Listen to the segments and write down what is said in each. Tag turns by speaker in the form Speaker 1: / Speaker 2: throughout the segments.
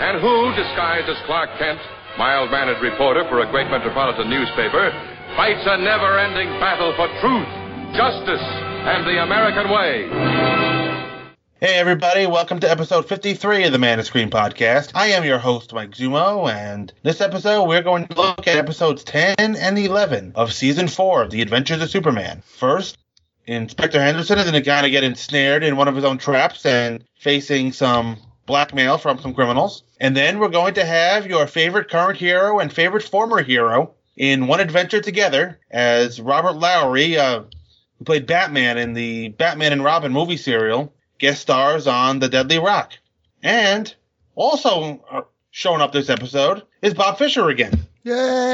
Speaker 1: and who, disguised as Clark Kent, mild mannered reporter for a great metropolitan newspaper, fights a never ending battle for truth, justice, and the American way.
Speaker 2: Hey, everybody, welcome to episode 53 of the Man to Screen podcast. I am your host, Mike Zumo, and this episode we're going to look at episodes 10 and 11 of season 4 of The Adventures of Superman. First, Inspector Henderson is going to get ensnared in one of his own traps and facing some blackmail from some criminals. And then we're going to have your favorite current hero and favorite former hero in one adventure together as Robert Lowry, uh, who played Batman in the Batman and Robin movie serial, guest stars on The Deadly Rock. And also uh, showing up this episode is Bob Fisher again.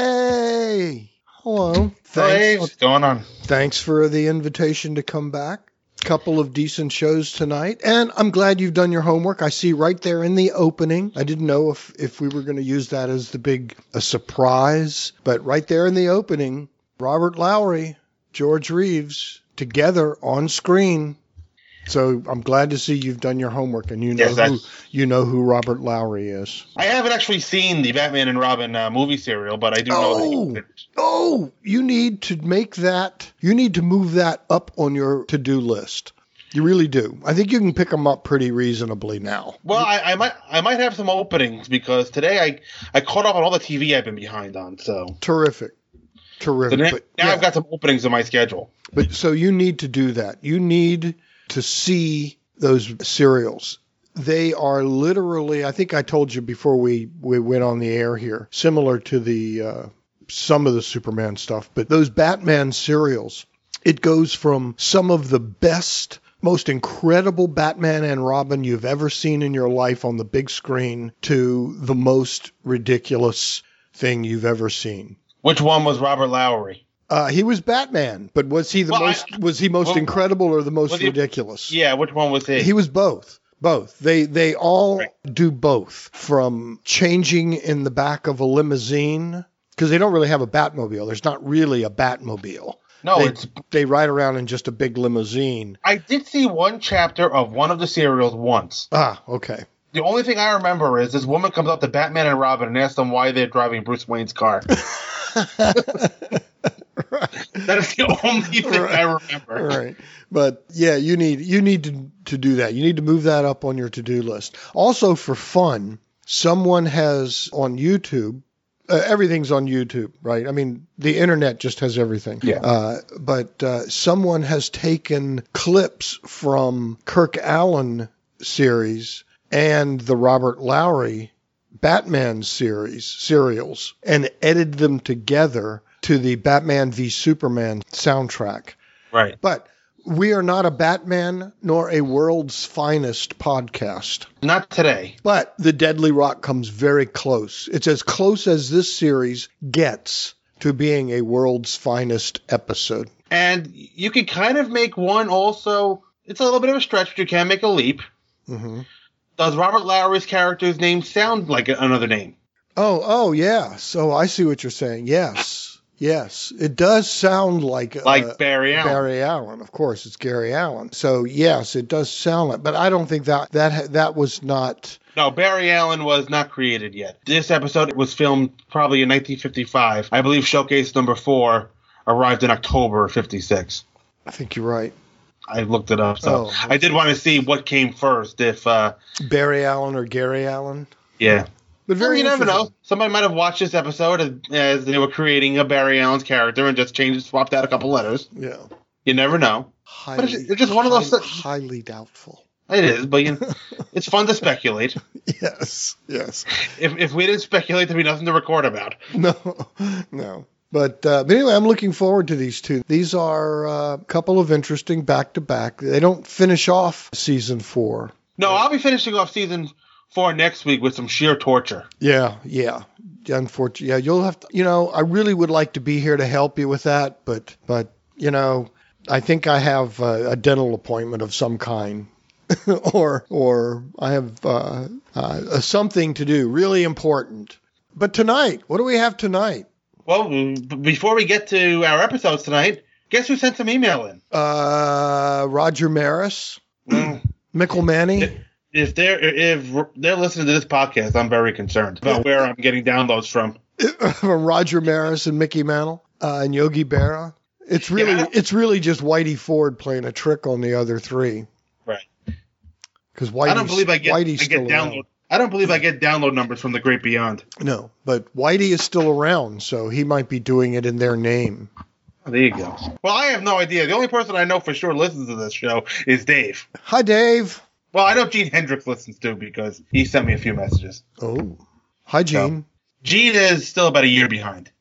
Speaker 3: Yay! Hello.
Speaker 2: Hey, what's
Speaker 3: Thanks.
Speaker 2: going on?
Speaker 3: Thanks for the invitation to come back. Couple of decent shows tonight, and I'm glad you've done your homework. I see right there in the opening. I didn't know if if we were going to use that as the big a surprise, but right there in the opening, Robert Lowry, George Reeves together on screen. So I'm glad to see you've done your homework and you know
Speaker 2: Yes,
Speaker 3: who,
Speaker 2: that's-
Speaker 3: you know who Robert Lowry is.
Speaker 2: I haven't actually seen the Batman and Robin uh, movie serial, but I do know.
Speaker 3: Oh,
Speaker 2: that-
Speaker 3: oh, you need to make that, you need to move that up on your to do list. You really do. I think you can pick them up pretty reasonably now.
Speaker 2: Well, I, I might I might have some openings because today I I caught up on all the TV I've been behind on. So,
Speaker 3: Terrific.
Speaker 2: so
Speaker 3: Terrific.
Speaker 2: now,
Speaker 3: but,
Speaker 2: now
Speaker 3: yeah,
Speaker 2: I've got some openings in my schedule.
Speaker 3: but so you need to do that. You need to see those serials. They are literally, I think I told you before we, we went on the air here, similar to the uh, some of the Superman stuff, but those Batman serials, it goes from some of the best, most incredible Batman and Robin you've ever seen in your life on the big screen to the most ridiculous thing you've ever seen.
Speaker 2: Which one was Robert Lowry?
Speaker 3: Uh, he was Batman, but was he the
Speaker 2: Well, I-
Speaker 3: most was he most
Speaker 2: well,
Speaker 3: incredible or the most
Speaker 2: was he-
Speaker 3: ridiculous?
Speaker 2: Yeah, which one was he?
Speaker 3: He was both. Both. They they all
Speaker 2: Right.
Speaker 3: do both from changing in the back of a limousine because they don't really have a Batmobile. There's not really a Batmobile.
Speaker 2: no,
Speaker 3: they,
Speaker 2: it's
Speaker 3: they ride around in just a big limousine.
Speaker 2: I did see one chapter of one of the serials once.
Speaker 3: Ah, okay.
Speaker 2: The only thing I remember is this woman comes up to Batman and Robin and asks them why they're driving Bruce Wayne's car. That is the only thing I remember.
Speaker 3: All right. But yeah, you need you need to, to do that. You need to move that up on your to-do list. Also for fun, someone has on YouTube uh, everything's on YouTube, right? I mean, the internet just has everything.
Speaker 2: Yeah.
Speaker 3: Uh, but uh, someone has taken clips from Kirk Allen series and the Robert Lowry Batman series serials and edited them together to the Batman v Superman soundtrack.
Speaker 2: Right.
Speaker 3: But we are not a Batman nor a world's finest podcast.
Speaker 2: Not today.
Speaker 3: But The Deadly Rock comes very close. It's as close as this series gets to being a world's finest episode.
Speaker 2: And you can kind of make one also. It's a little bit of a stretch, but you can make a leap.
Speaker 3: hmm
Speaker 2: Does Robert Lowry's character's name sound like another name?
Speaker 3: Oh, oh, yeah. So I see what you're saying. Yes. Yes. It does sound like uh,
Speaker 2: Like Barry Allen?
Speaker 3: Barry Allen, of course, it's Gary Allen. So yes, it does sound like, but I don't think that that ha- that was not
Speaker 2: No, Barry Allen was not created yet. This episode was filmed probably in 1955. I believe showcase number four arrived in October of 56.
Speaker 3: I think you're right.
Speaker 2: I looked it up, so
Speaker 3: Oh.
Speaker 2: I did want to see what came first. If uh,
Speaker 3: Barry Allen or Gary Allen.
Speaker 2: yeah,
Speaker 3: But
Speaker 2: you never
Speaker 3: interesting.
Speaker 2: know. Somebody might have watched this episode as, as they were creating a Barry Allen's character and just changed, swapped out a couple letters.
Speaker 3: Yeah.
Speaker 2: You never know.
Speaker 3: Highly,
Speaker 2: it's- it's just one of those
Speaker 3: highly,
Speaker 2: thi-
Speaker 3: highly doubtful.
Speaker 2: It is, but you it's fun to speculate.
Speaker 3: Yes, yes.
Speaker 2: If, if we didn't speculate, there'd be nothing to record about.
Speaker 3: No, no. But, uh, but anyway, I'm looking forward to these two. These are uh, a couple of interesting back to back. They don't finish off season four.
Speaker 2: No, I'll be finishing off season for next week with some sheer torture.
Speaker 3: Yeah, yeah. Unfortunately, yeah, you'll have to, you know, I really would like to be here to help you with that, but, but, you know, I think I have uh, a dental appointment of some kind. or, or I have uh, uh, something to do, really important. But tonight, what do we have tonight?
Speaker 2: Well, b- before we get to our episodes tonight, guess who sent some email in?
Speaker 3: Uh, Roger Maris, Mickle Manny.
Speaker 2: If they're if they're listening to this podcast, I'm very concerned about where I'm getting downloads from.
Speaker 3: Roger Maris and Mickey Mantle uh, and Yogi Berra. It's really
Speaker 2: Yeah.
Speaker 3: it's really just Whitey Ford playing a trick on the other three
Speaker 2: Right.
Speaker 3: because Whitey
Speaker 2: I don't believe I get I
Speaker 3: Whitey's
Speaker 2: get
Speaker 3: still
Speaker 2: download. I don't believe I get download numbers from the great beyond.
Speaker 3: around. No, but Whitey is still around, so he might be doing it in their name.
Speaker 2: Oh, there you go. Well, I have no idea. The only person I know for sure listens to this show is Dave.
Speaker 3: Hi, Dave.
Speaker 2: Well, I know Gene Hendricks listens too because he sent me a few messages.
Speaker 3: Oh, hi, Gene.
Speaker 2: Gene is still about a year behind.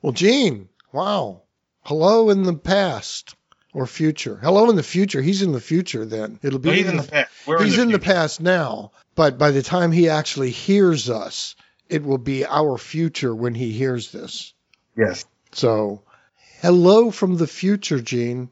Speaker 3: Well, Gene. Wow. Hello in the past or future. Hello in the future. He's in the future. Then it'll be
Speaker 2: No, he's
Speaker 3: in
Speaker 2: in the past. We're
Speaker 3: he's in the
Speaker 2: future.
Speaker 3: past now, but by the time he actually hears us, it will be our future when he hears this.
Speaker 2: Yes.
Speaker 3: So, hello from the future, Gene.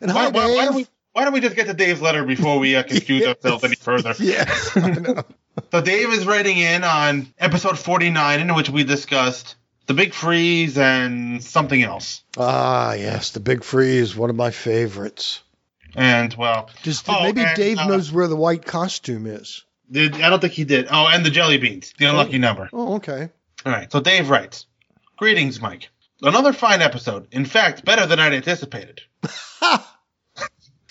Speaker 3: And
Speaker 2: Why,
Speaker 3: hi,
Speaker 2: why, why,
Speaker 3: Dave.
Speaker 2: don't we, why don't we just get to Dave's letter before we uh, confuse ourselves any further?
Speaker 3: Yes, I know.
Speaker 2: So Dave is writing in on episode 49 in which we discussed the big freeze and something else.
Speaker 3: ah, yes, the big freeze, one of my favorites.
Speaker 2: And well,
Speaker 3: Just
Speaker 2: Oh,
Speaker 3: maybe
Speaker 2: and,
Speaker 3: Dave
Speaker 2: uh,
Speaker 3: knows where the white costume is.
Speaker 2: did, I don't think he did. Oh, and the jelly beans, the unlucky number.
Speaker 3: Oh, okay.
Speaker 2: All right. So Dave writes, "Greetings, Mike. Another fine episode. In fact, better than I'd anticipated." so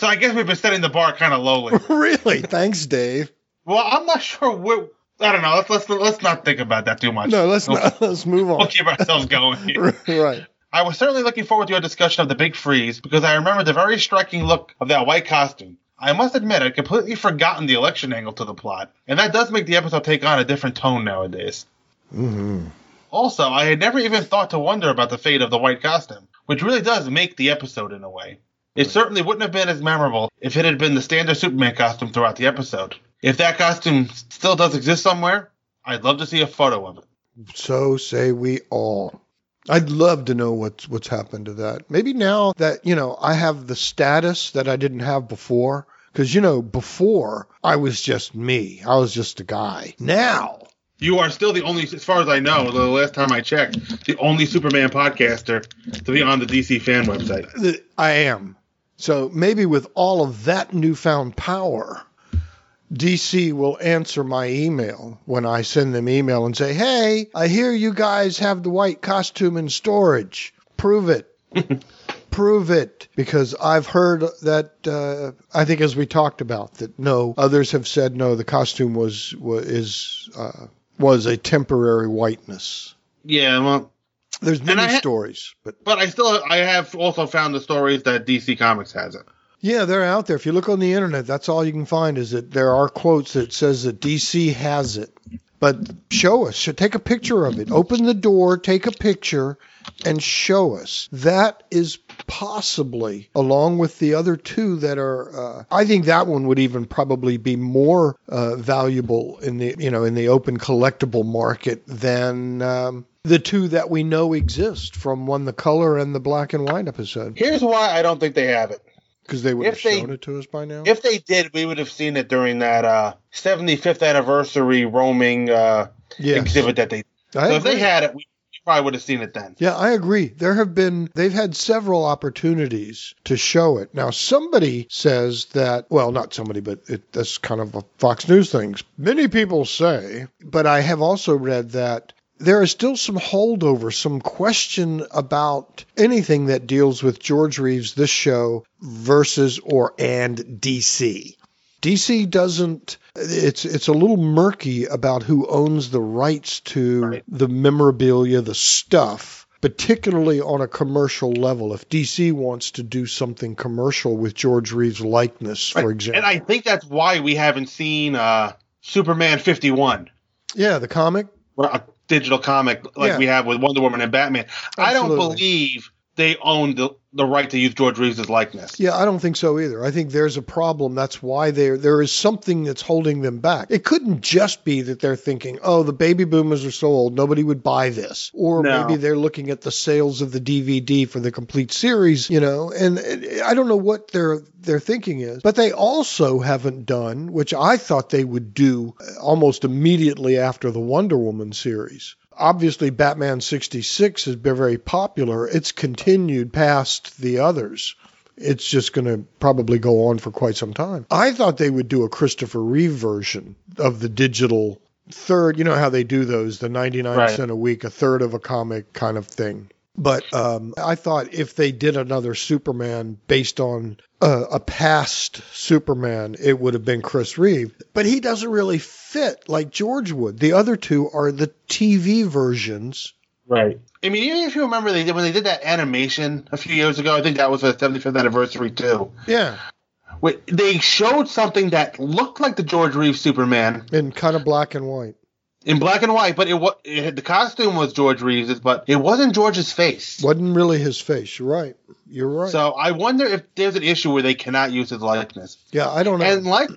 Speaker 2: I guess we've been setting the bar kind of low lately.
Speaker 3: really? Thanks, Dave.
Speaker 2: Well, I'm not sure where. I don't know. Let's let's let's not think about that too much.
Speaker 3: No, let's not, let's move
Speaker 2: We'll
Speaker 3: on.
Speaker 2: keep ourselves going. here.
Speaker 3: right.
Speaker 2: I was certainly looking forward to your discussion of the big freeze because I remember the very striking look of that white costume. I must admit, I'd completely forgotten the election angle to the plot, and that does make the episode take on a different tone nowadays.
Speaker 3: Mm-hmm.
Speaker 2: Also, I had never even thought to wonder about the fate of the white costume, which really does make the episode in a way. It certainly wouldn't have been as memorable if it had been the standard Superman costume throughout the episode. If that costume still does exist somewhere, I'd love to see a photo of it.
Speaker 3: So say we all. I'd love to know what's what's happened to that. Maybe now that you know I have the status that I didn't have before, because you know before I was just me. I was just a guy. Now,
Speaker 2: You are still the only, as far as I know, the last time I checked, the only Superman podcaster to be on the DC fan website.
Speaker 3: th- I am. So maybe with all of that newfound power, DC will answer my email when I send them email and say, "Hey, I hear you guys have the white costume in storage. Prove it." Prove it because I've heard that uh, I think as we talked about that no others have said no the costume was, was is uh, was a temporary whiteness.
Speaker 2: Yeah, well,
Speaker 3: There's many
Speaker 2: I ha-
Speaker 3: stories, but
Speaker 2: but I still, I have also found the stories that DC Comics has it.
Speaker 3: Yeah, they're out there. If you look on the internet, that's all you can find is that there are quotes that says that DC has it. But show us. So take a picture of it. Open the door, take a picture, and show us. That is possibly, along with the other two that are, uh, I think that one would even probably be more uh, valuable in the you know in the open collectible market than um, the two that we know exist from one the color and the black and white episode
Speaker 2: Here's why I don't think they have it.
Speaker 3: because they would have
Speaker 2: If they-
Speaker 3: shown it to us by now.
Speaker 2: If they did, we would have seen it during that uh, 75th anniversary roaming uh,
Speaker 3: Yes.
Speaker 2: exhibit that they.
Speaker 3: I
Speaker 2: So if they
Speaker 3: agree.
Speaker 2: had it, we probably would have seen it then.
Speaker 3: yeah, I agree. There have been they've had several opportunities to show it. Now somebody says that well, not somebody, but it, that's kind of a Fox News thing. Many people say, but I have also read that there is still some holdover, some question about anything that deals with George Reeves, this show versus or and DC. DC doesn't it's it's a little murky about who owns the rights to the memorabilia, the stuff, particularly on a commercial level. If DC wants to do something commercial with George Reeves likeness, for example.
Speaker 2: And I think that's why we haven't seen uh, Superman 51.
Speaker 3: yeah, the comic.
Speaker 2: a digital comic like
Speaker 3: Yeah.
Speaker 2: we have with Wonder Woman and Batman. I don't
Speaker 3: Absolutely.
Speaker 2: believe they own the, the right to use George Reeves' likeness.
Speaker 3: Yeah, I don't think so either. I think there's a problem. That's why there there is something that's holding them back. It couldn't just be that they're thinking, "Oh, the baby boomers are so old, nobody would buy this," or
Speaker 2: No.
Speaker 3: maybe they're looking at the sales of the DVD for the complete series, you know. And it, I don't know what their their thinking is, but they also haven't done, which I thought they would do uh, almost immediately after the Wonder Woman series obviously Batman 66 has been very popular. It's continued past the others. It's just going to probably go on for quite some time. I thought they would do a Christopher Reeve version of the digital third. You know how they do those, the 99
Speaker 2: Right.
Speaker 3: cent a week, a third of a comic kind of thing. But um, I thought if they did another Superman based on uh, a past Superman, it would have been Chris Reeve. But he doesn't really fit like George would. The other two are the TV versions.
Speaker 2: Right. I mean, even if you remember they did, when they did that animation a few years ago, I think that was the 75th anniversary too.
Speaker 3: Yeah.
Speaker 2: Wait, they showed something that looked like the George Reeves Superman
Speaker 3: In kind of black and white.
Speaker 2: in black and white, but it was it, had- the costume was George Reeves's, but it wasn't George's face.
Speaker 3: Wasn't really his face. You're right. You're right.
Speaker 2: So I wonder if there's an issue where they cannot use his likeness.
Speaker 3: yeah, I don't know.
Speaker 2: And like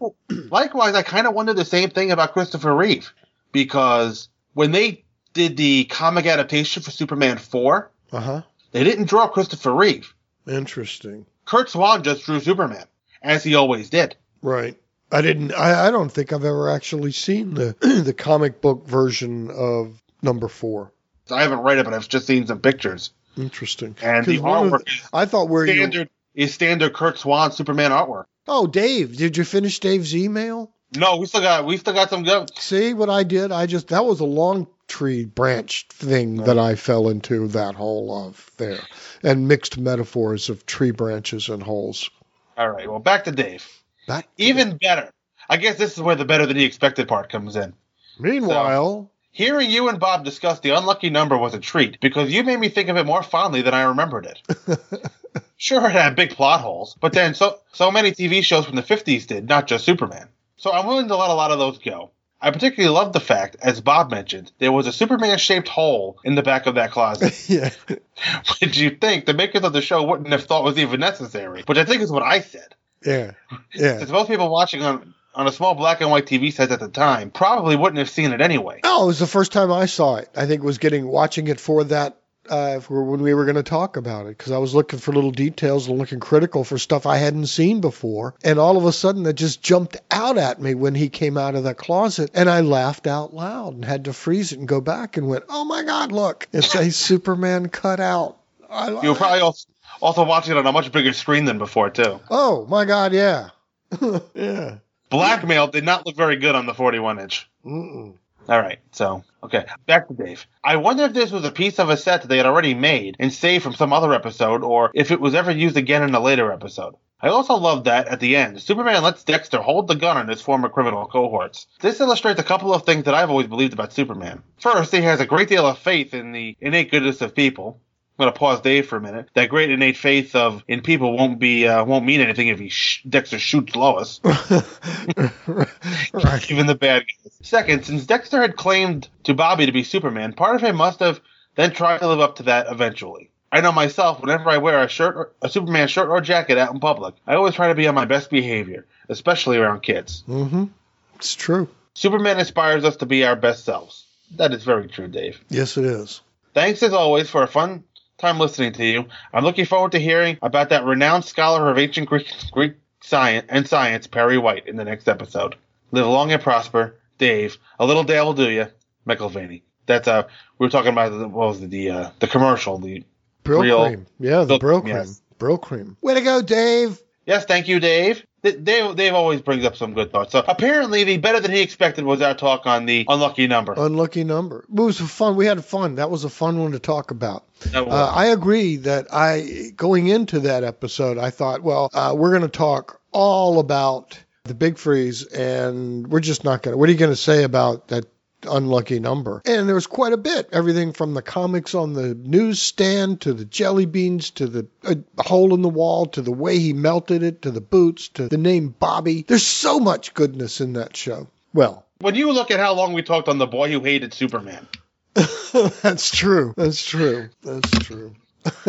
Speaker 2: likewise, I kind of wonder the same thing about Christopher Reeve because when they did the comic adaptation for Superman 4,
Speaker 3: uh huh.
Speaker 2: they didn't draw Christopher Reeve.
Speaker 3: Interesting.
Speaker 2: Kurt Swan just drew Superman as he always did.
Speaker 3: Right. I didn't. I, I don't think I've ever actually seen the the comic book version of number four.
Speaker 2: So I haven't read it, but I've just seen some pictures.
Speaker 3: Interesting.
Speaker 2: And the
Speaker 3: 'Cause one of
Speaker 2: artwork
Speaker 3: the- I thought where
Speaker 2: is
Speaker 3: you.
Speaker 2: standard is standard Kurt Swan Superman artwork.
Speaker 3: Oh, Dave, did you finish Dave's email?
Speaker 2: No, we still got we still got some good.
Speaker 3: See what I did? I just that was a long tree branch thing that I fell into that hole of there, and mixed metaphors of tree branches and holes.
Speaker 2: All right, well back to Dave.
Speaker 3: Back to
Speaker 2: Even better. I guess this is where the better than you expected part comes in.
Speaker 3: Meanwhile,
Speaker 2: Hearing you and Bob discuss the unlucky number was a treat because you made me think of it more fondly than I remembered it. sure, it had big plot holes, but then so so many TV shows from the 50s did, not just Superman. So I'm willing to let a lot of those go. I particularly loved the fact, as Bob mentioned, there was a Superman-shaped hole in the back of that closet,
Speaker 3: yeah,
Speaker 2: which you think the makers of the show wouldn't have thought was even necessary, which I think is what I said.
Speaker 3: yeah, yeah.
Speaker 2: Since most people watching on on a small black and white TV set at the time probably wouldn't have seen it anyway.
Speaker 3: No, Oh, it was the first time I saw it. I think it was getting watching it for that uh, for when we were going to talk about it because I was looking for little details and looking critical for stuff I hadn't seen before, and all of a sudden it just jumped out at me when he came out of the closet, and I laughed out loud and had to freeze it and go back and went, "Oh my God, look! It's a Superman cutout." I,
Speaker 2: You were probably also, also watching it on a much bigger screen than before, too.
Speaker 3: oh my God, yeah, yeah.
Speaker 2: Blackmail did not look very good on the 41 inch.
Speaker 3: Mm-mm.
Speaker 2: All right, so, okay, back to Dave. I wonder if this was a piece of a set that they had already made and saved from some other episode, or if it was ever used again in a later episode. I also love that, at the end, Superman lets Dexter hold the gun on his former criminal cohorts. This illustrates a couple of things that I've always believed about Superman. First, he has a great deal of faith in the innate goodness of people. I'm gonna pause Dave for a minute. That great innate faith of in people won't be uh, won't mean anything if he sh- Dexter shoots Lois
Speaker 3: right.
Speaker 2: even the bad guys. Second, since Dexter had claimed to Bobby to be Superman, part of him must have then tried to live up to that eventually. I know myself, whenever I wear a shirt, or, a Superman shirt or jacket out in public, I always try to be on my best behavior, especially around kids.
Speaker 3: Mm-hmm. It's true.
Speaker 2: Superman inspires us to be our best selves. That is very true, Dave.
Speaker 3: Yes, it is.
Speaker 2: Thanks as always for a fun time listening to you. I'm looking forward to hearing about that renowned scholar of ancient Greek, Greek science and science, Perry White, in the next episode. Live long and prosper, Dave. A little day will do you, McIlvaney. That's uh, we were talking about the, what was it, the uh, the commercial. The
Speaker 3: Brill
Speaker 2: Real-
Speaker 3: cream. Yeah, the
Speaker 2: Brill-
Speaker 3: brill cream.
Speaker 2: yes.
Speaker 3: Brill cream. Way to go, Dave.
Speaker 2: yes, thank you, Dave. Th- Dave, Dave always brings up some good thoughts. So apparently, the better than he expected was our talk on the unlucky number.
Speaker 3: Unlucky number. It was fun. We had fun. That was a fun one to talk about.
Speaker 2: That was-
Speaker 3: Uh, I agree that I going into that episode, I thought, well, uh, we're going to talk all about the big freeze, and we're just not going to. What are you going to say about that unlucky number? And there was quite a bit. Everything from the comics on the newsstand to the jelly beans to the uh, hole in the wall to the way he melted it to the boots to the name Bobby. There's so much goodness in that show. Well,
Speaker 2: when you look at how long we talked on the boy who hated Superman,
Speaker 3: That's true. That's true. That's true.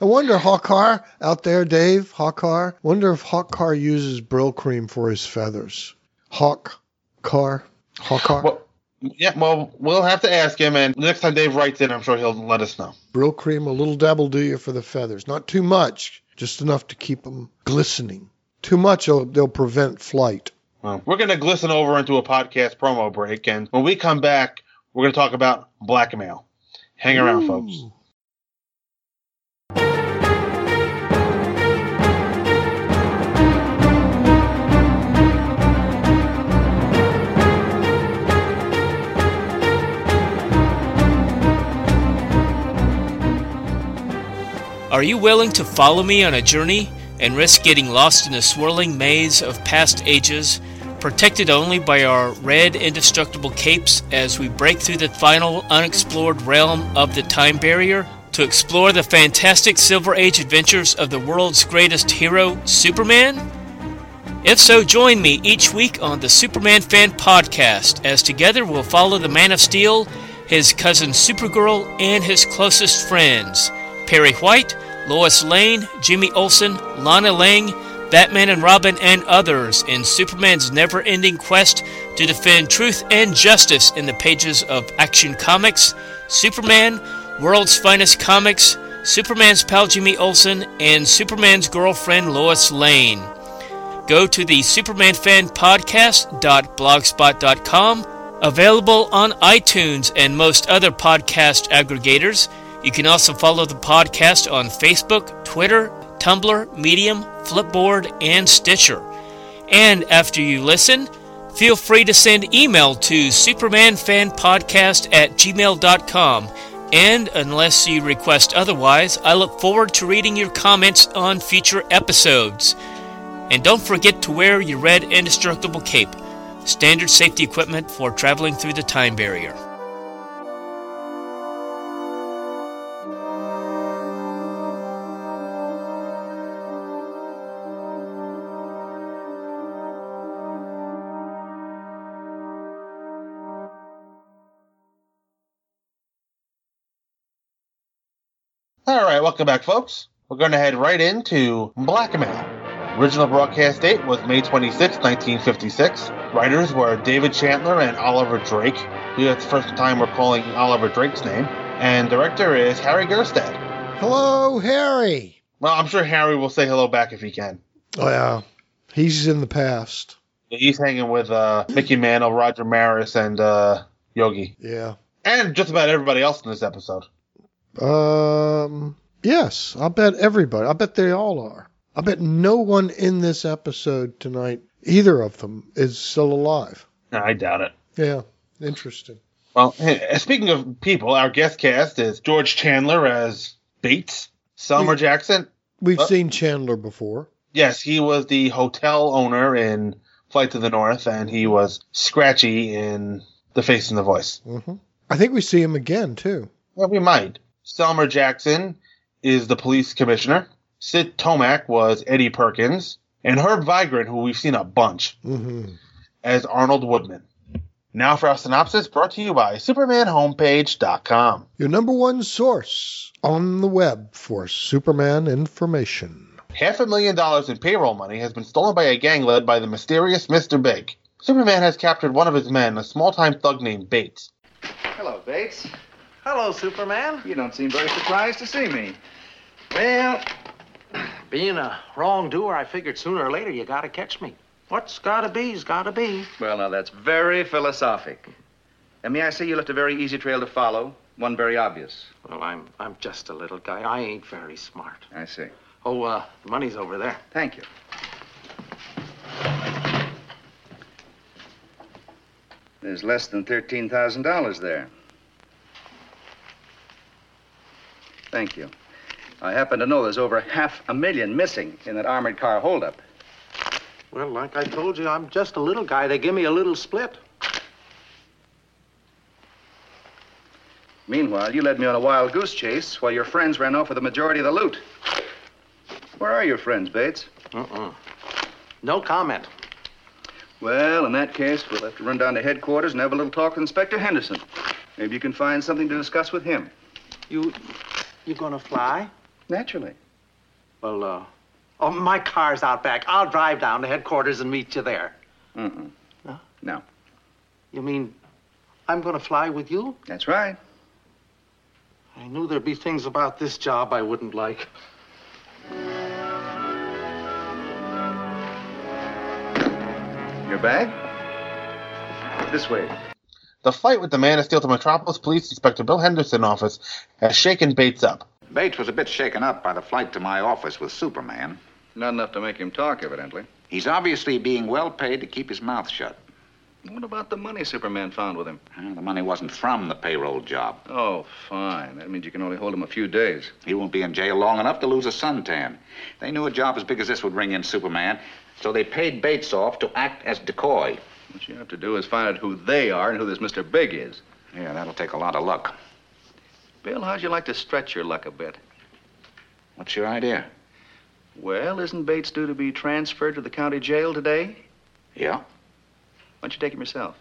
Speaker 3: I wonder, Hawkar out there, Dave, Hawkar, wonder if Hawkar uses brill cream for his feathers. Hawk car, Hawkar,
Speaker 2: Well, yeah, well, we'll have to ask him, and next time Dave writes in, I'm sure he'll let us know.
Speaker 3: brill cream, a little dab will do you for the feathers. Not too much, just enough to keep them glistening. Too much, they'll, they'll prevent flight.
Speaker 2: Well, we're going to glisten over into a podcast promo break, and when we come back, we're going to talk about blackmail. Hang around,
Speaker 4: Mm.
Speaker 2: folks.
Speaker 4: Are you willing to follow me on a journey and risk getting lost in the swirling maze of past ages, protected only by our red indestructible capes as we break through the final unexplored realm of the time barrier? To explore the fantastic Silver Age adventures of the world's greatest hero, Superman? If so, join me each week on the Superman Fan Podcast, as together we'll follow the Man of Steel, his cousin Supergirl, and his closest friends Perry White, Lois Lane, Jimmy Olsen, Lana Lang, Batman and Robin, and others in Superman's never ending quest to defend truth and justice in the pages of Action Comics, Superman, World's Finest Comics, Superman's pal Jimmy Olsen, and Superman's girlfriend Lois Lane go to the supermanfanpodcast.blogspot.com available on itunes and most other podcast aggregators you can also follow the podcast on facebook twitter tumblr medium flipboard and stitcher and after you listen feel free to send email to supermanfanpodcast at gmail.com and unless you request otherwise i look forward to reading your comments on future episodes and don't forget to wear your red indestructible cape, standard safety equipment for traveling through the time barrier.
Speaker 2: All right, welcome back, folks. We're going to head right into Blackmail. Original broadcast date was May 26, 1956. Writers were David Chandler and Oliver Drake. That's the first time we're calling Oliver Drake's name. And director is Harry Gerstad.
Speaker 3: Hello, Harry.
Speaker 2: Well, I'm sure Harry will say hello back if he can.
Speaker 3: Oh, yeah. He's in the past.
Speaker 2: He's hanging with uh, Mickey Mantle, Roger Maris, and uh, Yogi.
Speaker 3: Yeah.
Speaker 2: And just about everybody else in this episode.
Speaker 3: Um, yes, I bet everybody. I bet they all are. I bet no one in this episode tonight, either of them, is still alive.
Speaker 2: No, I doubt it.
Speaker 3: Yeah, interesting.
Speaker 2: Well, hey, speaking of people, our guest cast is George Chandler as Bates, Selmer Jackson.
Speaker 3: We've
Speaker 2: Uh,
Speaker 3: seen Chandler before.
Speaker 2: Yes, he was the hotel owner in Flight to the North, and he was Scratchy in The Face and the Voice.
Speaker 3: hmm I think we see him again too.
Speaker 2: Well, we might. Selmer Jackson is the police commissioner. Sid Tomac was Eddie Perkins, and Herb Vigran, who we've seen a bunch,
Speaker 3: hmm
Speaker 2: as Arnold Woodman. Now for our synopsis, brought to you by SupermanHomepage.com.
Speaker 3: Your number one source on the web for Superman information.
Speaker 2: Half a million dollars in payroll money has been stolen by a gang led by the mysterious Mr. Big. Superman has captured one of his men, a small time thug named Bates.
Speaker 5: Hello, Bates. Hello, Superman. You don't seem very surprised to see me. Well,
Speaker 6: Being a wrongdoer, I figured sooner or later you gotta catch me. What's gotta be's gotta be.
Speaker 5: well, now that's very philosophic. And may I say you left a very easy trail to follow, one very obvious.
Speaker 6: Well, I'm I'm just a little guy. I ain't very smart.
Speaker 5: I see.
Speaker 6: Oh, uh, the money's over there.
Speaker 5: Thank you. There's less than $13,000 there. Thank you. I happen to know there's over half a million missing in that armored car holdup.
Speaker 6: Well, like I told you, I'm just a little guy. They give me a little split.
Speaker 5: Meanwhile, you led me on a wild goose chase while your friends ran off with the majority of the loot. Where are your friends, Bates?
Speaker 6: Mm-mm. No comment.
Speaker 5: Well, in that case, we'll have to run down to headquarters and have a little talk with Inspector Henderson. Maybe you can find something to discuss with him.
Speaker 6: You You gonna fly?
Speaker 5: Naturally.
Speaker 6: Well, uh, oh, my car's out back. I'll drive down to headquarters and meet you there.
Speaker 5: Mm-mm.
Speaker 6: No?
Speaker 5: No.
Speaker 6: You mean I'm gonna fly with you?
Speaker 5: That's right.
Speaker 6: I knew there'd be things about this job I wouldn't like.
Speaker 5: Your bag? This way.
Speaker 2: The fight with the Man of Steel to Metropolis Police Inspector Bill Henderson office has shaken Bates up.
Speaker 7: Bates was a bit shaken up by the flight to my office with Superman.
Speaker 5: Not enough to make him talk, evidently.
Speaker 7: He's obviously being well paid to keep his mouth shut.
Speaker 5: What about the money Superman found with him?
Speaker 7: Uh, The money wasn't from the payroll job.
Speaker 5: Oh, fine. That means you can only hold him a few days.
Speaker 7: He won't be in jail long enough to lose a suntan. They knew a job as big as this would bring in Superman, so they paid Bates off to act as decoy.
Speaker 5: What you have to do is find out who they are and who this Mr. Big is.
Speaker 7: Yeah, that'll take a lot of luck.
Speaker 5: Bill, how'd you like to stretch your luck a bit?
Speaker 7: What's your idea?
Speaker 5: Well, isn't Bates due to be transferred to the county jail today?
Speaker 7: Yeah?
Speaker 5: Why don't you take him yourself?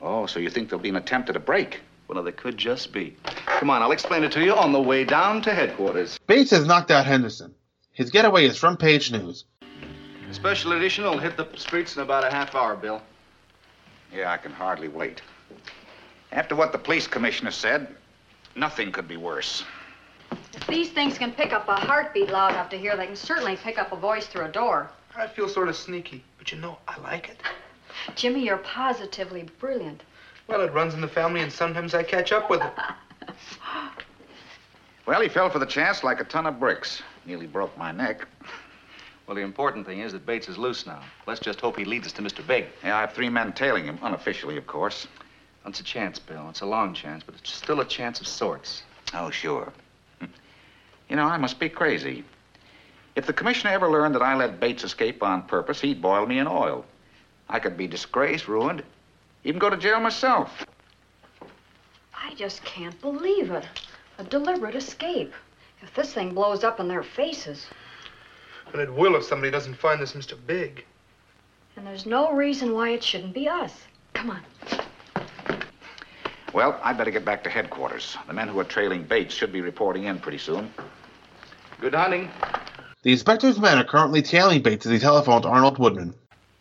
Speaker 7: Oh, so you think there'll be an attempt at a break?
Speaker 5: Well, there could just be. Come on, I'll explain it to you on the way down to headquarters.
Speaker 2: Bates has knocked out Henderson. His getaway is front page news.
Speaker 5: Special edition will hit the streets in about a half hour, Bill.
Speaker 7: Yeah, I can hardly wait. After what the police commissioner said, nothing could be worse.
Speaker 8: If these things can pick up a heartbeat loud enough to hear, they can certainly pick up a voice through a door.
Speaker 9: I feel sort of sneaky, but you know, I like it.
Speaker 8: Jimmy, you're positively brilliant.
Speaker 9: Well, it runs in the family, and sometimes I catch up with it.
Speaker 7: Well, he fell for the chance like a ton of bricks. Nearly broke my neck.
Speaker 5: Well, the important thing is that Bates is loose now. Let's just hope he leads us to Mr. Big.
Speaker 7: Yeah, I have three men tailing him, unofficially, of course.
Speaker 5: It's a chance, Bill. It's a long chance, but it's still a chance of sorts.
Speaker 7: Oh, sure. You know, I must be crazy. If the commissioner ever learned that I let Bates escape on purpose, he'd boil me in oil. I could be disgraced, ruined, even go to jail myself.
Speaker 8: I just can't believe it. A deliberate escape. If this thing blows up in their faces,
Speaker 9: And it will if somebody doesn't find this Mr. Big.
Speaker 8: and there's no reason why it shouldn't be us. Come on.
Speaker 7: Well, I'd better get back to headquarters. The men who are trailing Bates should be reporting in pretty soon.
Speaker 5: Good hunting.
Speaker 2: The inspector's men are currently tailing Bates as he telephones Arnold Woodman.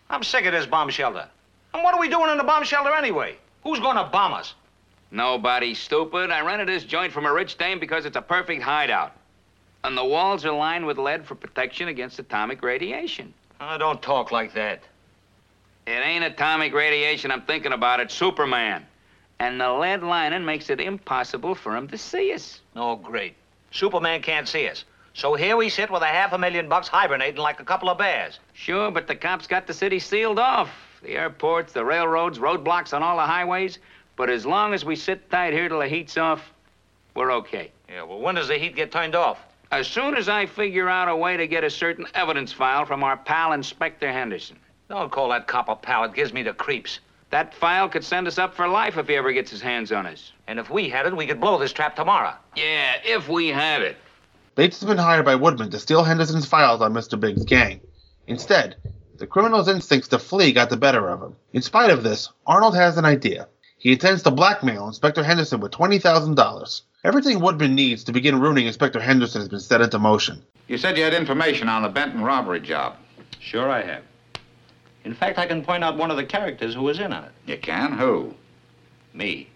Speaker 6: I'm sick of this bomb shelter. And what are we doing in the bomb shelter anyway? Who's gonna bomb us?
Speaker 10: Nobody stupid. I rented this joint from a rich dame because it's a perfect hideout. And the walls are lined with lead for protection against atomic radiation.
Speaker 6: Uh, don't talk like that.
Speaker 10: It ain't atomic radiation I'm thinking about, it's Superman. And the lead lining makes it impossible for him to see us.
Speaker 6: No, great. Superman can't see us. So here we sit with a half a million bucks hibernating like a couple of bears.
Speaker 10: Sure, but the cops got the city sealed off. The airports, the railroads, roadblocks on all the highways. But as long as we sit tight here till the heat's off, we're okay.
Speaker 6: Yeah, well, when does the heat get turned off?
Speaker 10: As soon as I figure out a way to get a certain evidence file from our pal Inspector Henderson.
Speaker 6: Don't call that copper pal. It gives me the creeps.
Speaker 10: That file could send us up for life if he ever gets his hands on us.
Speaker 6: And if we had it, we could blow this trap tomorrow.
Speaker 10: Yeah, if we have it.
Speaker 2: Bates has been hired by Woodman to steal Henderson's files on Mr. Big's gang. Instead, the criminal's instincts to flee got the better of him. In spite of this, Arnold has an idea. He intends to blackmail Inspector Henderson with $20,000. Everything Woodman needs to begin ruining Inspector Henderson has been set into motion.
Speaker 7: You said you had information on the Benton robbery job.
Speaker 5: Sure, I have. In fact, I can point out one of the characters who was in on it.
Speaker 7: You can? Who?
Speaker 5: Me.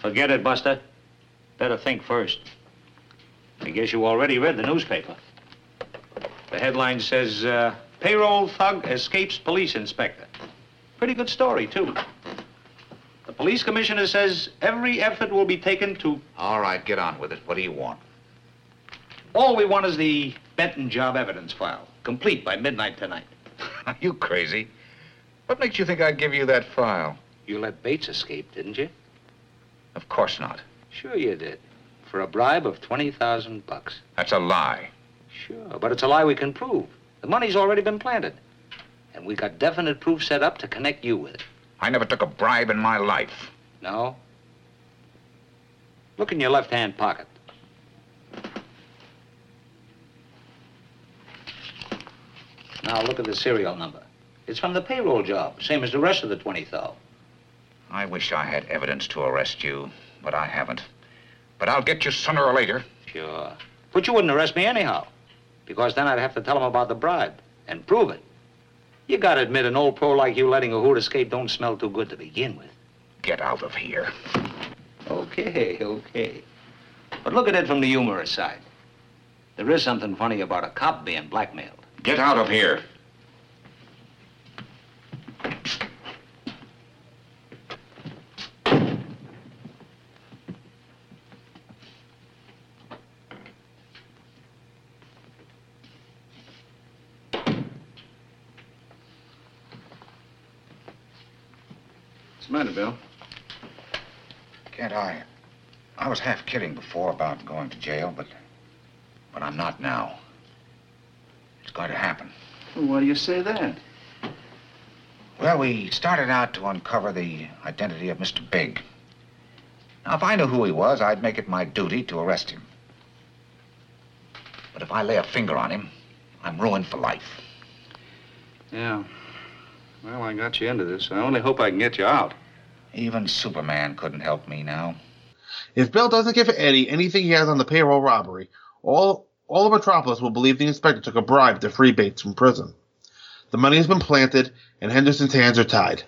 Speaker 6: Forget it, Buster. Better think first. I guess you already read the newspaper. The headline says, uh, Payroll Thug Escapes Police Inspector. Pretty good story, too. The police commissioner says every effort will be taken to.
Speaker 7: All right, get on with it. What do you want?
Speaker 6: All we want is the Benton job evidence file, complete by midnight tonight.
Speaker 7: Are you crazy? What makes you think I'd give you that file?
Speaker 6: You let Bates escape, didn't you?
Speaker 7: Of course not.
Speaker 6: Sure you did. For a bribe of 20,000 bucks.
Speaker 7: That's a lie.
Speaker 6: Sure, but it's a lie we can prove. The money's already been planted. And we got definite proof set up to connect you with it.
Speaker 7: I never took a bribe in my life.
Speaker 6: No? Look in your left hand pocket. Now look at the serial number. It's from the payroll job, same as the rest of the 20,000.
Speaker 7: I wish I had evidence to arrest you, but I haven't.
Speaker 11: But I'll get you sooner or later.
Speaker 6: Sure. But you wouldn't arrest me anyhow, because then I'd have to tell him about the bribe and prove it. You gotta admit, an old pro like you letting a hoot escape don't smell too good to begin with.
Speaker 11: Get out of here.
Speaker 6: Okay, okay. But look at it from the humorous side. There is something funny about a cop being blackmailed.
Speaker 11: Get out of here.
Speaker 7: What's the matter, Bill?
Speaker 11: Can't I? I was half kidding before about going to jail, but. But I'm not now. It's going to happen.
Speaker 7: Well, why do you say that?
Speaker 11: Well, we started out to uncover the identity of Mr. Big. Now, if I knew who he was, I'd make it my duty to arrest him. But if I lay a uh, finger on him, I'm ruined for life.
Speaker 7: Yeah. Well, I got you into this. I only hope I can get you out.
Speaker 11: Even Superman couldn't help me now.
Speaker 2: If Bill doesn't give Eddie anything he has on the payroll robbery, all all of Metropolis will believe the inspector took a bribe to free Bates from prison. The money has been planted, and Henderson's hands are tied.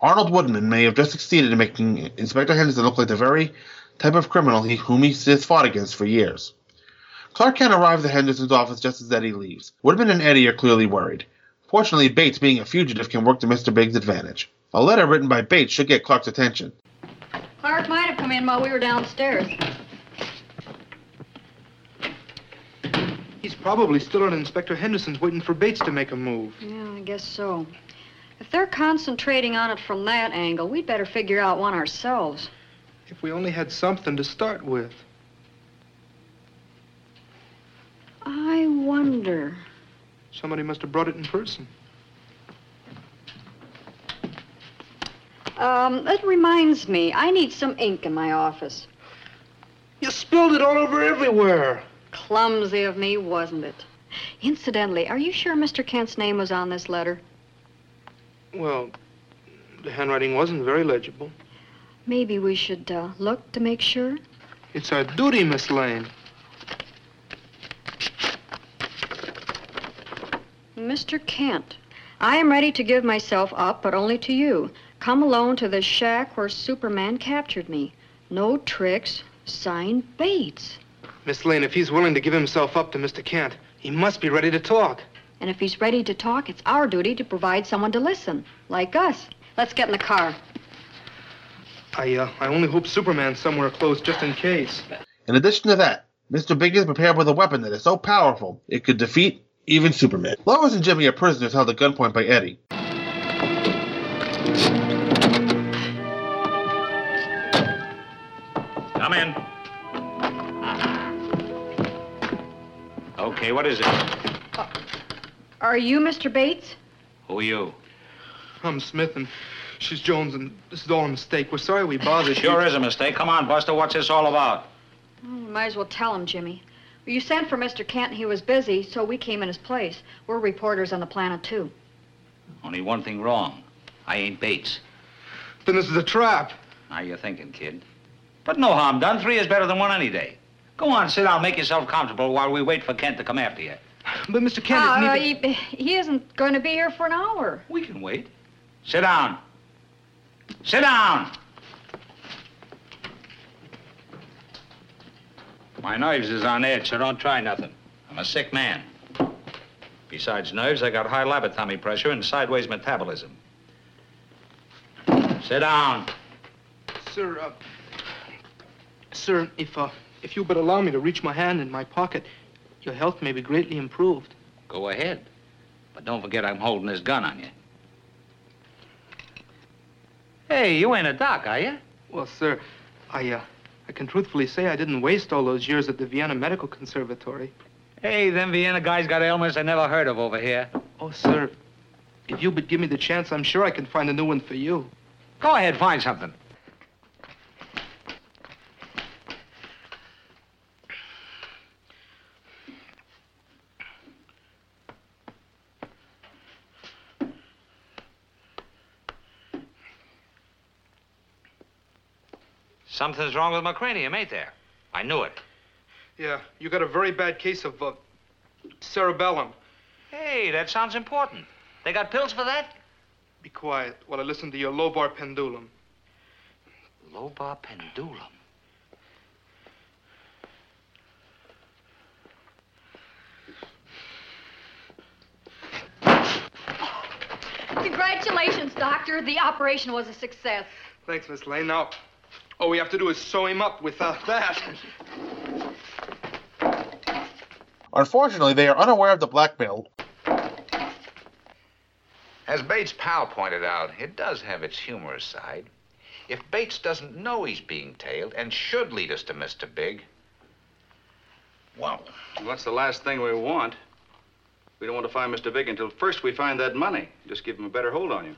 Speaker 2: Arnold Woodman may have just succeeded in making Inspector Henderson look like the very type of criminal he, whom he has fought against for years. Clark Kent arrives at Henderson's office just as Eddie leaves. Woodman and Eddie are clearly worried. Fortunately, Bates, being a fugitive, can work to Mr. Big's advantage. A letter written by Bates should get Clark's attention.
Speaker 8: Clark might have come in while we were downstairs.
Speaker 9: He's probably still on Inspector Henderson's waiting for Bates to make a move.
Speaker 8: Yeah, I guess so. If they're concentrating on it from that angle, we'd better figure out one ourselves.
Speaker 9: If we only had something to start with.
Speaker 8: I wonder.
Speaker 9: Somebody must have brought it in person.
Speaker 8: Um, that reminds me, I need some ink in my office.
Speaker 9: You spilled it all over everywhere.
Speaker 8: Clumsy of me, wasn't it? Incidentally, are you sure Mr. Kent's name was on this letter?
Speaker 9: Well, the handwriting wasn't very legible.
Speaker 8: Maybe we should uh, look to make sure.
Speaker 9: It's our duty, Miss Lane.
Speaker 8: Mr. Kent, I am ready to give myself up, but only to you. Come alone to the shack where Superman captured me. No tricks. Signed Bates.
Speaker 9: Miss Lane, if he's willing to give himself up to Mr. Kent, he must be ready to talk.
Speaker 8: And if he's ready to talk, it's our duty to provide someone to listen, like us. Let's get in the car.
Speaker 9: I, uh, I only hope Superman's somewhere close just in case.
Speaker 2: In addition to that, Mr. Big is prepared with a weapon that is so powerful it could defeat even Superman. Lois and Jimmy are prisoners held at gunpoint by Eddie.
Speaker 6: Come in. Okay, what is it?
Speaker 8: Are you Mr. Bates?
Speaker 6: Who are you?
Speaker 9: I'm Smith, and she's Jones, and this is all a mistake. We're sorry we bothered you.
Speaker 6: Sure is a mistake. Come on, Buster, what's this all about?
Speaker 8: Oh, you might as well tell him, Jimmy. You sent for Mr. Kent, and he was busy, so we came in his place. We're reporters on the planet, too.
Speaker 6: Only one thing wrong. I ain't Bates.
Speaker 9: Then this is a trap.
Speaker 6: Now you're thinking, kid. But no harm done. Three is better than one any day. Go on, sit down, make yourself comfortable while we wait for Kent to come after you.
Speaker 9: But Mr. Kent
Speaker 8: Ah,
Speaker 9: isn't
Speaker 8: uh,
Speaker 9: even...
Speaker 8: he, he isn't going to be here for an hour.
Speaker 6: We can wait. Sit down. Sit down. My nerves is on edge, so don't try nothing. I'm a sick man. Besides nerves, I got high laboratomy pressure and sideways metabolism. Sit down.
Speaker 9: Sir, uh, sir, if uh, if you but allow me to reach my hand in my pocket, your health may be greatly improved.
Speaker 6: Go ahead. But don't forget I'm holding this gun on you. Hey, you ain't a doc, are you?
Speaker 9: Well, sir, I uh, I can truthfully say I didn't waste all those years at the Vienna Medical Conservatory.
Speaker 6: Hey, them Vienna guys got ailments I never heard of over here.
Speaker 9: Oh, sir, if you but give me the chance, I'm sure I can find a new one for you.
Speaker 6: Go ahead, find something. Something's wrong with my cranium, ain't there? I knew it.
Speaker 9: Yeah, you got a very bad case of uh, cerebellum.
Speaker 6: Hey, that sounds important. They got pills for that?
Speaker 9: Be quiet while I listen to your lobar pendulum.
Speaker 6: Lobar pendulum.
Speaker 8: Congratulations, Doctor. The operation was a success.
Speaker 9: Thanks, Miss Lane. Now, all we have to do is sew him up without that.
Speaker 2: Unfortunately, they are unaware of the blackmail.
Speaker 5: As Bates' pal pointed out, it does have its humorous side. If Bates doesn't know he's being tailed and should lead us to Mr. Big, well,
Speaker 12: What's the last thing we want? We don't want to find Mr. Big until first we find that money. Just give him a better hold on you.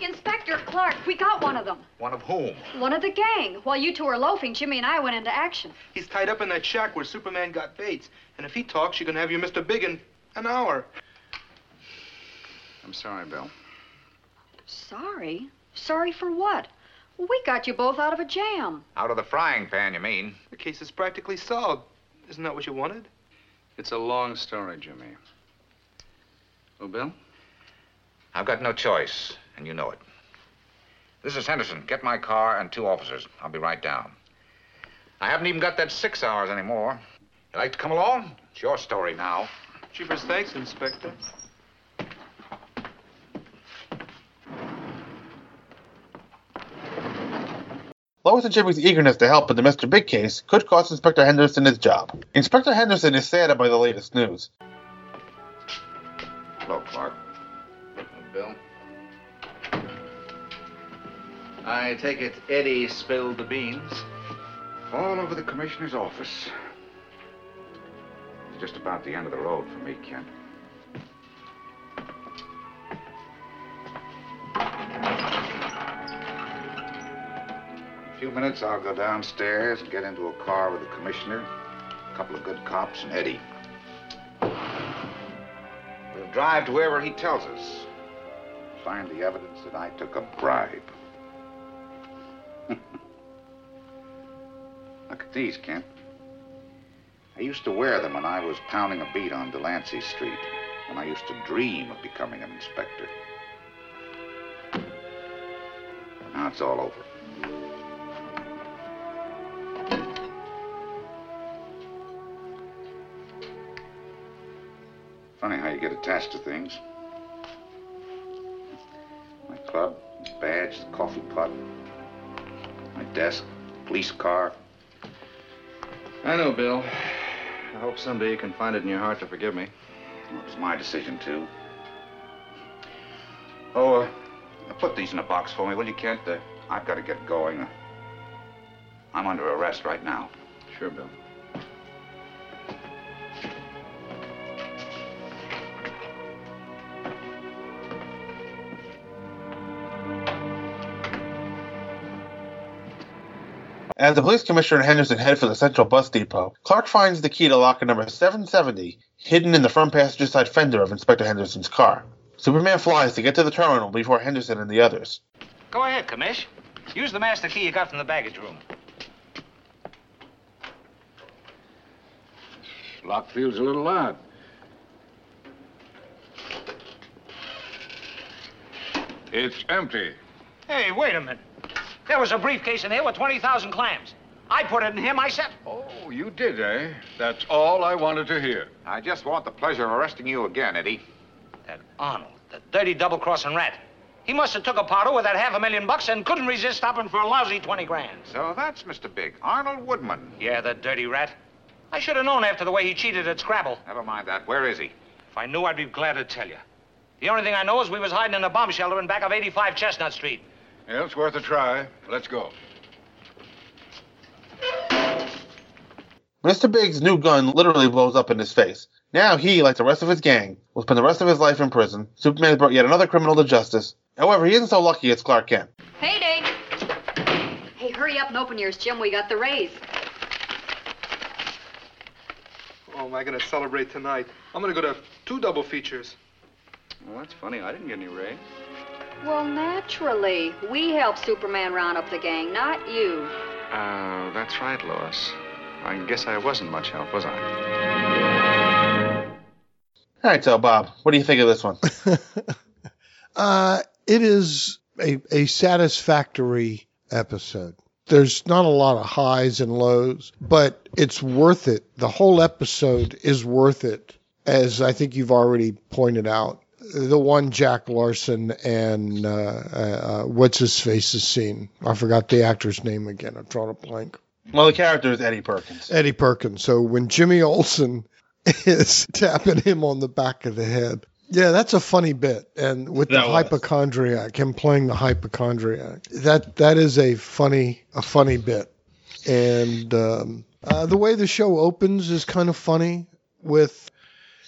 Speaker 8: Inspector Clark, we got one of them.
Speaker 5: one of whom?
Speaker 8: One of the gang. While you two were loafing, Jimmy and I went into action.
Speaker 9: He's tied up in that shack where Superman got Bates. And if he talks, you can have your Mr. Big in an hour.
Speaker 12: I'm sorry, Bill.
Speaker 8: Sorry? Sorry for what? We got you both out of a jam.
Speaker 5: Out of the frying pan, you mean?
Speaker 9: The case is practically solved. Isn't that what you wanted?
Speaker 12: It's a long story, Jimmy. Oh, Bill?
Speaker 5: I've got no choice, and you know it. This is Henderson. Get my car and two officers. I'll be right down. I haven't even got that six hours anymore. You like to come along? It's your story now.
Speaker 9: Cheapers, thanks, Inspector.
Speaker 2: Lois and Jimmy's eagerness to help in the Mr. Big case could cost Inspector Henderson his job. Inspector Henderson is saddened by the latest news.
Speaker 12: Hello, Clark. Bill? I take it Eddie spilled the beans?
Speaker 13: All over the commissioner's office. It's just about the end of the road for me, Kent.
Speaker 5: A few minutes, I'll go downstairs and get into a car with the commissioner, a couple of good cops, and Eddie. We'll drive to wherever he tells us. Find the evidence that I took a bribe. Look at these, Kent. I used to wear them when I was pounding a beat on Delancey Street, when I used to dream of becoming an inspector. Now it's all over. Funny how you get attached to things. My club, this badge, the coffee pot, my desk, police car.
Speaker 12: I know, Bill. I hope someday you can find it in your heart to forgive me.
Speaker 5: It was my decision, too. Oh, uh, put these in a box for me, will you, Kent? Uh, I've got to get going. Uh, I'm under arrest right now.
Speaker 12: Sure, Bill.
Speaker 2: As the police commissioner and Henderson head for the central bus depot, Clark finds the key to locker number 770 hidden in the front passenger side fender of Inspector Henderson's car. Superman flies to get to the terminal before Henderson and the others.
Speaker 6: Go ahead, Commish. Use the master key you got from the baggage room.
Speaker 14: Lock feels a little odd. It's empty.
Speaker 6: Hey, wait a minute. There was a briefcase in here with 20,000 clams. I put it in here myself.
Speaker 14: Oh, you did, eh? That's all I wanted to hear.
Speaker 5: I just want the pleasure of arresting you again, Eddie.
Speaker 6: That Arnold, the dirty double-crossing rat. He must have took a powder with that half a million bucks and couldn't resist stopping for a lousy 20 grand.
Speaker 5: So that's Mr. Big, Arnold Woodman.
Speaker 6: Yeah, the dirty rat. I should have known after the way he cheated at Scrabble.
Speaker 5: Never mind that. Where is he?
Speaker 6: If I knew, I'd be glad to tell you. The only thing I know is we was hiding in a bomb shelter in back of 85 Chestnut Street.
Speaker 14: Yeah, it's worth a try. Let's go.
Speaker 2: Mr. Big's new gun literally blows up in his face. Now he, like the rest of his gang, will spend the rest of his life in prison. Superman has brought yet another criminal to justice. However, he isn't so lucky it's Clark Kent.
Speaker 8: Payday! Hey, hurry up and open yours, Jim. We got the raise.
Speaker 9: Oh, am I going to celebrate tonight? I'm going to go to two double features.
Speaker 12: Well, that's funny. I didn't get any raise.
Speaker 8: Well, naturally. We helped Superman round up the gang, not you.
Speaker 14: Uh, that's right, Lois. I guess I wasn't much help, was I?
Speaker 2: All right, so Bob, what do you think of this one?
Speaker 3: Uh, it is a, a satisfactory episode. There's not a lot of highs and lows, but it's worth it. The whole episode is worth it, as I think you've already pointed out. The one Jack Larson and uh, uh, uh, what's his face is seen. I forgot the actor's name again. I'm drawing a blank.
Speaker 2: well, the character is Eddie Perkins.
Speaker 3: Eddie Perkins. So when Jimmy Olsen is tapping him on the back of the head, yeah, that's a funny bit. And with the
Speaker 2: That was.
Speaker 3: hypochondriac, him playing the hypochondriac, that that is a funny a funny bit. And um, uh, the way the show opens is kind of funny with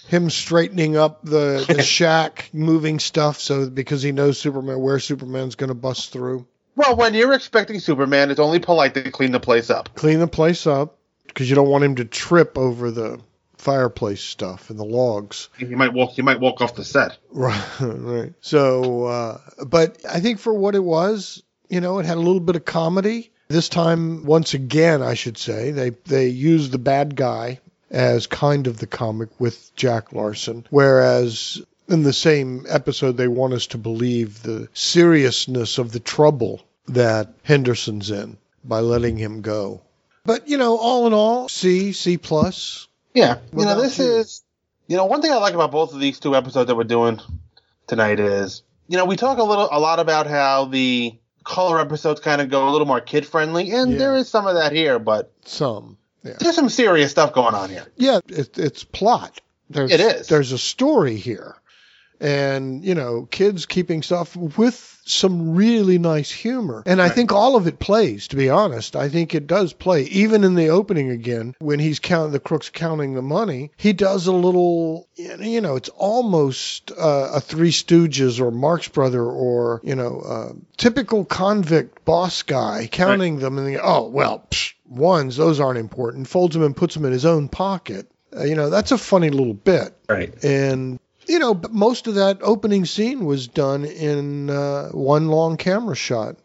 Speaker 3: him straightening up the, the shack, moving stuff, so because he knows Superman where Superman's going to bust through.
Speaker 2: Well, when you're expecting Superman, it's only polite to clean the place up.
Speaker 3: clean the place up because you don't want him to trip over the fireplace stuff and the logs.
Speaker 2: You might walk. You might walk off the set.
Speaker 3: Right, right. So, uh, but I think for what it was, you know, it had a little bit of comedy. This time, once again, I should say, they they used the bad guy as kind of the comic with Jack Larson, whereas in the same episode they want us to believe the seriousness of the trouble that Henderson's in by letting him go. But you know, all in all, C C plus.
Speaker 2: Yeah, you know, this is, you know, one thing I like about both of these two episodes that we're doing tonight is, you know, we talk a little, a lot about how the color episodes kind of go a little more kid friendly, and there is some of that here, but
Speaker 3: some, yeah.
Speaker 2: there's some serious stuff going on here.
Speaker 3: Yeah, it, it's plot. There's,
Speaker 2: It is.
Speaker 3: There's a story here, and you know, kids keeping stuff with some really nice humor, and I think all of it plays. To be honest, I think it does play. Even in the opening again, when he's counting the crooks counting the money, he does a little. You know, it's almost uh, a Three Stooges or Marx Brother or you know, uh, typical convict boss guy counting them, and they, oh well. Psh, ones, those aren't important, folds them and puts them in his own pocket. Uh, you know, that's a funny little bit.
Speaker 2: Right.
Speaker 3: And, you know, but most of that opening scene was done in uh, one long camera shot.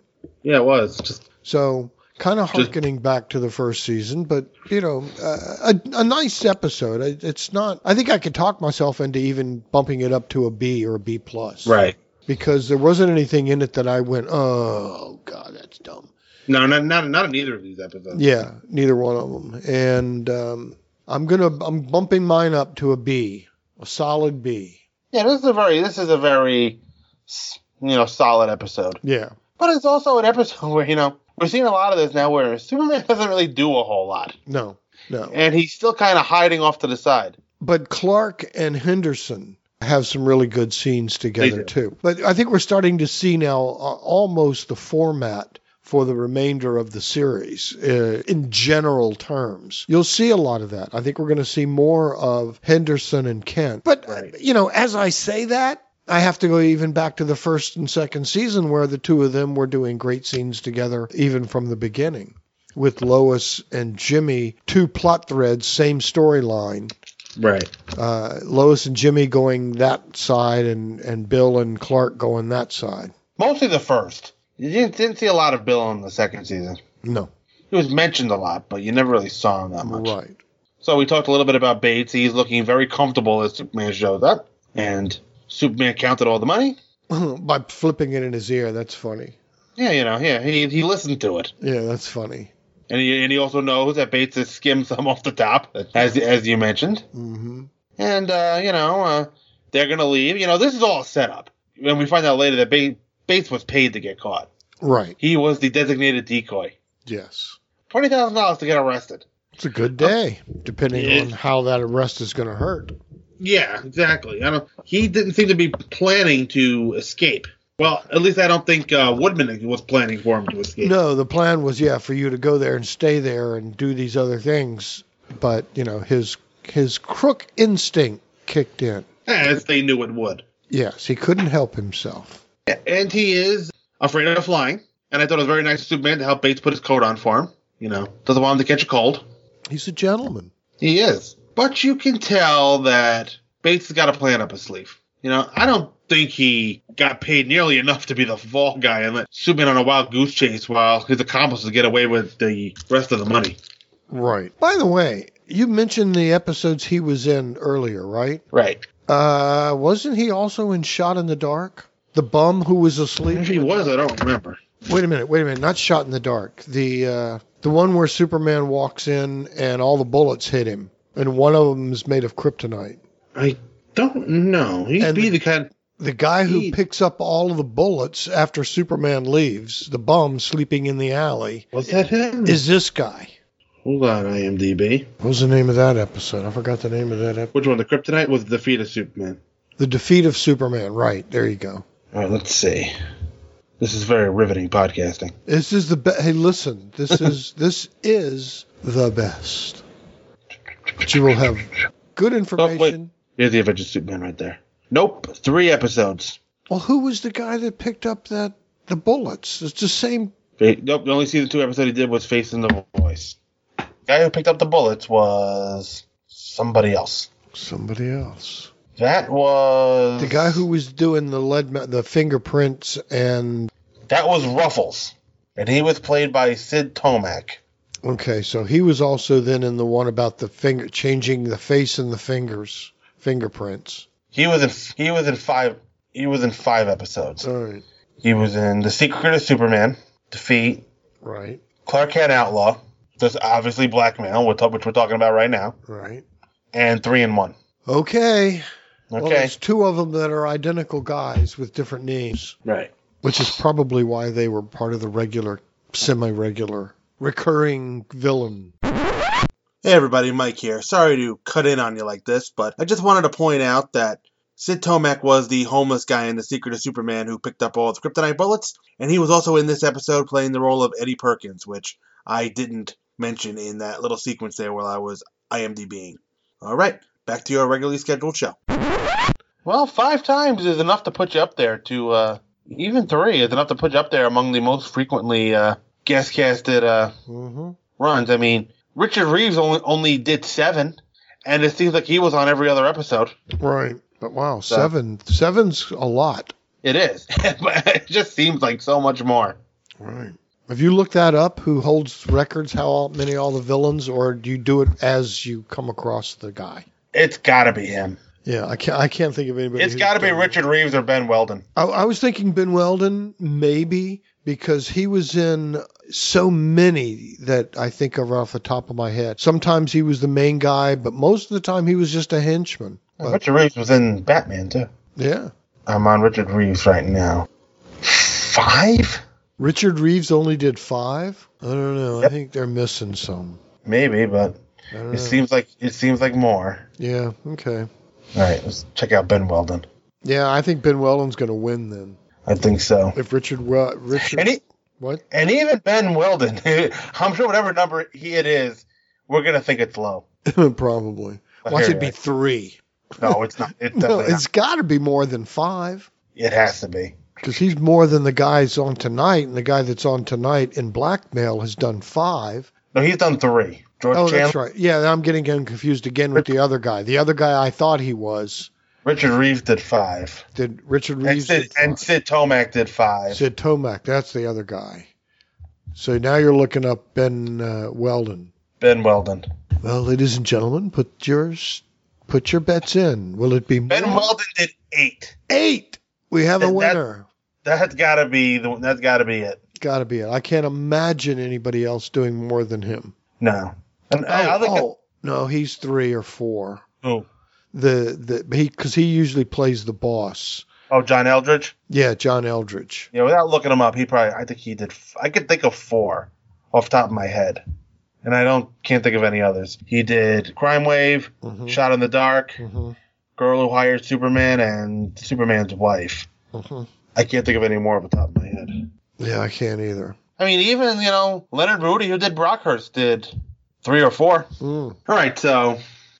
Speaker 2: Yeah, it was. Just
Speaker 3: So kind of harkening back to the first season, but, you know, uh, a, a nice episode. It, it's not, I think I could talk myself into even bumping it up to a B or a B plus.
Speaker 2: Right.
Speaker 3: Because there wasn't anything in it that I went, oh, God, that's dumb.
Speaker 2: No, not not not in either of these episodes.
Speaker 3: Yeah, neither one of them. And um, I'm gonna I'm bumping mine up to a B, a solid B.
Speaker 2: Yeah, this is a very, this is a very, s- you know, solid episode.
Speaker 3: Yeah,
Speaker 2: But it's also an episode where you know we're seeing a lot of this now, where Superman doesn't really do a whole lot,
Speaker 3: no, no.
Speaker 2: and he's still kind of hiding off to the side.
Speaker 3: But Clark and Henderson have some really good scenes together too. But I think we're starting to see now uh, almost the format for the remainder of the series uh, in general terms. You'll see a lot of that. I think we're going to see more of Henderson and Kent. But uh, you know, as I say that, I have to go even back to the first and second season where the two of them were doing great scenes together even from the beginning with Lois and Jimmy, two plot threads, same storyline
Speaker 2: Right.
Speaker 3: uh, Lois and Jimmy going that side, and, and Bill and Clark going that side.
Speaker 2: Mostly the first. You didn't, didn't see a lot of Bill in the second season.
Speaker 3: No.
Speaker 2: He was mentioned a lot, but you never really saw him that much.
Speaker 3: Right.
Speaker 2: So we talked a little bit about Bates. He's looking very comfortable as Superman shows up, and Superman counted all the money.
Speaker 3: By flipping it in his ear, that's funny.
Speaker 2: Yeah, you know, yeah, he he listened to it,
Speaker 3: Yeah, that's funny.
Speaker 2: and he and he also knows that Bates has skimmed some off the top, as as you mentioned.
Speaker 3: Mm-hmm.
Speaker 2: And, uh, you know, uh, they're going to leave. You know, this is all set up. And we find out later that ba- Bates was paid to get caught.
Speaker 3: Right.
Speaker 2: He was the designated decoy.
Speaker 3: Yes.
Speaker 2: $20,000 to get arrested.
Speaker 3: It's a good day, depending
Speaker 2: Yeah.
Speaker 3: on how that arrest is going to hurt.
Speaker 2: Yeah, exactly. I don't. He didn't seem to be planning to escape. Well, at least I don't think uh, Woodman was planning for him to escape.
Speaker 3: No, the plan was yeah for you to go there and stay there and do these other things, but you know his his crook instinct kicked in.
Speaker 2: As Eh, they knew it would.
Speaker 3: Yes, he couldn't help himself.
Speaker 2: And he is afraid of flying. And I thought it was very nice of Superman to help Bates put his coat on for him. You know, doesn't want him to catch a cold.
Speaker 3: He's a gentleman.
Speaker 2: He is. But you can tell that Bates has got a plan up his sleeve. You know, I don't think he got paid nearly enough to be the vault guy and let Sue in on a wild goose chase while his accomplices get away with the rest of the money.
Speaker 3: Right. By the way, you mentioned the episodes he was in earlier, right?
Speaker 2: Right.
Speaker 3: Uh, wasn't he also in Shot in the Dark? The bum who was asleep.
Speaker 2: If he was, I don't remember.
Speaker 3: Wait a minute. Wait a minute. Not Shot in the Dark. The uh, the one where Superman walks in and all the bullets hit him, and one of them is made of kryptonite.
Speaker 2: I don't know. He'd be the kind.
Speaker 3: The guy who picks up all of the bullets after Superman leaves, the bum sleeping in the alley.
Speaker 2: Was that him?
Speaker 3: Is this guy?
Speaker 2: Hold on, IMDb.
Speaker 3: What was the name of that episode? I forgot the name of that episode.
Speaker 2: Which one? The Kryptonite was the defeat of Superman.
Speaker 3: The defeat of Superman. Right there, you go.
Speaker 2: All right, let's see. This is very riveting podcasting.
Speaker 3: This is the best. Hey, listen. This is this is the best. But you will have good information.
Speaker 2: Here's Oh, the Avengers Superman right there. Nope, three episodes.
Speaker 3: Well, who was the guy that picked up that the bullets? It's the same.
Speaker 2: Fa- Nope, the only season two episode he did was Facing the Voice. guy who picked up the bullets was somebody else.
Speaker 3: Somebody else.
Speaker 2: That was
Speaker 3: the guy who was doing the lead, ma- the fingerprints, and
Speaker 2: that was Ruffles, and he was played by Sid Tomac.
Speaker 3: okay, so he was also then in the one about the finger changing the face and the fingers fingerprints.
Speaker 2: He was in he was in five he was in five episodes.
Speaker 3: All right.
Speaker 2: He was in The Secret of Superman, Defeat,
Speaker 3: Right,
Speaker 2: Clark Kent Outlaw. That's obviously blackmail, which we're talking about right now,
Speaker 3: right.
Speaker 2: and three in one.
Speaker 3: Okay. Well,
Speaker 2: Okay.
Speaker 3: there's two of them that are identical guys with different names,
Speaker 2: Right.
Speaker 3: which is probably why they were part of the regular, semi-regular, recurring villain.
Speaker 2: Hey everybody, Mike here. Sorry to cut in on you like this, but I just wanted to point out that Sid Tomac was the homeless guy in The Secret of Superman who picked up all the kryptonite bullets, and he was also in this episode playing the role of Eddie Perkins, which I didn't mention in that little sequence there while I was IMDBing. All right, back to your regularly scheduled show. Well, five times is enough to put you up there to, uh, even three is enough to put you up there among the most frequently, uh, guest casted, uh,
Speaker 3: Mm-hmm.
Speaker 2: runs. I mean, Richard Reeves only, only did seven, and it seems like he was on every other episode.
Speaker 3: Right. But wow, seven seven's a lot.
Speaker 2: It is, but it just seems like so much more.
Speaker 3: Right. Have you looked that up? Who holds records? How all- many all the villains, or do you do it as you come across the guy?
Speaker 2: It's got to be him.
Speaker 3: Yeah, I can't. I can't think of anybody.
Speaker 2: It's
Speaker 3: who's
Speaker 2: got to be
Speaker 3: done-
Speaker 2: Richard Reeves or Ben Weldon.
Speaker 3: I, I was thinking Ben Weldon, maybe because he was in so many that I think of off the top of my head. Sometimes he was the main guy, but most of the time he was just a henchman. But-
Speaker 2: Richard Reeves was in Batman too.
Speaker 3: yeah.
Speaker 2: I'm on Richard Reeves right now. Five?
Speaker 3: Richard Reeves only did five. I don't know. I think they're missing some.
Speaker 2: Maybe, but
Speaker 3: I don't
Speaker 2: it
Speaker 3: know.
Speaker 2: seems like it seems like more.
Speaker 3: Yeah. Okay.
Speaker 2: All right, let's check out Ben Weldon.
Speaker 3: Yeah, I think Ben Weldon's going to win then.
Speaker 2: I think so.
Speaker 3: If Richard Wel- Richard
Speaker 2: And he-
Speaker 3: what?
Speaker 2: And even Ben Weldon, I'm sure whatever number he it is, we're gonna think it's low.
Speaker 3: probably. Watch
Speaker 2: hear
Speaker 3: it be
Speaker 2: ya.
Speaker 3: three.
Speaker 2: No, it's not. It's
Speaker 3: No,
Speaker 2: definitely
Speaker 3: it's got to be more than five
Speaker 2: not. It has to be.
Speaker 3: because he's more than the guys on tonight, and the guy that's on tonight in blackmail has done five.
Speaker 2: No, he's done three. George
Speaker 3: oh,
Speaker 2: Chandler,
Speaker 3: that's right. Yeah, I'm getting him confused again with the other guy. The other guy I thought he was
Speaker 2: Richard Reeves did five.
Speaker 3: did Richard
Speaker 2: And
Speaker 3: Reeves
Speaker 2: Sid, and Sid Tomac did five.
Speaker 3: Sid Tomac. That's the other guy. So now you're looking up Ben uh, Weldon.
Speaker 2: Ben Weldon.
Speaker 3: Well, ladies and gentlemen, put yours, put your bets in. Will it be
Speaker 2: Ben
Speaker 3: more?
Speaker 2: Weldon did eight.
Speaker 3: Eight. We have a
Speaker 2: And that-
Speaker 3: winner.
Speaker 2: That's gotta be the. That's gotta be it.
Speaker 3: Got to be it. I can't imagine anybody else doing more than him.
Speaker 2: No. And I, I think
Speaker 3: oh, no, he's three or four.
Speaker 2: Who?
Speaker 3: The the he because he usually plays the boss.
Speaker 2: oh, John Eldridge.
Speaker 3: Yeah, John Eldridge.
Speaker 2: Yeah, without looking him up, he probably. I think he did. f- I could think of four off the top of my head, and I don't can't think of any others. He did Crime Wave,
Speaker 3: Mm-hmm.
Speaker 2: Shot in the Dark, Girl Who Hired Superman, and Superman's Wife.
Speaker 3: Mhm.
Speaker 2: I can't think of any more off the top of my head.
Speaker 3: Yeah, I can't either.
Speaker 2: I mean, even you know Leonard Rudy, who did Brockhurst, did three or four.
Speaker 3: Mm.
Speaker 2: All right, so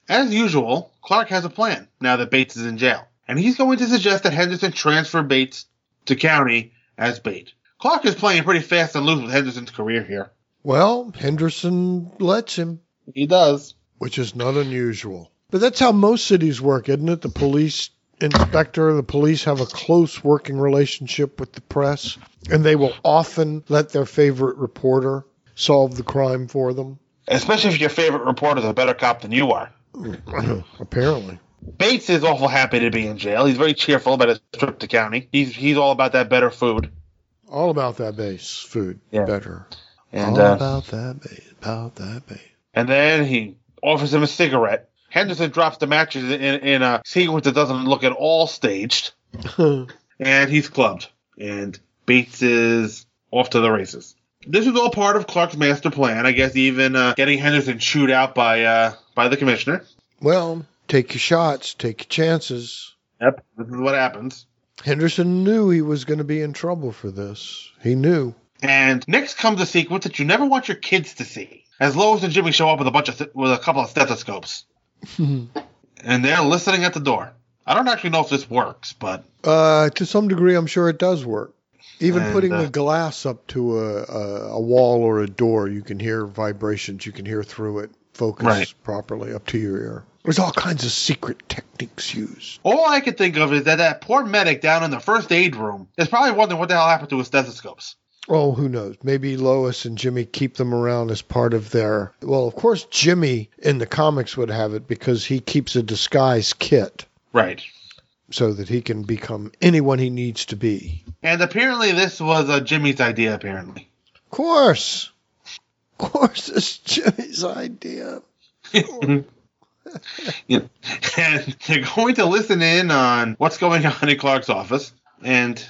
Speaker 2: as usual, Clark has a plan now that Bates is in jail, and he's going to suggest that Henderson transfer Bates to County as bait. Clark is playing pretty fast and loose with Henderson's career here.
Speaker 3: Well, Henderson lets him,
Speaker 2: He does.
Speaker 3: which is not unusual. But that's how most cities work, isn't it? The police inspector, the police have a close working relationship with the press, and they will often let their favorite reporter solve the crime for them.
Speaker 2: Especially if your favorite reporter's a better cop than you are.
Speaker 3: Apparently.
Speaker 2: Bates is awful happy to be in jail. He's very cheerful about his trip to county. He's he's all about that better food.
Speaker 3: All about that base food. Better.
Speaker 2: And,
Speaker 3: All
Speaker 2: uh,
Speaker 3: about that base. About that base.
Speaker 2: And then he offers him a cigarette. Henderson drops the matches in, in a sequence that doesn't look at all staged. and he's clubbed. And Bates is off to the races. This is all part of Clark's master plan. I guess even uh, getting Henderson chewed out by uh, by the commissioner.
Speaker 3: Well, take your shots, take your chances.
Speaker 2: Yep, this is what happens.
Speaker 3: Henderson knew he was going to be in trouble for this. He knew.
Speaker 2: And next comes a sequence that you never want your kids to see. As Lois and Jimmy show up with a bunch of with a couple of stethoscopes, and they're listening at the door. I don't actually know if this works, but
Speaker 3: Uh, to some degree, I'm sure it does work. Even
Speaker 2: And,
Speaker 3: putting
Speaker 2: uh,
Speaker 3: the glass up to a, a, a wall or a door, you can hear vibrations. You can hear through it. Focus
Speaker 2: Right.
Speaker 3: properly up to your ear. There's all kinds of secret techniques used.
Speaker 2: all I can think of is that that poor medic down in the first aid room is probably wondering what the hell happened to his stethoscopes.
Speaker 3: Oh, who knows? Maybe Lois and Jimmy keep them around as part of their. Well, of course, Jimmy in the comics would have it because he keeps a disguise kit
Speaker 2: Right.
Speaker 3: so that he can become anyone he needs to be.
Speaker 2: And apparently, this was uh, Jimmy's idea. Apparently,
Speaker 3: Of course. Of course, it's Jimmy's idea.
Speaker 2: Yeah. and they're going to listen in on what's going on in Clark's office. And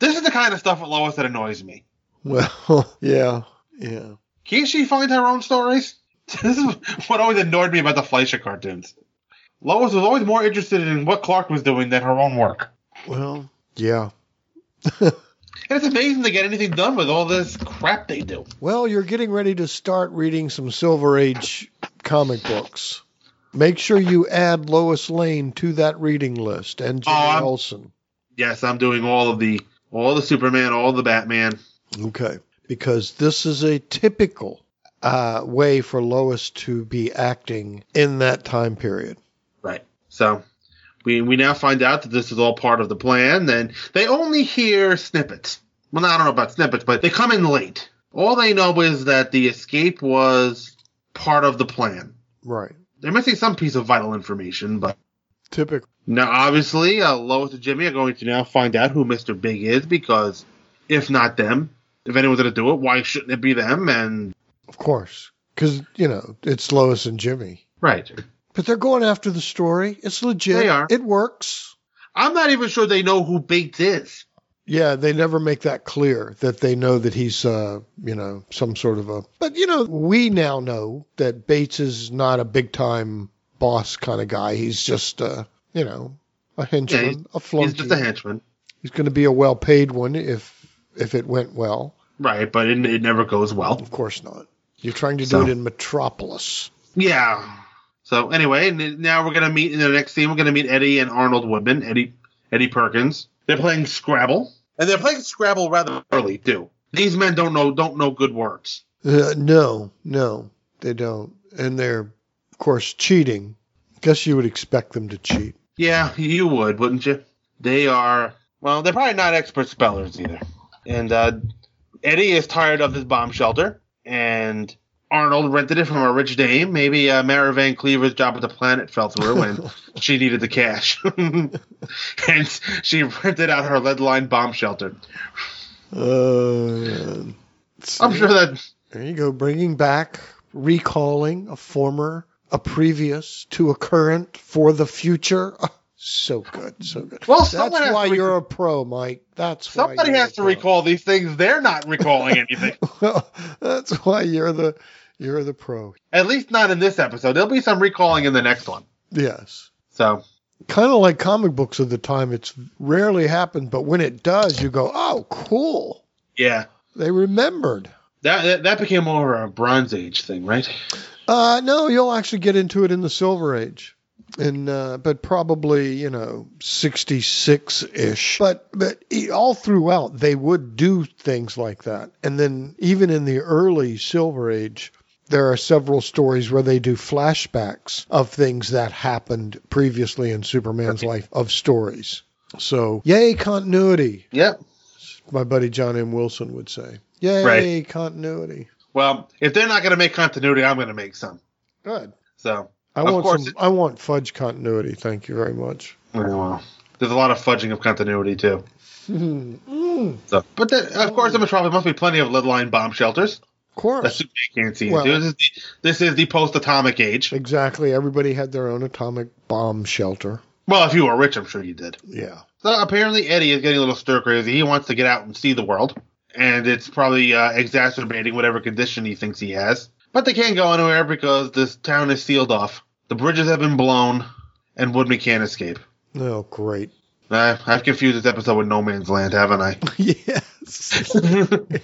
Speaker 2: this is the kind of stuff at Lois that annoys me.
Speaker 3: Well, yeah, yeah.
Speaker 2: Can't she find her own stories? this is what always annoyed me about the Fleischer cartoons. Lois was always more interested in what Clark was doing than her own work.
Speaker 3: Well, yeah.
Speaker 2: And it's amazing to get anything done with all this crap they do.
Speaker 3: Well, you're getting ready to start reading some Silver Age comic books. Make sure you add Lois Lane to that reading list and Jimmy
Speaker 2: Oh,
Speaker 3: Olsen.
Speaker 2: Yes, I'm doing all of the all the Superman, all the Batman.
Speaker 3: Okay. Because this is a typical uh, way for Lois to be acting in that time period.
Speaker 2: Right. So we we now find out that this is all part of the plan, and they only hear snippets. Well, I don't know about snippets, but they come in late. All they know is that the escape was part of the plan.
Speaker 3: Right.
Speaker 2: They're missing some piece of vital information, but
Speaker 3: Typical.
Speaker 2: now obviously uh, Lois and Jimmy are going to now find out who Mister Big is because if not them, if anyone's going to do it, why shouldn't it be them? And
Speaker 3: Of course. Because, you know, it's Lois and Jimmy.
Speaker 2: right,
Speaker 3: But they're going after the story. It's legit.
Speaker 2: They are.
Speaker 3: It works.
Speaker 2: I'm not even sure they know who Bates is.
Speaker 3: Yeah, they never make that clear that they know that he's, uh, you know, some sort of a. But, you know, we now know that Bates is not a big time boss kind of guy. He's just, uh, you know, a henchman,
Speaker 2: he's-
Speaker 3: a flunky.
Speaker 2: He's just a henchman,
Speaker 3: He's going to be a well paid one if if it went well.
Speaker 2: right? But it, it never goes well. Of
Speaker 3: course not. You're trying to do
Speaker 2: So-
Speaker 3: it in Metropolis.
Speaker 2: Yeah. So anyway, n- now we're gonna meet in the next scene. We're gonna meet Eddie and Arnold Woodman, Eddie Eddie Perkins. They're playing Scrabble, and they're playing Scrabble rather early too. These men don't know don't know good words.
Speaker 3: Uh, no, no, they don't, and they're of course cheating. Guess you would expect them to cheat.
Speaker 2: Yeah, you would, wouldn't you? They are well, they're probably not expert spellers either. And uh, Eddie is tired of this bomb shelter, and Arnold rented it from a rich dame. Maybe uh, Mara Van Cleaver's job at the planet fell through, and she needed the cash, and she rented out her lead-lined bomb shelter.
Speaker 3: Uh,
Speaker 2: I'm sure that
Speaker 3: there you go, bringing back, recalling a former, a previous to a current for the future. Ah, So good, so good.
Speaker 2: Well,
Speaker 3: that's
Speaker 2: someone has
Speaker 3: why
Speaker 2: to rec-
Speaker 3: you're a pro, Mike. That's why
Speaker 2: somebody
Speaker 3: you're
Speaker 2: has
Speaker 3: a
Speaker 2: to recall these things. They're not recalling anything.
Speaker 3: well, that's why you're the you're the pro.
Speaker 2: at least not in this episode. There'll be some recalling in the next one.
Speaker 3: Yes.
Speaker 2: So
Speaker 3: Kind of like comic books of the time, it's rarely happened, but when it does, you go, "Oh, cool!
Speaker 2: yeah,
Speaker 3: They remembered."
Speaker 2: that that, that became more of a Bronze Age thing, right?
Speaker 3: Uh, no, you'll actually get into it in the Silver Age, and uh, but probably you know sixty six ish. But but e- all throughout, they would do things like that, and then even in the early Silver Age, There are several stories where they do flashbacks of things that happened previously in Superman's life of stories. So, yay, continuity.
Speaker 2: Yep.
Speaker 3: My buddy John M. Wilson would say, yay,
Speaker 2: Right.
Speaker 3: continuity.
Speaker 2: Well, if they're not going to make continuity, I'm going to make some.
Speaker 3: Good.
Speaker 2: So
Speaker 3: I
Speaker 2: of
Speaker 3: want
Speaker 2: course,
Speaker 3: some, I want fudge continuity. Thank you very much.
Speaker 2: Very well. there's a lot of fudging of continuity too.
Speaker 3: Mm.
Speaker 2: So, but then, of course, in Metropolis must be plenty of lead line bomb shelters.
Speaker 3: Oh. Of course.
Speaker 2: That Superman can't see
Speaker 3: Well-
Speaker 2: into. This is the, this is the post atomic age.
Speaker 3: Exactly. Everybody had their own atomic bomb shelter.
Speaker 2: Well, if you were rich, I'm sure you did.
Speaker 3: Yeah.
Speaker 2: So apparently, Eddie is getting a little stir crazy. He wants to get out and see the world, and it's probably uh, exacerbating whatever condition he thinks he has. But they can't go anywhere because this town is sealed off. The bridges have been blown, and Woodman can't escape.
Speaker 3: Oh, great.
Speaker 2: Uh, I've confused this episode with No Man's Land, haven't I?
Speaker 3: yes.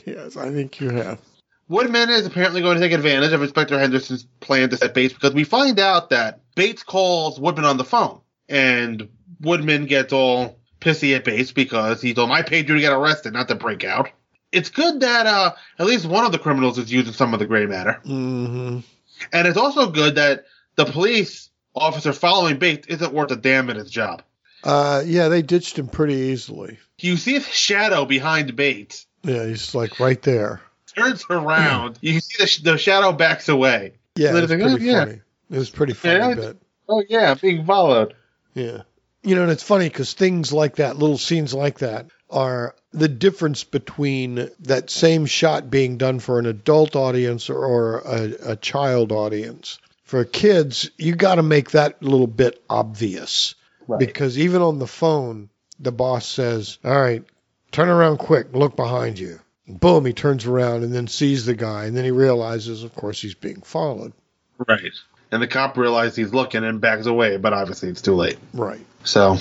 Speaker 3: yes, I think you have.
Speaker 2: Woodman is apparently going to take advantage of Inspector Henderson's plan to set Bates because we find out that Bates calls Woodman on the phone, and Woodman gets all pissy at Bates because he told him, "I paid you to get arrested, not to break out." It's good that uh, at least one of the criminals is using some of the gray matter,
Speaker 3: Mm-hmm.
Speaker 2: and it's also good that the police officer following Bates isn't worth a damn at his job.
Speaker 3: Uh, yeah, they ditched him pretty easily.
Speaker 2: You see his shadow behind Bates,
Speaker 3: Yeah, he's like right there.
Speaker 2: turns around, you can see the, sh- the shadow backs away.
Speaker 3: Hmm. Yeah,
Speaker 2: And
Speaker 3: it was
Speaker 2: it's like, oh,
Speaker 3: pretty
Speaker 2: yeah.
Speaker 3: funny. It was pretty funny
Speaker 2: Yeah, it's-
Speaker 3: bit.
Speaker 2: Oh yeah, being followed.
Speaker 3: Yeah. You know, and it's funny because things like that, little scenes like that, are the difference between that same shot being done for an adult audience or, or a, a child audience. For kids, you got to make that little bit obvious because even on the phone, the boss says, All right, turn around quick, look behind you. Boom, he turns around and then sees the guy, and then he realizes, of course, he's being followed.
Speaker 2: Right. And the cop realizes he's looking and backs away, but obviously it's too late.
Speaker 3: Right.
Speaker 2: So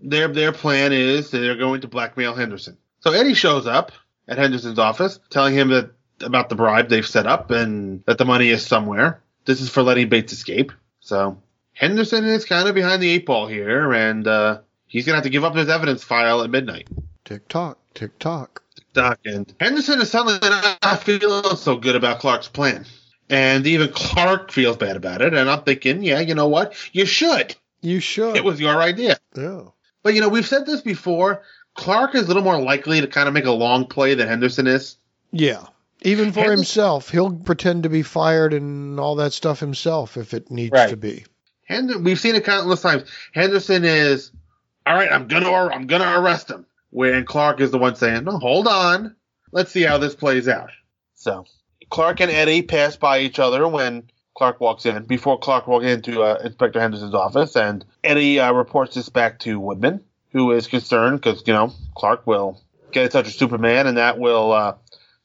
Speaker 2: their their plan is that they're going to blackmail Henderson. So Eddie shows up at Henderson's office, telling him that about the bribe they've set up and that the money is somewhere. This is for letting Bates escape. So Henderson is kind of behind the eight ball here, and uh, he's gonna have to give up his evidence file at midnight.
Speaker 3: Tick tock, tick tock.
Speaker 2: Doc and Henderson is suddenly not feeling so good about Clark's plan. And even Clark feels bad about it. And I'm thinking, yeah, you know what? You should.
Speaker 3: You should.
Speaker 2: It was your idea.
Speaker 3: Yeah.
Speaker 2: But, you know, we've said this before. Clark is a little more likely to kind of make a long play than Henderson is.
Speaker 3: Yeah. Even for himself, he'll pretend to be fired and all that stuff himself if it needs to be.
Speaker 2: Hend- we've seen it countless times. Henderson is, all right, I'm gonna, ar- I'm gonna arrest him. Where Clark is the one saying, no, hold on, let's see how this plays out. So Clark and Eddie pass by each other when Clark walks in. Before Clark walks into uh, Inspector Henderson's office, and Eddie uh, reports this back to Woodman, who is concerned because you know Clark will get in touch with Superman, and that will uh,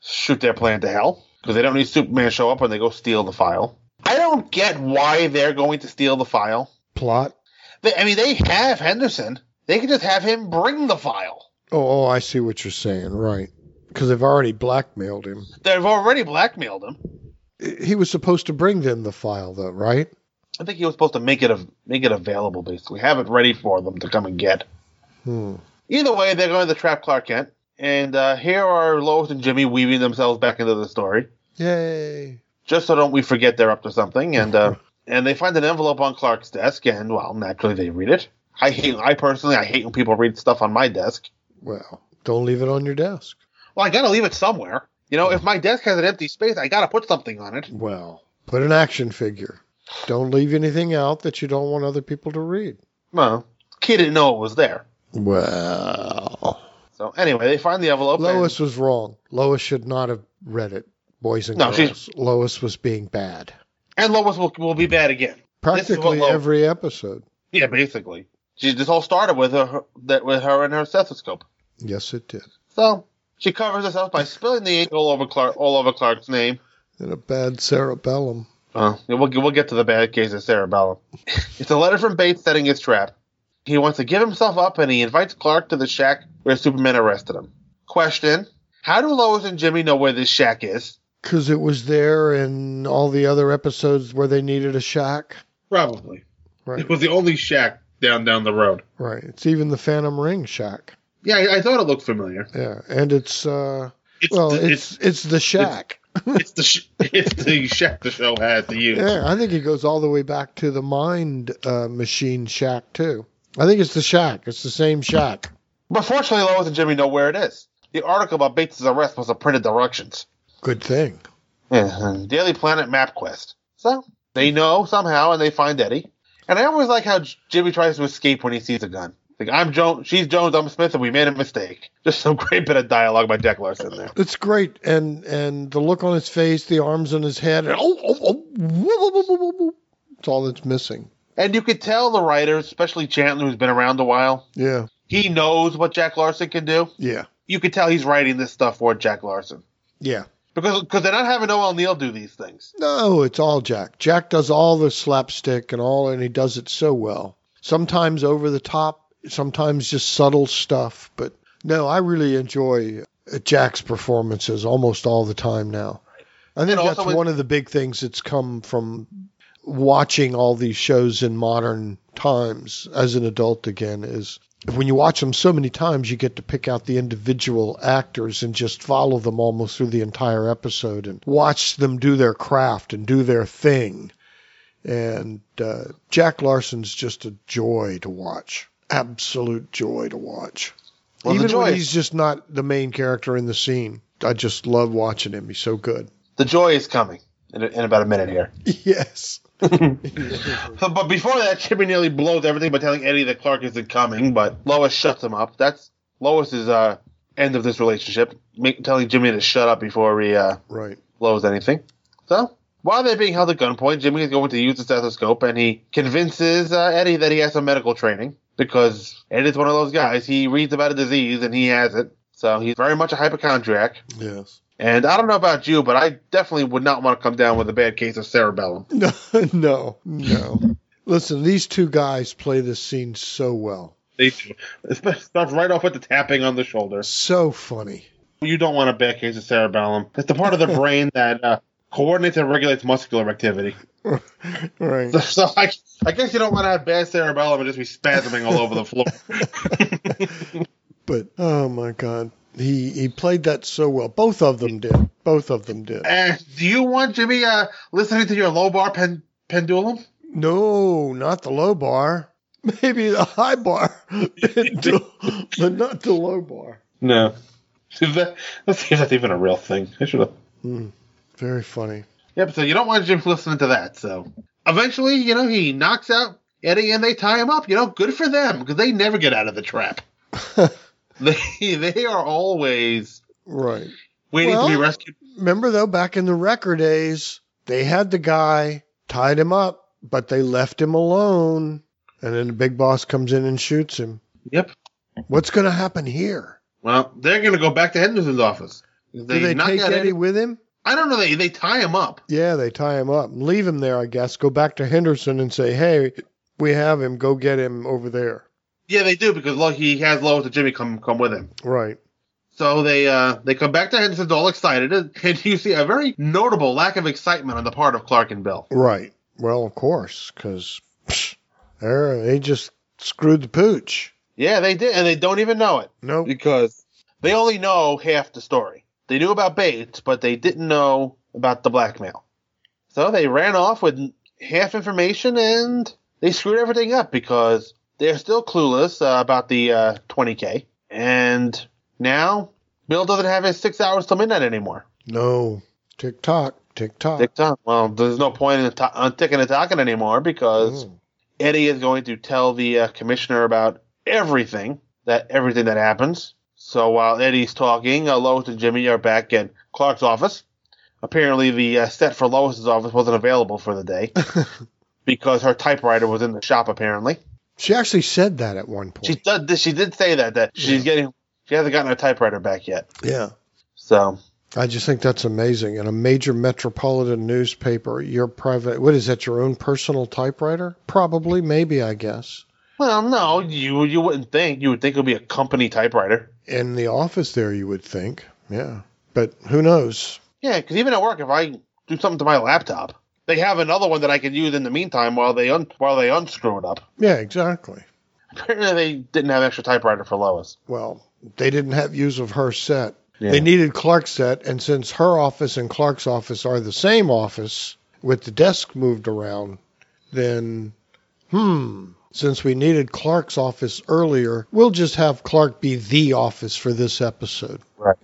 Speaker 2: shoot their plan to hell because they don't need Superman to show up when they go steal the file. I don't get why they're going to steal the file.
Speaker 3: Plot.
Speaker 2: They, I mean, they have Henderson. They could just have him bring the file.
Speaker 3: Oh, oh I see what you're saying. Right. Because they've already blackmailed him.
Speaker 2: They've already blackmailed him.
Speaker 3: He was supposed to bring them the file, though, right?
Speaker 2: I think he was supposed to make it a, make it available, basically, have it ready for them to come and get.
Speaker 3: Hmm.
Speaker 2: Either way, they're going to trap Clark Kent, and uh, here are Lois and Jimmy weaving themselves back into the story,
Speaker 3: Yay.
Speaker 2: just so don't we forget they're up to something. And uh, and they find an envelope on Clark's desk, and well, naturally they read it. I hate, I personally, I hate when people read stuff on my desk.
Speaker 3: Well, don't leave it on your desk.
Speaker 2: Well, I got to leave it somewhere. You know, if my desk has an empty space, I got to put something on it.
Speaker 3: Well, put an action figure. Don't leave anything out that you don't want other people to read.
Speaker 2: Well, kid didn't know it was there.
Speaker 3: Well,
Speaker 2: So anyway, they find the envelope. and-
Speaker 3: Lois was wrong. Lois should not have read it, boys and
Speaker 2: No,
Speaker 3: girls.
Speaker 2: she's-
Speaker 3: Lois was being bad.
Speaker 2: and Lois will, will be bad again. This is what
Speaker 3: Practically
Speaker 2: Lois-
Speaker 3: every episode.
Speaker 2: Yeah, basically. She, this all started with her, her that with her and her stethoscope.
Speaker 3: Yes, it did.
Speaker 2: So she covers herself by spilling the ink all over Clark, all over Clark's name.
Speaker 3: And a bad cerebellum.
Speaker 2: Uh, we'll we'll get to the bad case of cerebellum. it's a letter from Bates setting his trap. He wants to give himself up, and he invites Clark to the shack where Superman arrested him. Question: How do Lois and Jimmy know where this shack is?
Speaker 3: Because it was there in all the other episodes where they needed a shack.
Speaker 2: Probably.
Speaker 3: Right.
Speaker 2: was the only shack down down the road.
Speaker 3: Right. It's even the Phantom Ring shack.
Speaker 2: Yeah, I, I thought it looked familiar.
Speaker 3: Yeah. And it's, uh, well,
Speaker 2: the-
Speaker 3: it's, it's, the shack.
Speaker 2: it's the sh- it's the shack the show has to use.
Speaker 3: Yeah, I think it goes all the way back to the mind uh, machine shack too. I think it's the shack. It's the same shack.
Speaker 2: But fortunately, Lois and Jimmy know where it is. The article about Bates' arrest was a printed directions.
Speaker 3: Good thing. Mm-hmm.
Speaker 2: Yeah, Daily Planet map quest. So they know somehow, and they find Eddie. And I always like how J- Jimmy tries to escape when he sees a gun. Like I'm Jones, she's Jones, I'm Smith, and we made a mistake. Just some great bit of dialogue by Jack Larson there.
Speaker 3: It's great, and and the look on his face, the arms on his head, and oh, oh, oh, woo, woo, woo, woo, woo. it's all that's missing.
Speaker 2: And you could tell the writers, especially Chandler, who's been around a while,
Speaker 3: Yeah,
Speaker 2: he knows what Jack Larson can do.
Speaker 3: yeah,
Speaker 2: You could tell he's writing this stuff for Jack Larson
Speaker 3: yeah.
Speaker 2: because because they're not having O'Neill do these things.
Speaker 3: No, it's all Jack. Jack does all the slapstick and all, and he does it so well. Sometimes over the top, sometimes just subtle stuff. But no, I really enjoy uh, Jack's performances almost all the time now. I think
Speaker 2: And also
Speaker 3: that's
Speaker 2: with-
Speaker 3: one of the big things that's come from watching all these shows in modern times as an adult again is when you watch them so many times you get to pick out the individual actors and just follow them almost through the entire episode and watch them do their craft and do their thing and uh, jack larson's just a joy to watch absolute joy to watch
Speaker 2: Well, the
Speaker 3: even
Speaker 2: joy
Speaker 3: when
Speaker 2: is-
Speaker 3: he's just not the main character in the scene i just love watching him he's so good
Speaker 2: The joy is coming in, in about a minute here.
Speaker 3: yes
Speaker 2: So, but before that, Jimmy nearly blows everything by telling Eddie that Clark isn't coming, but Lois shuts him up. That's Lois's uh, end of this relationship, make, telling Jimmy to shut up before he uh,
Speaker 3: right
Speaker 2: blows anything. So, while they're being held at gunpoint, Jimmy is going to use the stethoscope, and he convinces uh, Eddie that he has some medical training because Eddie's one of those guys. He reads about a disease and he has it, so he's very much a hypochondriac.
Speaker 3: yes
Speaker 2: And I don't know about you, but I definitely would not want to come down with a bad case of cerebellum.
Speaker 3: No, no, no. Listen, these two guys play this scene so well.
Speaker 2: They do. It starts right off with the tapping on the shoulder.
Speaker 3: So funny.
Speaker 2: You don't want a bad case of cerebellum. It's the part of the brain that uh, coordinates and regulates muscular activity.
Speaker 3: Right.
Speaker 2: So, so I, I guess you don't want to have bad cerebellum and just be spasming all over the floor.
Speaker 3: But oh my god, he he played that so well. Both of them did. Both of them did.
Speaker 2: And do you want Jimmy uh, listening to your low bar pen, pendulum?
Speaker 3: No, not the low bar. Maybe the high bar, but not the low bar.
Speaker 2: No. Is that, let's see if that's even a real thing. I should have.
Speaker 3: Hmm. very funny.
Speaker 2: Yep. So you don't want Jimmy listening to that. So eventually, you know, he knocks out Eddie and they tie him up. You know, good for them because they never get out of the trap. they they are always
Speaker 3: Right.
Speaker 2: waiting to be
Speaker 3: Well-
Speaker 2: rescued.
Speaker 3: Remember though, back in the record days, they had the guy tied him up, but they left him alone, and then the big boss comes in and shoots him.
Speaker 2: Yep.
Speaker 3: What's going to happen here?
Speaker 2: Well, they're going to go back to Henderson's office.
Speaker 3: Do they
Speaker 2: knock
Speaker 3: take
Speaker 2: out
Speaker 3: Eddie, with him?
Speaker 2: I don't know. They they tie him up.
Speaker 3: Yeah, they tie him up, and leave him there, I guess. Go back to Henderson and say, "Hey, we have him. Go get him over there."
Speaker 2: Yeah, they do because look, he has Lois and Jimmy come come with him.
Speaker 3: Right.
Speaker 2: So they uh they come back to Henderson's all excited, and, and you see a very notable lack of excitement on the part of Clark and Bill.
Speaker 3: Right. Well, of course, because they just screwed the pooch.
Speaker 2: Yeah, they did, and they don't even know it.
Speaker 3: No,
Speaker 2: because they only know half the story. They knew about Bates, but they didn't know about the blackmail. So they ran off with half information, and they screwed everything up because they're still clueless uh, about the uh, 20k. And now Bill doesn't have his six hours till midnight anymore.
Speaker 3: No. Tick tock. Tick tock.
Speaker 2: Tick tock. Well, there's no point in to- on ticking and talking anymore
Speaker 3: Mm.
Speaker 2: because Eddie is going to tell the uh, commissioner about everything that everything that happens. So while Eddie's talking, uh, Lois and Jimmy are back at Clark's office. Apparently, the uh, set for Lois's office wasn't available for the day because her typewriter was in the shop. Apparently,
Speaker 3: She actually said that at one point.
Speaker 2: she did. She did say that that she's getting. She hasn't gotten her typewriter back yet.
Speaker 3: Yeah.
Speaker 2: So
Speaker 3: I just think that's amazing. In a major metropolitan newspaper, your private, what is that, your own personal typewriter? Probably, maybe, I guess.
Speaker 2: Well, no, you you wouldn't think. You would think it would be a company typewriter.
Speaker 3: In the office there, you would think. Yeah. But who knows?
Speaker 2: Yeah, because even at work, if I do something to my laptop, they have another one that I can use in the meantime while they un- while they unscrew it up.
Speaker 3: Yeah, exactly.
Speaker 2: Apparently, they didn't have extra typewriter for Lois.
Speaker 3: Well, they didn't have use of her set. They needed Clark's set, and since her office and Clark's office are the same office with the desk moved around, then, hmm, since we needed Clark's office earlier, we'll just have Clark be the office for this episode.
Speaker 2: Right.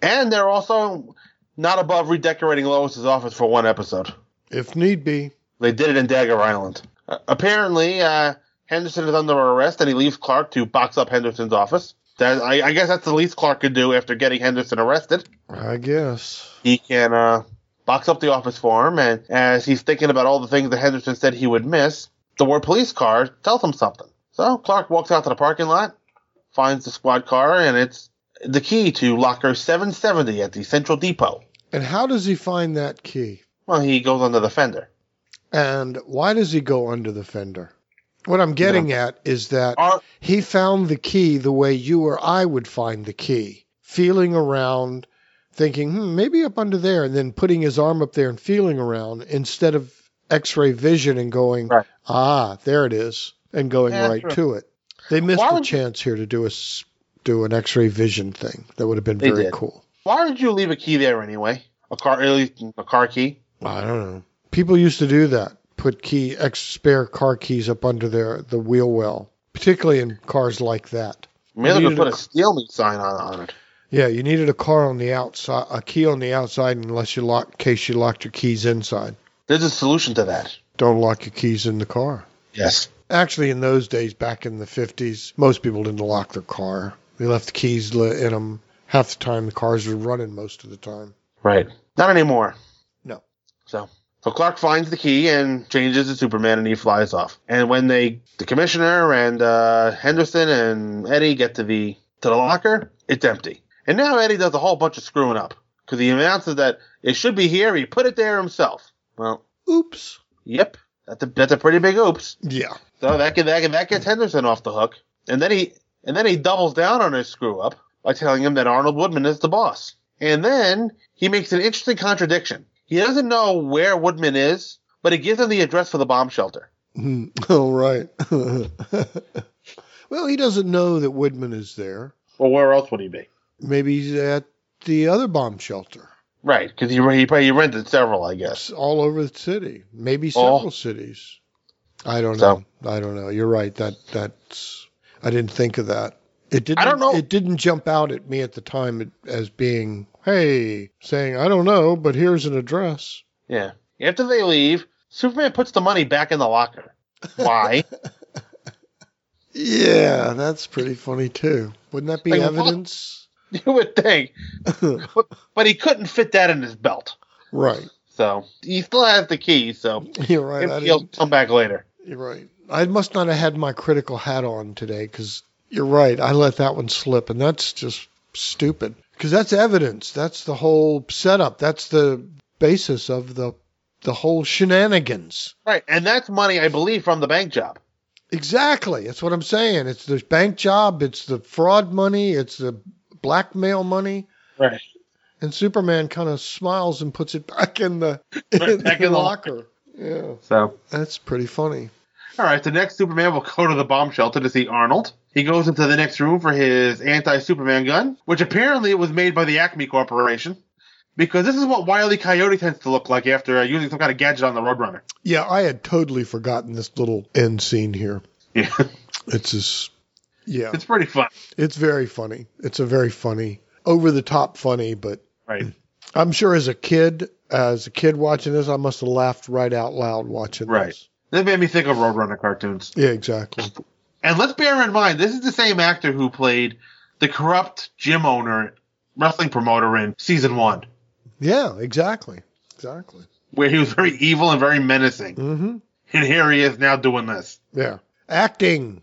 Speaker 2: And they're also not above redecorating Lois's office for one episode.
Speaker 3: If need be.
Speaker 2: They did it in Dagger Island. Uh, apparently, uh, Henderson is under arrest and he leaves Clark to box up Henderson's office. That, I, I guess that's the least Clark could do after getting Henderson arrested.
Speaker 3: I guess.
Speaker 2: He can uh, box up the office for him, and as he's thinking about all the things that Henderson said he would miss, the word police car tells him something. So Clark walks out to the parking lot, finds the squad car, and it's the key to locker 770 at the Central Depot.
Speaker 3: And how does he find that key?
Speaker 2: Well, he goes under the fender.
Speaker 3: And why does he go under the fender? What I'm getting at is that he found the key the way you or I would find the key, feeling around, thinking, hmm, maybe up under there, and then putting his arm up there and feeling around instead of x ray vision and going, ah, there it is, and going
Speaker 2: Yeah,
Speaker 3: right
Speaker 2: true.
Speaker 3: to it. They missed
Speaker 2: Why
Speaker 3: a
Speaker 2: would-
Speaker 3: chance here to do a, s- do an x ray vision thing. That would have been
Speaker 2: They
Speaker 3: very
Speaker 2: did.
Speaker 3: cool.
Speaker 2: Why would you leave a key there anyway? A car, at least a car key.
Speaker 3: I don't know. People used to do that. Put key ex spare car keys up under their the wheel well, particularly in cars like that.
Speaker 2: Maybe
Speaker 3: You
Speaker 2: we
Speaker 3: needed
Speaker 2: put
Speaker 3: a
Speaker 2: a steal me sign on, on it.
Speaker 3: Yeah, you needed a car on the outside, a key on the outside, unless you lock, in case you locked your keys inside.
Speaker 2: There's a solution to that.
Speaker 3: Don't lock your keys in the car.
Speaker 2: Yes.
Speaker 3: Actually, in those days, back in the fifties, most people didn't lock their car. They left the keys li- in them. Half the time, the cars were running most of the time.
Speaker 2: Right. Not anymore.
Speaker 3: No.
Speaker 2: So. So Clark finds the key and changes to Superman, and he flies off. And when they, the commissioner and uh, Henderson and Eddie get to the to the locker, it's empty. And now Eddie does a whole bunch of screwing up because he announces that it should be here. He put it there himself. Well,
Speaker 3: oops.
Speaker 2: Yep, that's a that's a pretty big oops.
Speaker 3: Yeah.
Speaker 2: So that get, that get- that gets Henderson off the hook, and then he and then he doubles down on his screw up by telling him that Arnold Woodman is the boss. And then he makes an interesting contradiction. He doesn't know where Woodman is, but he gives him the address for the bomb shelter.
Speaker 3: Hmm. All right. well, he doesn't know that Woodman is there.
Speaker 2: Well, where else would he be?
Speaker 3: Maybe he's at the other bomb shelter.
Speaker 2: Right, because he, re- he probably rented several, I guess.
Speaker 3: all over the city, maybe
Speaker 2: Oh.
Speaker 3: several cities. I don't
Speaker 2: So-
Speaker 3: know. I don't know. You're right. That that's I didn't think of that. It didn't.
Speaker 2: I don't know.
Speaker 3: It didn't jump out at me at the time it, as being hey saying I don't know, but here's an address.
Speaker 2: Yeah. After they leave, Superman puts the money back in the locker. Why?
Speaker 3: Yeah, that's pretty funny too. Wouldn't that be
Speaker 2: Like, what?
Speaker 3: evidence?
Speaker 2: you would think, but, but he couldn't fit that in his belt.
Speaker 3: Right.
Speaker 2: So he still has the key. So
Speaker 3: You're right,
Speaker 2: Maybe
Speaker 3: I
Speaker 2: he'll
Speaker 3: didn't-
Speaker 2: come back later.
Speaker 3: You're right. I must not have had my critical hat on today because you're right. I let that one slip, and that's just stupid because that's evidence. That's the whole setup. That's the basis of the the whole shenanigans.
Speaker 2: Right, and that's money, I believe, from the bank job.
Speaker 3: Exactly. That's what I'm saying. It's the bank job. It's the fraud money. It's the blackmail money.
Speaker 2: Right.
Speaker 3: And Superman kind of smiles and puts it back in the in
Speaker 2: back
Speaker 3: the
Speaker 2: in the
Speaker 3: locker. Yeah.
Speaker 2: So
Speaker 3: That's pretty funny.
Speaker 2: all right, the next Superman will go to the bomb shelter to see Arnold. He goes into the next room for his anti-Superman gun, which apparently was made by the Acme Corporation, because this is what Wile E. Coyote tends to look like after uh, using some kind of gadget on the Roadrunner.
Speaker 3: Yeah, I had totally forgotten this little end scene here.
Speaker 2: Yeah.
Speaker 3: It's just yeah.
Speaker 2: It's pretty fun.
Speaker 3: It's very funny. It's a very funny, over the top funny, but
Speaker 2: Right.
Speaker 3: I'm sure as a kid, as a kid watching this, I must have laughed right out loud watching
Speaker 2: Right.
Speaker 3: this.
Speaker 2: This made me think of Roadrunner cartoons.
Speaker 3: Yeah, exactly.
Speaker 2: And let's bear in mind, this is the same actor who played the corrupt gym owner, wrestling promoter in season one,
Speaker 3: Yeah, exactly. Exactly.
Speaker 2: where he was very evil and very menacing.
Speaker 3: Mm-hmm.
Speaker 2: And here he is now doing this.
Speaker 3: Yeah. Acting.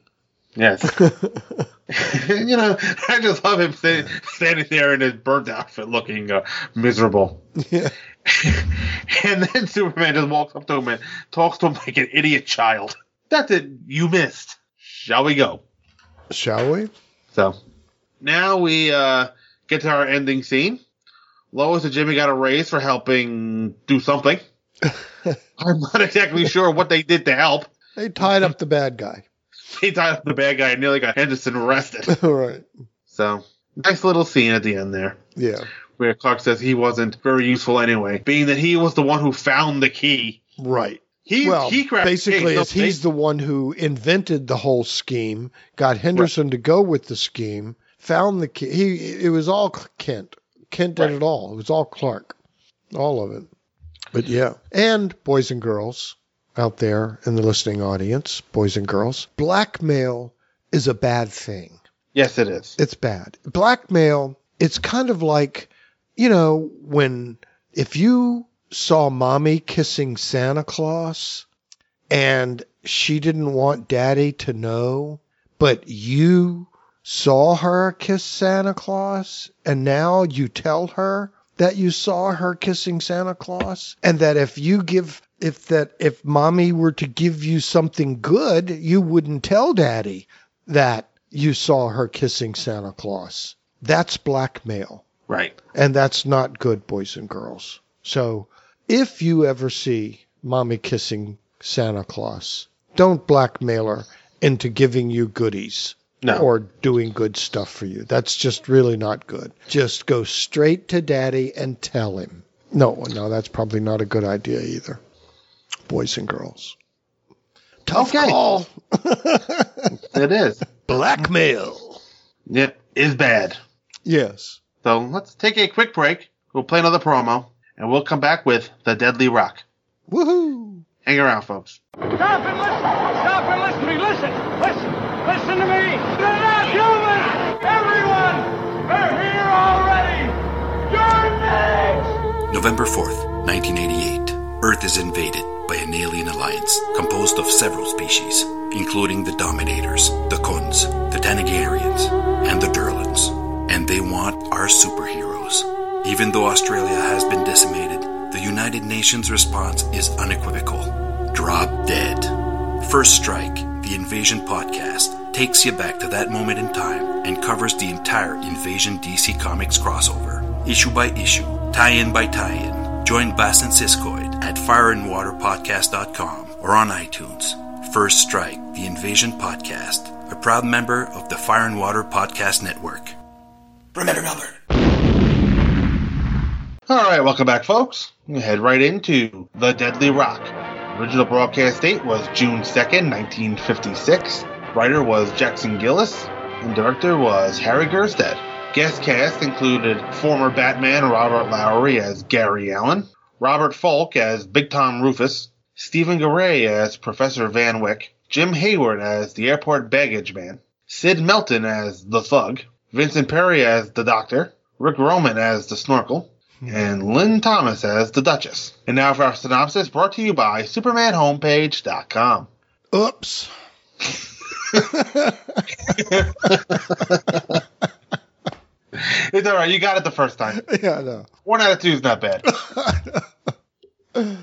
Speaker 2: Yes. you know, I just love him sta- standing there in his burnt outfit looking uh, miserable.
Speaker 3: Yeah.
Speaker 2: and then Superman just walks up to him and talks to him like an idiot child. That's it. You missed. Shall we go?
Speaker 3: Shall we?
Speaker 2: So now we uh, get to our ending scene. Lois and Jimmy got a raise for helping do something. I'm not exactly sure what they did to help.
Speaker 3: They tied up the bad guy.
Speaker 2: They tied up the bad guy and nearly got Henderson arrested.
Speaker 3: All right.
Speaker 2: So Nice little scene at the end there.
Speaker 3: Yeah.
Speaker 2: Where Clark says he wasn't very useful anyway, being that he was the one who found the key.
Speaker 3: Right.
Speaker 2: He,
Speaker 3: well,
Speaker 2: he cracked
Speaker 3: basically,
Speaker 2: the
Speaker 3: it's
Speaker 2: case.
Speaker 3: he's the one who invented the whole scheme, got Henderson to go with the scheme, found the key. He, it was all Kent. Kent did it all. It was all Clark, all of it. But yeah, and boys and girls out there in the listening audience, boys and girls, blackmail is a bad thing.
Speaker 2: Yes, it is.
Speaker 3: It's bad. Blackmail, it's kind of like, you know, when if you saw mommy kissing Santa Claus and she didn't want daddy to know, but you saw her kiss Santa Claus and now you tell her that you saw her kissing Santa Claus and that if you give if that if mommy were to give you something good, you wouldn't tell daddy that you saw her kissing Santa Claus. That's blackmail.
Speaker 2: Right.
Speaker 3: And that's not good, boys and girls. So if you ever see mommy kissing Santa Claus, don't blackmail her into giving you goodies
Speaker 2: No.
Speaker 3: or doing good stuff for you. That's just really not good. Just go straight to daddy and tell him. No, no, that's probably not a good idea either, boys and girls. Tough call.
Speaker 2: it is.
Speaker 3: Blackmail.
Speaker 2: Yeah, is bad.
Speaker 3: Yes.
Speaker 2: So let's take a quick break. We'll play another promo, and we'll come back with the Deadly Rock.
Speaker 3: Woohoo!
Speaker 2: Hang around, folks.
Speaker 15: Stop and listen! Stop and listen to me! Listen! Listen! Listen to me! They're not human! Everyone! They're here already! You're next!
Speaker 16: November 4th, 1988. Earth is invaded by an alien alliance composed of several species, including the Dominators, the Kuns, the Tanagarians, and the Durlans. And they want our superheroes. Even though Australia has been decimated, the United Nations response is unequivocal Drop dead. First Strike, the Invasion podcast, takes you back to that moment in time and covers the entire Invasion DC Comics crossover, issue by issue, tie in by tie in. Join Bass and Siskoid at fireandwaterpodcast.com or on iTunes. First Strike, the Invasion podcast, a proud member of the Fire and Water Podcast Network. Remember, Albert.
Speaker 2: All right, welcome back, folks. We head right into The Deadly Rock. Original broadcast date was June 2nd, 1956. Writer was Jackson Gillis, and director was Harry Gerstead. Guest cast included former Batman Robert Lowry as Gary Allen, Robert Falk as Big Tom Rufus, Stephen Garay as Professor Van Wyck, Jim Hayward as the airport baggage man, Sid Melton as the thug, Vincent Perry as the doctor, Rick Roman as the snorkel,
Speaker 3: Mm-hmm.
Speaker 2: and Lynn Thomas as the Duchess. And now for our synopsis brought to you by SupermanHomepage.com.
Speaker 3: Oops.
Speaker 2: it's all right. You got it the first time.
Speaker 3: Yeah, I know.
Speaker 2: One out of two is not bad,
Speaker 3: Oh,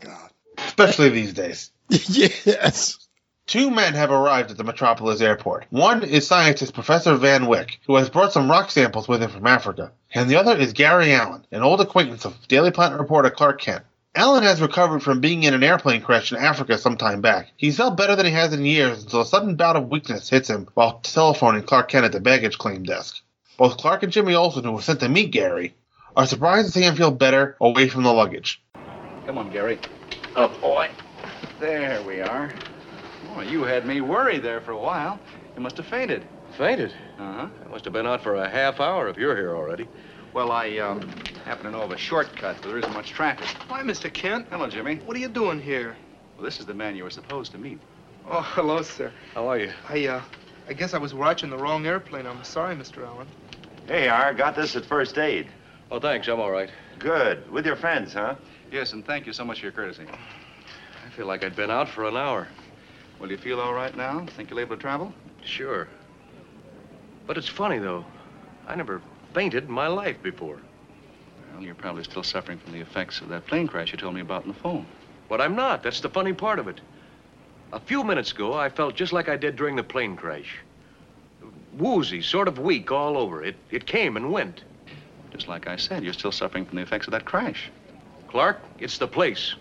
Speaker 3: God.
Speaker 2: especially these days.
Speaker 3: yes.
Speaker 2: Two men have arrived at the Metropolis airport. One is scientist Professor Van Wyck, who has brought some rock samples with him from Africa, and the other is Gary Allen, an old acquaintance of Daily Planet reporter Clark Kent. Allen has recovered from being in an airplane crash in Africa some time back. He felt better than he has in years until a sudden bout of weakness hits him while telephoning Clark Kent at the baggage claim desk. Both Clark and Jimmy Olsen, who were sent to meet Gary, are surprised to see him feel better away from the luggage.
Speaker 5: Come on, Gary.
Speaker 17: Oh,
Speaker 5: Up, boy. There we are. Boy, you had me worried there for a while. You must have fainted.
Speaker 17: Fainted?
Speaker 5: Uh-huh.
Speaker 17: I must have been out for a half hour if you're here already.
Speaker 5: Well, I um, happen to know of a shortcut where there isn't much traffic. Why, Mr. Kent? Hello, Jimmy. What are you doing here? Well, this is the man you were supposed to meet.
Speaker 9: Oh, hello, sir.
Speaker 17: How are you?
Speaker 9: I, uh, I guess I was watching the wrong airplane. I'm sorry, Mr. Allen.
Speaker 18: Hey, R, got this at first aid.
Speaker 17: Oh, thanks. I'm all right.
Speaker 18: Good. With your friends, huh?
Speaker 5: Yes, and thank you so much for your courtesy.
Speaker 17: I feel like I'd been out for an hour.
Speaker 5: Well, you feel all right now? Think you'll be able to travel?
Speaker 17: Sure. But it's funny, though. I never fainted in my life before.
Speaker 5: Well, you're probably still suffering from the effects of that plane crash you told me about on the phone.
Speaker 17: But I'm not. That's the funny part of it. A few minutes ago, I felt just like I did during the plane crash. Woozy, sort of weak all over. It, it came and went.
Speaker 5: Just like I said, you're still suffering from the effects of that crash.
Speaker 17: Clark, it's the place.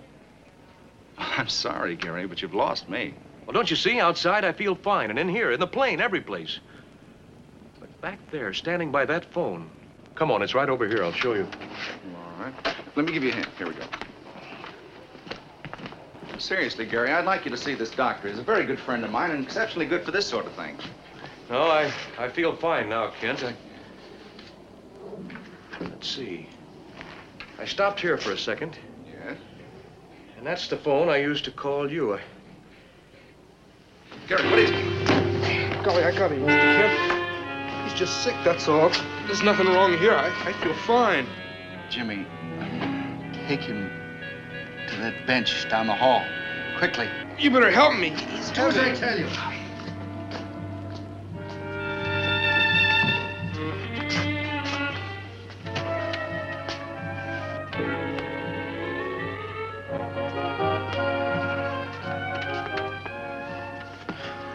Speaker 5: I'm sorry, Gary, but you've lost me.
Speaker 17: Well, don't you see? Outside, I feel fine. And in here, in the plane, every place. But Back there, standing by that phone. Come on, it's right over here. I'll show you.
Speaker 5: All right.
Speaker 17: Let me give you a hand. Here we go.
Speaker 5: Seriously, Gary, I'd like you to see this doctor. He's a very good friend of mine and exceptionally good for this sort of thing.
Speaker 17: No, I, I feel fine now, Kent. I... Let's see. I stopped here for a second.
Speaker 5: Yes?
Speaker 17: And that's the phone I used to call you. I...
Speaker 5: Gary, what is it?
Speaker 9: Golly, I gotta use the kid. He's just sick, that's all. There's nothing wrong here. I, I feel fine.
Speaker 5: Jimmy, take him to that bench down the hall. Quickly.
Speaker 9: You better help me. Do as I
Speaker 5: tell you.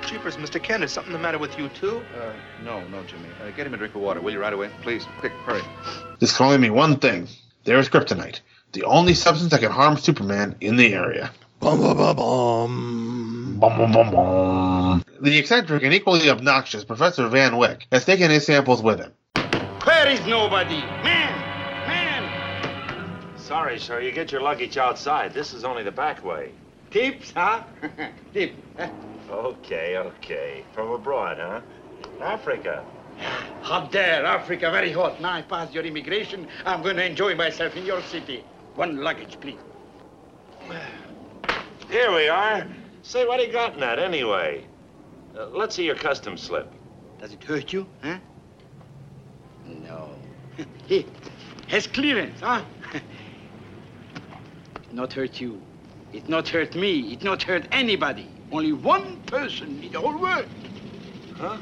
Speaker 9: Jeepers, Mr. Kent, is something the matter with you, too?
Speaker 5: Uh, no, no, Jimmy. Uh, get him a drink of water, will you, right away? Please, quick, hurry.
Speaker 2: This can only mean one thing. There is kryptonite, the only substance that can harm Superman in the area. Bum bum bum bum. Bum bum bum bum. The eccentric and equally obnoxious Professor Van Wyck has taken his samples with him.
Speaker 19: Where is nobody? Man!
Speaker 18: Sorry, sir. You get your luggage outside. This is only the back way.
Speaker 19: Tips, huh? Tip.
Speaker 18: Okay, okay. From abroad, huh? Africa.
Speaker 19: Hot there, Africa, very hot. Now I pass your immigration. I'm going to enjoy myself in your city. One luggage, please.
Speaker 18: Here we are. Say, what are you gotten at anyway? Uh, let's see your custom slip.
Speaker 19: Does it hurt you, huh? No. He has clearance, huh? it not hurt you. It not hurt me. It not hurt anybody. Only one person in the whole world. Huh?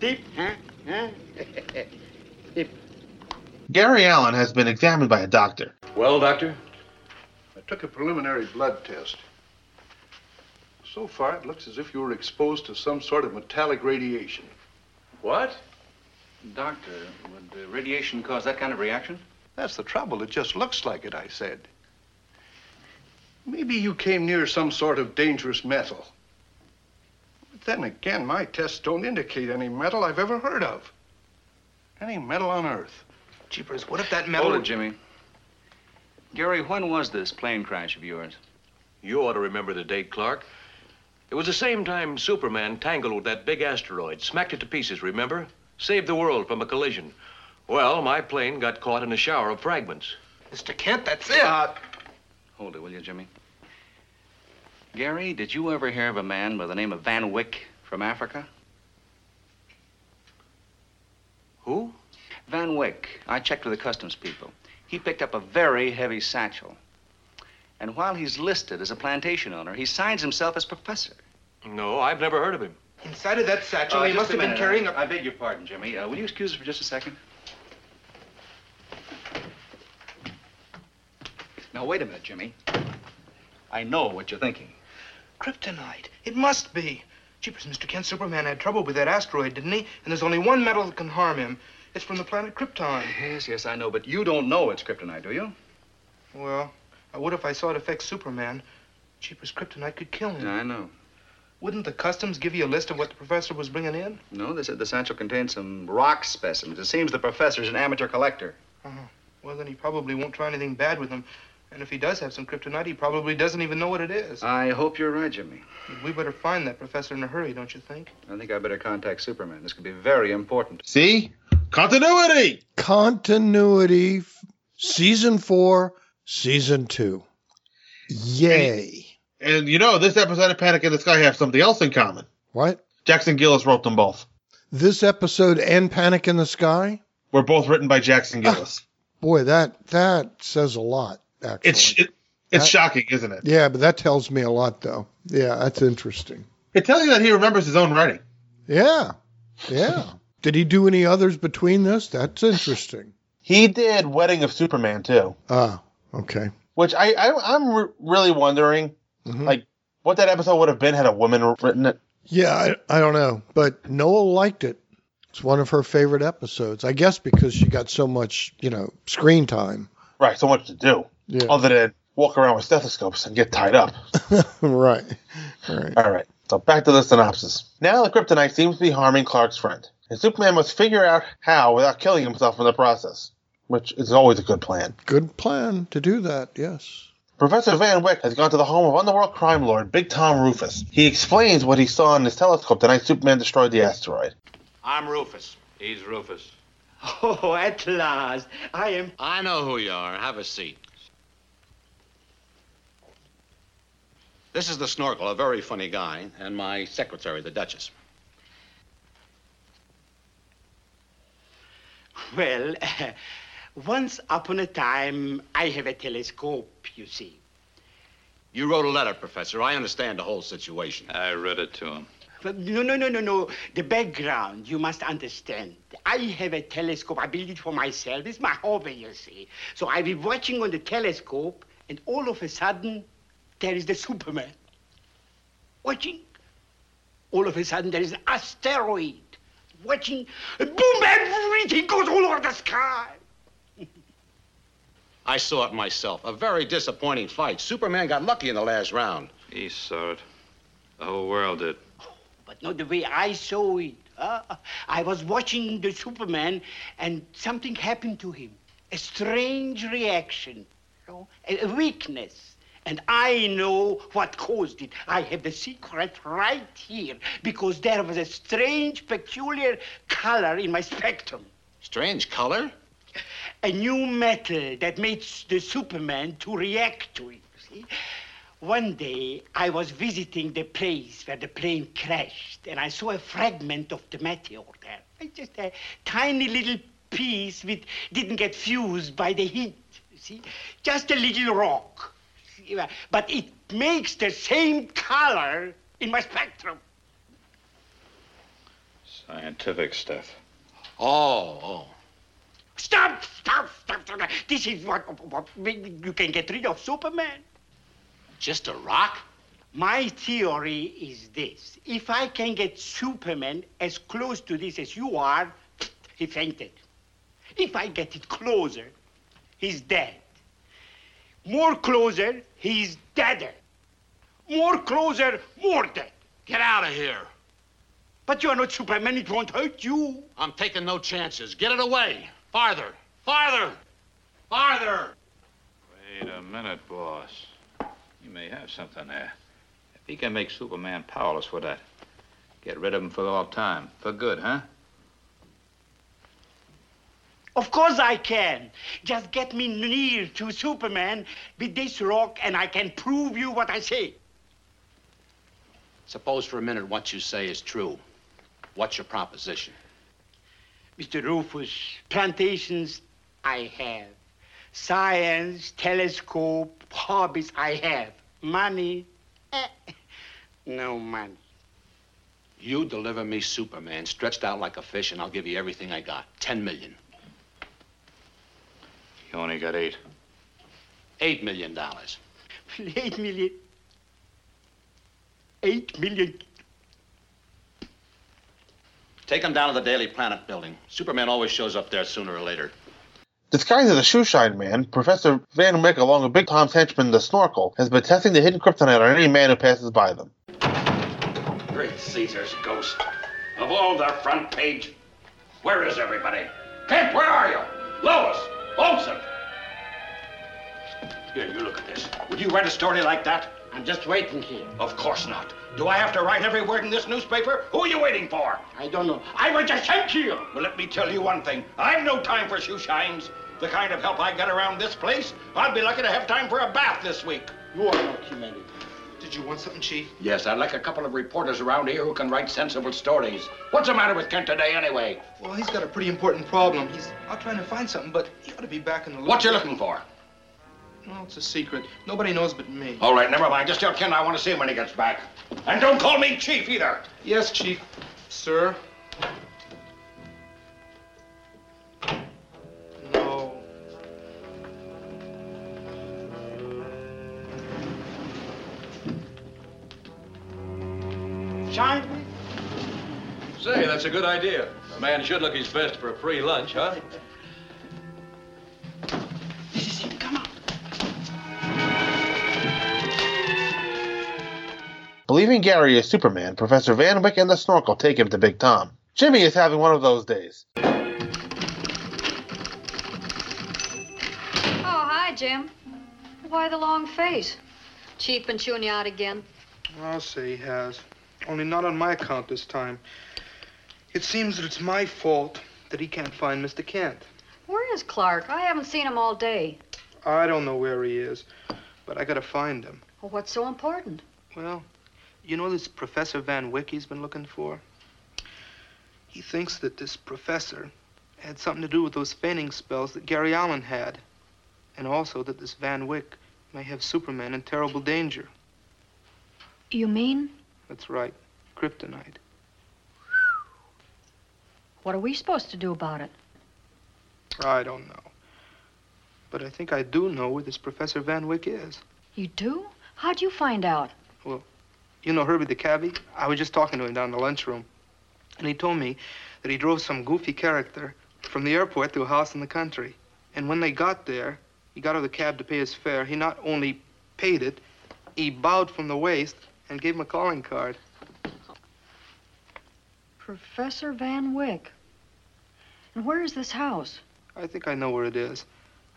Speaker 19: Tip, huh? Huh? Tip.
Speaker 2: Gary Allen has been examined by a doctor.
Speaker 17: Well, Doctor?
Speaker 20: I took a preliminary blood test. So far, it looks as if you were exposed to some sort of metallic radiation.
Speaker 17: What?
Speaker 5: Doctor, would the radiation cause that kind of reaction?
Speaker 20: That's the trouble. It just looks like it, I said. Maybe you came near some sort of dangerous metal. But then again, my tests don't indicate any metal I've ever heard of. Any metal on Earth.
Speaker 9: Jeepers, what if that
Speaker 5: Hold it, Jimmy. Gary, when was this plane crash of yours?
Speaker 17: You ought to remember the date, Clark. It was the same time Superman tangled with that big asteroid, smacked it to pieces, remember? Saved the world from a collision. Well, my plane got caught in a shower of fragments.
Speaker 9: Mr. Kent, that's it. Uh,
Speaker 5: Hold it, will you, Jimmy? Gary, did you ever hear of a man by the name of Van Wyck from Africa?
Speaker 17: Who?
Speaker 5: Van Wyck. I checked with the customs people. He picked up a very heavy satchel. And while he's listed as a plantation owner, he signs himself as professor. Uh,
Speaker 17: No, I've never heard of him.
Speaker 9: Inside of that satchel, he must have been carrying a.
Speaker 5: I beg your pardon, Jimmy. Uh, will you excuse us for just a second? Now, wait a minute, Jimmy. I know what you're thinking.
Speaker 9: Kryptonite. It must be. Jeepers, Mr. Kent, Superman had trouble with that asteroid, didn't he? And there's only one metal that can harm him. It's from the planet Krypton.
Speaker 5: Yes, yes, I know, but you don't know it's kryptonite, do you?
Speaker 9: Well, I would if I saw it affect Superman. Jeepers, kryptonite could kill him.
Speaker 5: I know.
Speaker 9: Wouldn't the customs give you a list of what the professor was bringing in?
Speaker 5: No, they said the satchel contains some rock specimens. It seems the professor's an amateur collector.
Speaker 9: Uh-huh. Well, then he probably won't try anything bad with them. And if he does have some kryptonite, he probably doesn't even know what it is.
Speaker 21: Uh.
Speaker 5: I hope you're right, Jimmy.
Speaker 9: We better find that professor in a hurry, don't you think?
Speaker 5: I think I better contact Superman. This could be very important.
Speaker 2: See? Continuity!
Speaker 3: Continuity, f- season four, season two. Yay.
Speaker 2: And you know, this episode of Panic in the Sky have something else in common.
Speaker 3: What?
Speaker 2: Jackson Gillis wrote them both.
Speaker 3: This episode and Panic in the Sky?
Speaker 2: Were both written by Jackson Gillis.
Speaker 3: Boy, that that says a lot, actually.
Speaker 2: it's it, it's
Speaker 3: That-
Speaker 2: shocking, isn't it?
Speaker 3: yeah, but that tells me a lot, though. Yeah, that's interesting.
Speaker 2: It tells you that he remembers his own writing.
Speaker 3: Yeah. Yeah. Did he do any others between this? That's interesting.
Speaker 2: He did Wedding of Superman too,
Speaker 3: Ah, okay.
Speaker 2: which I, I I'm re- really wondering,
Speaker 3: Mm-hmm.
Speaker 2: like what that episode would have been had a woman written it.
Speaker 3: Yeah, I, I don't know, but Noah liked it. It's one of her favorite episodes, I guess, because she got so much, you know, screen time.
Speaker 2: Right, so much to do
Speaker 3: Yeah.
Speaker 2: other than walk around with stethoscopes and get tied up.
Speaker 3: right. All right.
Speaker 2: All right. So back to the synopsis. Now the kryptonite seems to be harming Clark's friend. and Superman must figure out how without killing himself in the process, which is always a good plan.
Speaker 3: Good plan to do that, yes.
Speaker 2: Professor Van Wyck has gone to the home of underworld crime lord Big Tom Rufus. He explains what he saw in his telescope the night Superman destroyed the asteroid.
Speaker 6: I'm Rufus. He's Rufus.
Speaker 22: Oh, at last. I am.
Speaker 6: I know who you are. Have a seat.
Speaker 23: This is the snorkel, a very funny guy, and my secretary, the Duchess.
Speaker 22: Well, once upon a time, I have a telescope, you see.
Speaker 23: You wrote a letter, Professor. I understand the whole situation.
Speaker 14: I read it to him.
Speaker 22: But no, no, no, no, no. The background, you must understand. I have a telescope. I built it for myself. It's my hobby, you see. So I be watching on the telescope, and all of a sudden, there is the Superman. Watching. All of a sudden, there is an asteroid. Watching. And boom, everything goes all over the sky.
Speaker 23: I saw it myself. A very disappointing fight. Superman got lucky in the last round.
Speaker 14: He saw it. The whole world did.
Speaker 22: But not the way I saw it. huh? I was watching the Superman, and something happened to him. A strange reaction, you know, a a weakness. And I know what caused it. I have the secret right here because there was a strange, peculiar color in my spectrum.
Speaker 23: Strange color?
Speaker 22: A new metal that makes the Superman to react to it, you see? One day, I was visiting the place where the plane crashed, and I saw a fragment of the meteor there. It's Just a tiny little piece which didn't get fused by the heat, you see? Just a little rock. See, uh, But it makes the same color in my spectrum.
Speaker 14: Scientific stuff.
Speaker 23: Oh, oh.
Speaker 22: Stop, stop, stop, stop. This is what, what you can get rid of Superman.
Speaker 23: Just a rock?
Speaker 22: My theory is this. If I can get Superman as close to this as you are, he fainted. If I get it closer, he's dead. More closer, he's deader. More closer, more dead.
Speaker 23: Get out of here.
Speaker 22: But you are not Superman, it won't hurt you.
Speaker 23: I'm taking no chances. Get it away. Farther. Farther. Farther.
Speaker 14: Wait a minute, boss. You may have something there. If he can make Superman powerless with that, get rid of him for all time. For good, huh?
Speaker 22: Of course I can. Just get me near to Superman with this rock and I can prove you what I say.
Speaker 23: Suppose for a minute what you say is true. What's your proposition?
Speaker 22: Mr. Rufus, plantations I have. Science, telescope, hobbies I have. Money, eh, no money.
Speaker 23: You deliver me Superman, stretched out like a fish, and I'll give you everything I got. Ten million.
Speaker 14: You only got eight.
Speaker 23: Eight million dollars.
Speaker 22: Eight million. Eight million.
Speaker 23: Take him down to the Daily Planet building. Superman always shows up there sooner or later.
Speaker 2: Disguised as a shoeshine man, Professor Van Wyck, along with Big Tom's henchman, the Snorkel, has been testing the hidden kryptonite on any man who passes by them.
Speaker 21: Great Caesar's ghost. Of all the front page. Where is everybody? Kent, where are you? Lois! Olson! Here, you look at this. Would you write a story like that? I'm just waiting here. Of course not. Do I have to write every word in this newspaper? Who are you waiting for? I don't know. I was just sent to you. Well, let me tell you one thing. I've no time for shoe shines. The kind of help I get around this place, I'd be lucky to have time for a bath this week. You are not humanity. Did you want something, Chief? Yes, I'd like a couple of reporters around here who can write sensible stories. What's the matter with Kent today, anyway?
Speaker 9: Well, he's got a pretty important problem. He's out trying to find something, but he ought to be back in the.
Speaker 21: What you looking for?
Speaker 9: No, it's a secret. Nobody knows but me.
Speaker 21: All right, never mind. Just tell Ken I want to see him when he gets back. And don't call me chief either.
Speaker 9: Yes, Chief. Sir. No.
Speaker 22: Shine.
Speaker 17: Say, that's a good idea. A man should look his best for a free lunch, huh?
Speaker 2: Believing Gary is Superman, Professor Van Wyck and the Snorkel take him to Big Tom. Jimmy is having one of those days.
Speaker 8: Oh, hi, Jim. Why the long face? Chief been chewing you out again.
Speaker 9: I'll say he has. Only not on my account this time. It seems that it's my fault that he can't find Mr. Kent.
Speaker 8: Where is Clark? I haven't seen him all day.
Speaker 9: I don't know where he is, but I gotta find him.
Speaker 8: Well, what's so important?
Speaker 9: Well, you know this Professor Van Wyck he's been looking for? He thinks that this professor had something to do with those fainting spells that Gary Allen had, and also that this Van Wyck may have Superman in terrible danger.
Speaker 8: You mean?
Speaker 9: That's right, kryptonite.
Speaker 8: What are we supposed to do about it?
Speaker 9: I don't know. But I think I do know where this Professor Van Wyck is.
Speaker 8: You do? How'd you find out?
Speaker 9: You know Herbie the cabbie? I was just talking to him down in the lunchroom. And he told me that he drove some goofy character from the airport to a house in the country. And when they got there, he got out of the cab to pay his fare. He not only paid it, he bowed from the waist and gave him a calling card.
Speaker 8: Professor Van Wyck. And where is this house?
Speaker 9: I think I know where it is.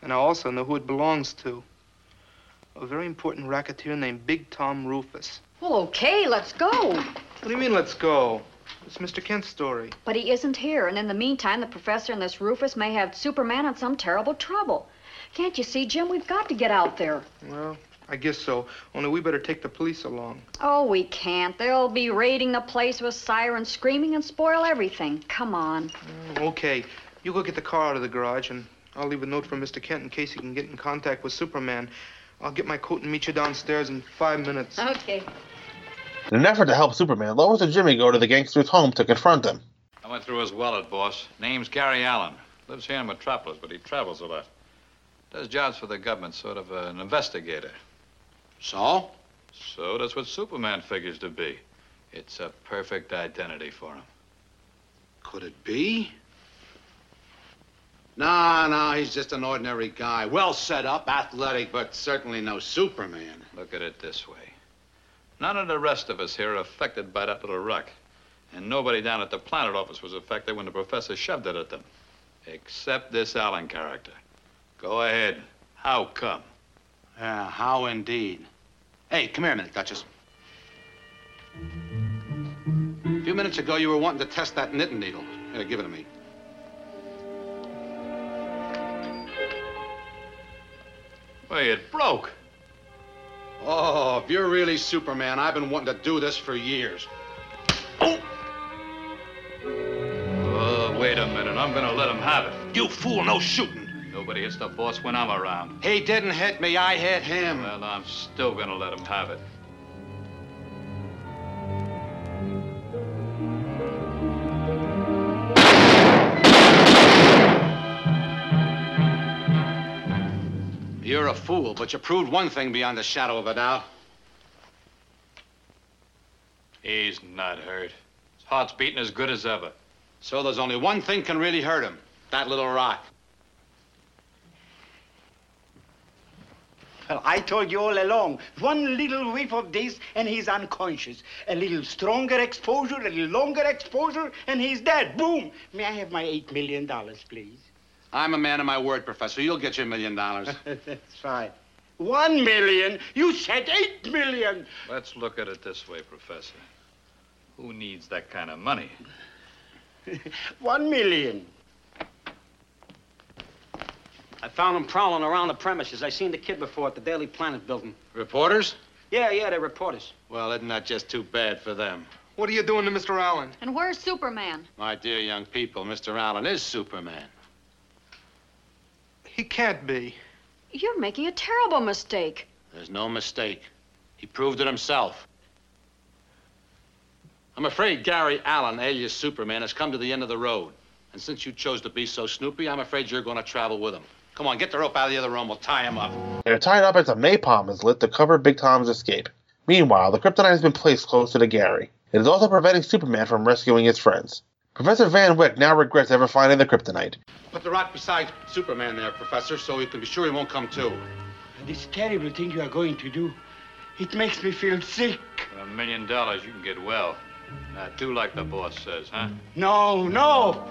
Speaker 9: And I also know who it belongs to. A very important racketeer named Big Tom Rufus.
Speaker 8: Well, okay, let's go.
Speaker 9: What do you mean, let's go? It's Mr. Kent's story.
Speaker 8: But he isn't here, and in the meantime, the professor and this Rufus may have Superman in some terrible trouble. Can't you see, Jim? We've got to get out there.
Speaker 9: Well, I guess so. Only we better take the police along.
Speaker 8: Oh, we can't. They'll be raiding the place with sirens screaming and spoil everything. Come on.
Speaker 9: Mm, Okay, you go get the car out of the garage, and I'll leave a note for Mr. Kent in case he can get in contact with Superman. I'll get my coat and meet you downstairs in five minutes.
Speaker 8: Okay.
Speaker 2: In an effort to help Superman, Lois and Jimmy go to the gangster's home to confront him.
Speaker 14: I went through his wallet, boss. Name's Gary Allen. Lives here in Metropolis, but he travels a lot. Does jobs for the government, sort of uh, an investigator. So? So that's what Superman figures to be. It's a perfect identity for him.
Speaker 23: Could it be? No, no, he's just an ordinary guy. Well set up, athletic, but certainly no Superman.
Speaker 14: Look at it this way. None of the rest of us here are affected by that little wreck. And nobody down at the planet office was affected when the professor shoved it at them. Except this Allen character. Go ahead. How come?
Speaker 23: Yeah, Ah, how indeed. Hey, come here a minute, Duchess. A few minutes ago, you were wanting to test that knitting needle. Here, give it to me.
Speaker 14: Hey, it broke.
Speaker 23: Oh, if you're really Superman, I've been wanting to do this for years.
Speaker 14: Oh, wait a minute. I'm gonna let him have it.
Speaker 23: You fool, no shooting.
Speaker 14: Nobody hits the boss when I'm around.
Speaker 23: He didn't hit me, I hit him.
Speaker 14: Well, I'm still gonna let him have it.
Speaker 23: You're a fool, but you proved one thing beyond a shadow of a doubt.
Speaker 14: He's not hurt. His heart's beating as good as ever.
Speaker 23: So there's only one thing can really hurt him that little rock.
Speaker 22: Well, I told you all along, one little whiff of this and he's unconscious. A little stronger exposure, a little longer exposure, and he's dead. Boom! May I have my eight million dollars, please?
Speaker 23: I'm a man of my word, Professor. You'll get your million dollars.
Speaker 22: That's fine. One million? You said eight million!
Speaker 14: Let's look at it this way, Professor. Who needs that kind of money?
Speaker 22: One million.
Speaker 6: I found him prowling around the premises. I seen the kid before at the Daily Planet building.
Speaker 23: Reporters?
Speaker 6: Yeah, yeah, they're reporters.
Speaker 23: Well, isn't that just too bad for them?
Speaker 9: What are you doing to Mr. Allen?
Speaker 8: And where's Superman?
Speaker 23: My dear young people, Mr. Allen is Superman.
Speaker 9: He can't be.
Speaker 8: You're making a terrible mistake.
Speaker 23: There's no mistake. He proved it himself. I'm afraid Gary Allen, alias Superman, has come to the end of the road. And since you chose to be so snoopy, I'm afraid you're going to travel with him. Come on, get the rope out of the other room. We'll tie him up.
Speaker 2: They're tied up as a napalm is lit to cover Big Tom's escape. Meanwhile, the kryptonite has been placed closer to Gary. It is also preventing Superman from rescuing his friends. Professor Van Wyck now regrets ever finding the kryptonite.
Speaker 23: Put the rock beside Superman there, Professor, so you can be sure he won't come to.
Speaker 22: This terrible thing you are going to do, it makes me feel sick.
Speaker 14: For a million dollars, you can get well. Now, do like the boss says, huh?
Speaker 22: No, no.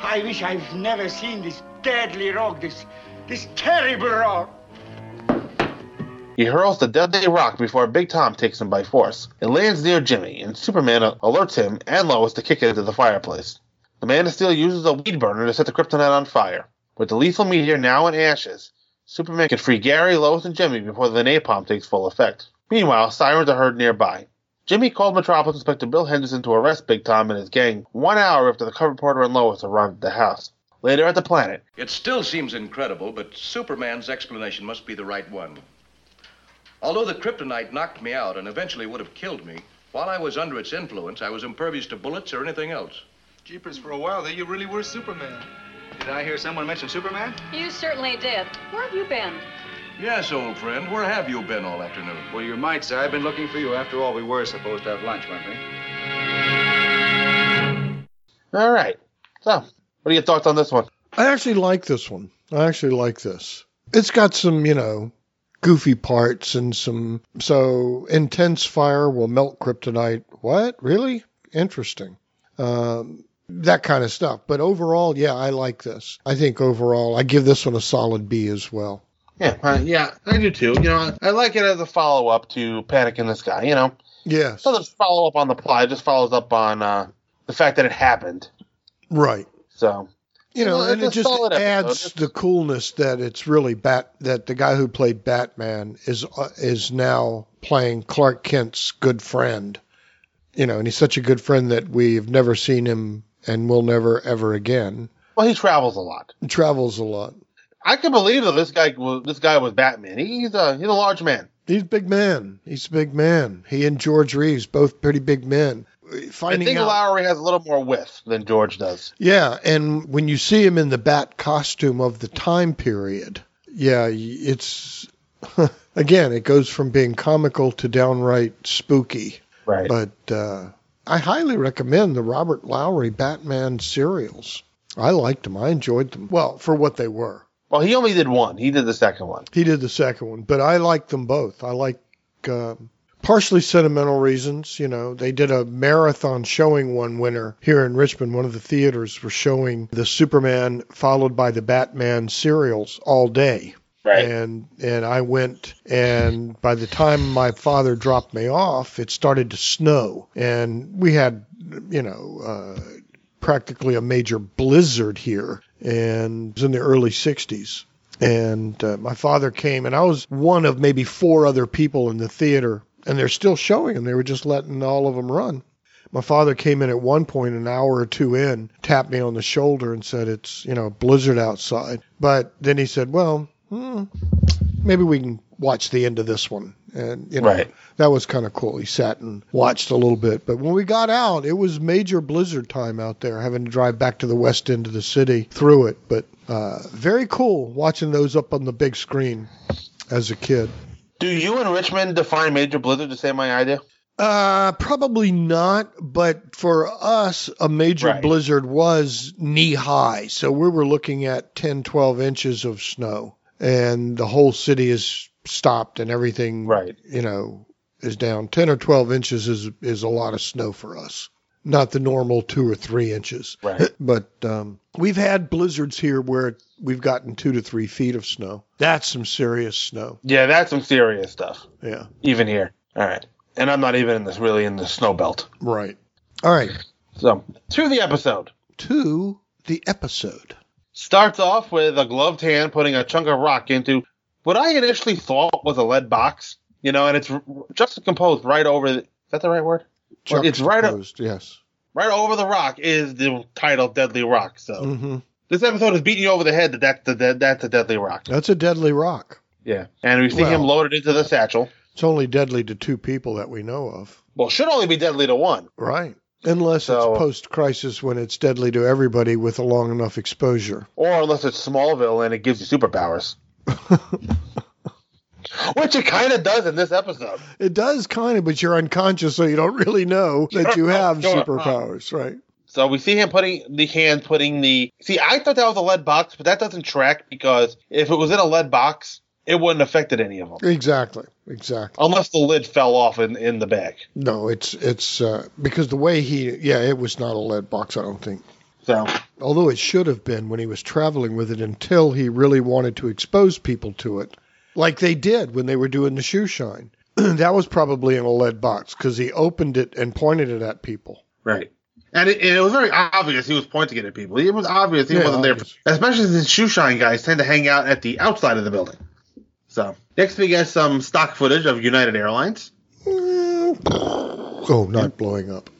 Speaker 22: I wish I've never seen this deadly rock, this, this terrible rock.
Speaker 2: He hurls the deadly rock before Big Tom takes him by force. It lands near Jimmy, and Superman alerts him and Lois to kick it into the fireplace. The Man of Steel uses a weed burner to set the kryptonite on fire. With the lethal meteor now in ashes, Superman can free Gary, Lois, and Jimmy before the napalm takes full effect. Meanwhile, sirens are heard nearby. Jimmy called Metropolis Inspector Bill Henderson to arrest Big Tom and his gang one hour after the cover porter and Lois arrived at the house. Later at the planet,
Speaker 17: It still seems incredible, but Superman's explanation must be the right one. Although the kryptonite knocked me out and eventually would have killed me, while I was under its influence, I was impervious to bullets or anything else.
Speaker 9: Jeepers, for a while there, you really were Superman.
Speaker 7: Did I hear someone mention Superman?
Speaker 24: You certainly did. Where have you been?
Speaker 17: Yes, old friend. Where have you been all afternoon?
Speaker 7: Well, you might say I've been looking for you. After all, we were supposed to have lunch, weren't we?
Speaker 2: All right. So, what are your thoughts on this one?
Speaker 3: I actually like this one. I actually like this. It's got some, you know, goofy parts and some. So, intense fire will melt kryptonite. What? Really? Interesting. Um, that kind of stuff. But overall, yeah, I like this. I think overall, I give this one a solid B as well.
Speaker 2: Yeah, uh, yeah, I do too. You know, I like it as a follow up to Panic in the Sky. You know,
Speaker 3: yeah,
Speaker 2: so doesn't follow up on the plot. It just follows up on uh, the fact that it happened.
Speaker 3: Right.
Speaker 2: So,
Speaker 3: You know,
Speaker 2: it's
Speaker 3: and
Speaker 2: a
Speaker 3: it just
Speaker 2: solid episode.
Speaker 3: adds the coolness that it's really bat that the guy who played Batman is uh, is now playing Clark Kent's good friend. You know, and he's such a good friend that we've never seen him and will never ever again.
Speaker 2: Well, he travels a lot.
Speaker 3: He travels a lot.
Speaker 2: I can believe that this guy was this guy was Batman. He, he's a he's a large man.
Speaker 3: He's a big man. He's a big man. He and George Reeves, both pretty big men. Uh, Finding
Speaker 2: I think
Speaker 3: out-
Speaker 2: Lowry has a little more width than George does.
Speaker 3: Yeah, and when you see him in the bat costume of the time period, yeah, y- it's again, it goes from being comical to downright spooky.
Speaker 2: Right.
Speaker 3: But uh, I highly recommend the Robert Lowry Batman serials. I liked them. I enjoyed them. Well, for what they were.
Speaker 2: Well, he only did one. He did the second one.
Speaker 3: He did the second one, but I like them both. I like um partially sentimental reasons. You know, they did a marathon showing one winter here in Richmond. One of the theaters were showing the Superman followed by the Batman serials all day. Right. And and I went and by the time my father dropped me off, it started to snow and we had you know uh, practically a major blizzard here and it was in the early 60s and uh, my father came and i was one of maybe four other people in the theater and they're still showing them they were just letting all of them run my father came in at one point an hour or two in tapped me on the shoulder and said it's you know blizzard outside but then he said well hmm, maybe we can watch the end of this one and you know
Speaker 2: Right.
Speaker 3: that was kind of cool he sat and watched a little bit but when we got out it was major blizzard time out there having to drive back to the west end of the city through it but uh, very cool watching those up on the big screen as a kid
Speaker 2: Do you and Richmond define major blizzard the same way I do?
Speaker 3: uh, probably not, but for us, a major
Speaker 2: Right.
Speaker 3: blizzard was knee high. So we were looking at 10, 12 inches of snow, and the whole city is stopped and everything, right. you know, is down. 10 or 12 inches is, is a lot of snow for us, not the normal two or three inches.
Speaker 2: Right.
Speaker 3: But um, we've had blizzards here where we've gotten two to three feet of snow. That's some serious snow.
Speaker 2: Yeah, that's some serious stuff.
Speaker 3: Yeah.
Speaker 2: Even here. All right. And I'm not even in this really in the snow belt.
Speaker 3: Right. All right.
Speaker 2: So to the episode.
Speaker 3: To the episode.
Speaker 2: Starts off with a gloved hand putting a chunk of rock into what I initially thought was a lead box. You know, and it's r- juxtaposed right over. The, is that the right word? Or It's right o-
Speaker 3: Juxtaposed, yes.
Speaker 2: right over the rock is the title "Deadly Rock." So
Speaker 3: Mm-hmm.
Speaker 2: this episode is beating you over the head that that's the dead that's a deadly rock.
Speaker 3: That's a deadly rock.
Speaker 2: Yeah, and we see him
Speaker 3: Well-
Speaker 2: loaded into the satchel.
Speaker 3: It's only deadly to two people that we know of.
Speaker 2: Well, should only be deadly to one.
Speaker 3: Right. Unless it's post crisis when it's deadly to everybody with a long enough exposure.
Speaker 2: Or unless it's Smallville and it gives you superpowers. Which it kind of does in this episode.
Speaker 3: It does kind of, but you're unconscious, so you don't really know that you have
Speaker 2: Sure.
Speaker 3: superpowers, right?
Speaker 2: So we see him putting the hand putting the. See, I thought that was a lead box, but that doesn't track because if it was in a lead box, it wouldn't affected any of them
Speaker 3: Exactly. Exactly.
Speaker 2: unless the lid fell off in, in the back.
Speaker 3: No, it's it's uh, because the way he yeah, it was not a lead box. I don't think.
Speaker 2: So.
Speaker 3: Although it should have been when he was traveling with it, until he really wanted to expose people to it, like they did when they were doing the shoe shine. that was probably in a lead box because he opened it and pointed it at people.
Speaker 2: Right. And it, and it was very obvious he was pointing it at people. It was obvious he
Speaker 3: Yeah,
Speaker 2: wasn't there, especially since shoe shine guys tend to hang out at the outside of the building. So next we get some stock footage of United Airlines. Mm,
Speaker 3: Oh, not blowing up.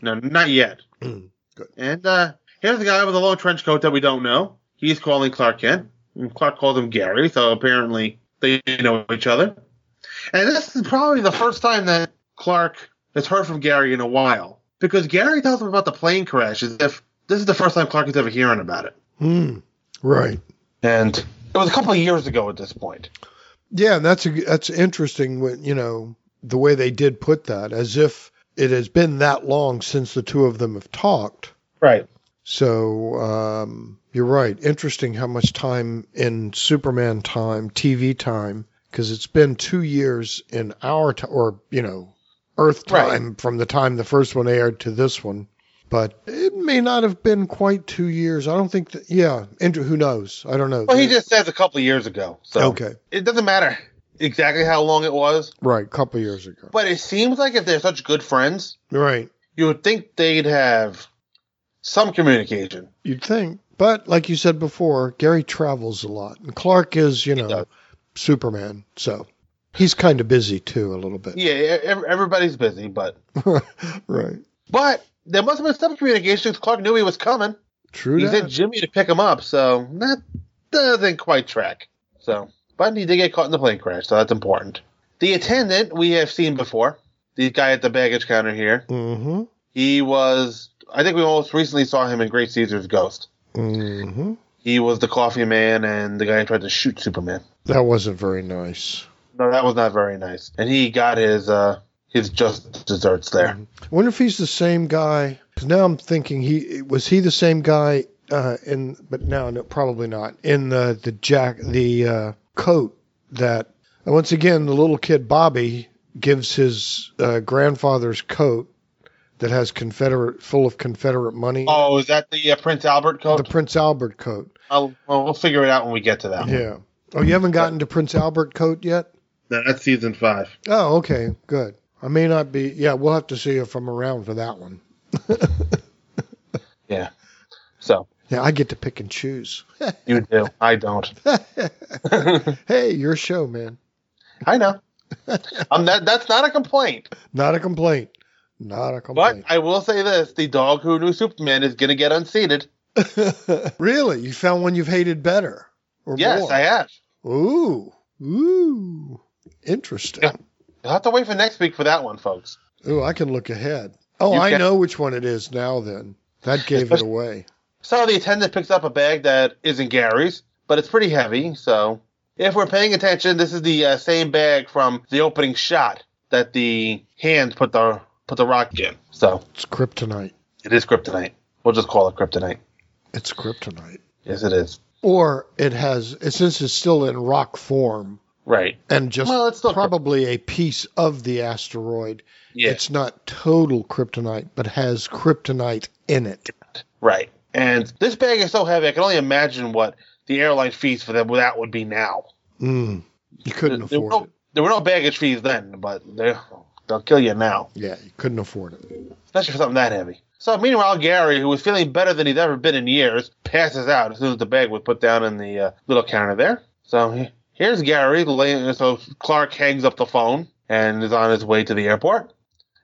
Speaker 2: No, not yet.
Speaker 3: Good.
Speaker 2: And uh, here's a guy with a long trench coat that we don't know. He's calling Clark Kent. And Clark calls him Gary, so apparently they know each other. And this is probably the first time that Clark has heard from Gary in a while. Because Gary tells him about the plane crash as if this is the first time Clark is ever hearing about it.
Speaker 3: Hmm. Right.
Speaker 2: And it was a couple of years ago at this point.
Speaker 3: Yeah, and that's a, that's interesting. When you know the way they did put that, as if it has been that long since the two of them have talked.
Speaker 2: Right.
Speaker 3: So um, you're right. Interesting how much time in Superman time, TV time, because it's been two years in our time, or you know, Earth
Speaker 2: Right.
Speaker 3: time from the time the first one aired to this one. But it may not have been quite two years. I don't think that. Yeah, and who knows? I don't know.
Speaker 2: Well, he just says a couple of years ago. So
Speaker 3: uh, okay,
Speaker 2: it doesn't matter exactly how long it was.
Speaker 3: right, couple years ago.
Speaker 2: But it seems like if they're such good friends,
Speaker 3: Right.
Speaker 2: you would think they'd have some communication.
Speaker 3: You'd think. But like you said before, Gary travels a lot, and Clark is, you know, Superman. So he's kind of busy too, a little bit.
Speaker 2: Yeah, e-, ev- everybody's busy, but
Speaker 3: right.
Speaker 2: but there must have been some communication. 'cause Clark knew he was coming.
Speaker 3: True.
Speaker 2: He
Speaker 3: that.
Speaker 2: sent Jimmy to pick him up, so that doesn't quite track. So, but he did get caught in the plane crash, so that's important. The attendant we have seen before. The guy at the baggage counter here.
Speaker 3: Mm-hmm.
Speaker 2: He was. I think we most recently saw him in Great Caesar's Ghost.
Speaker 3: Mm-hmm.
Speaker 2: He was the coffee man and the guy who tried to shoot Superman.
Speaker 3: That wasn't very nice.
Speaker 2: No, that was not very nice. And he got his uh his just desserts there.
Speaker 3: I wonder if he's the same guy. 'cause now I'm thinking he was he the same guy uh, in, but no, no, probably not in the the jack the uh, coat that and once again the little kid Bobby gives his uh, grandfather's coat that has Confederate full of Confederate money.
Speaker 2: Oh, is that the uh, Prince Albert coat?
Speaker 3: The Prince Albert coat.
Speaker 2: I'll, well, we'll figure it out when we get to that. one.
Speaker 3: Yeah. Oh, you haven't gotten to Prince Albert coat yet.
Speaker 2: No, that's season five.
Speaker 3: Oh, okay, good. I may not be. Yeah, we'll have to see if I'm around for that one.
Speaker 2: Yeah. So
Speaker 3: Yeah, I get to pick and choose.
Speaker 2: you do, I don't.
Speaker 3: hey, your show, man.
Speaker 2: I know. Um, that that's not a complaint.
Speaker 3: Not a complaint. Not a
Speaker 2: But
Speaker 3: complaint.
Speaker 2: I will say this: the dog who knew Superman is gonna get unseated.
Speaker 3: really, you found one you've hated better or
Speaker 2: yes,
Speaker 3: more?
Speaker 2: I have.
Speaker 3: Ooh, ooh, interesting.
Speaker 2: You'll have to wait for next week for that one, folks.
Speaker 3: Ooh, I can look ahead. Oh,
Speaker 2: You
Speaker 3: I
Speaker 2: can-
Speaker 3: know which one it is now. Then that gave it away.
Speaker 2: So the attendant picks up a bag that isn't Gary's, but it's pretty heavy. So if we're paying attention, this is the uh, same bag from the opening shot that the hand put the put the rock in. So
Speaker 3: It's kryptonite.
Speaker 2: it is kryptonite. We'll just call it kryptonite.
Speaker 3: It's kryptonite.
Speaker 2: Yes, it is.
Speaker 3: Or it has since it's still in rock form.
Speaker 2: Right.
Speaker 3: and just probably a piece of the asteroid.
Speaker 2: Yeah.
Speaker 3: It's not total kryptonite, but has kryptonite in it.
Speaker 2: Right. And this bag is so heavy, I can only imagine what the airline fees for them that would be now.
Speaker 3: Mm. You couldn't
Speaker 2: There were,
Speaker 3: afford
Speaker 2: no, there were no baggage fees then, but they're- they'll kill you now,
Speaker 3: it. Yeah, you couldn't afford it.
Speaker 2: especially for something that heavy. So meanwhile, Gary, who was feeling better than he's ever been in years, passes out as soon as the bag was put down in the uh, little counter there. So he- here's Gary. laying- So Clark hangs up the phone and is on his way to the airport.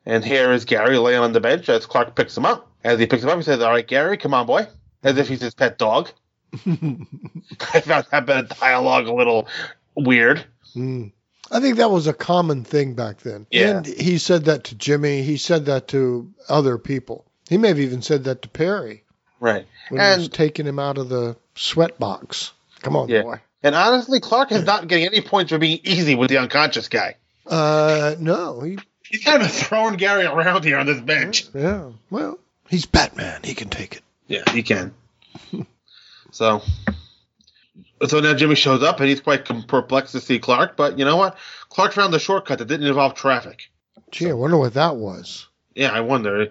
Speaker 2: And here is Gary laying on the bench as Clark picks him up. As he picks him up, he says, "All right, Gary, come on, boy," as if he's his pet dog. I found that bit of dialogue a little weird.
Speaker 3: Mm. I think that was a common thing back then.
Speaker 2: Yeah.
Speaker 3: And he said that to Jimmy. He said that to other people. He may have even said that to Perry
Speaker 2: Right.
Speaker 3: when he was taking him out of the sweat box. Come on,
Speaker 2: Yeah.
Speaker 3: boy.
Speaker 2: And honestly, Clark is not getting any points for being easy with the unconscious guy.
Speaker 3: Uh, no, he,
Speaker 2: He's kind of throwing Gary around here on this bench.
Speaker 3: yeah. Well, he's Batman. He can take it.
Speaker 2: Yeah, he can. so So now Jimmy shows up and he's quite com- perplexed to see Clark, but you know what? Clark found the shortcut that didn't involve traffic.
Speaker 3: Gee, I wonder what that was.
Speaker 2: Yeah, I wonder.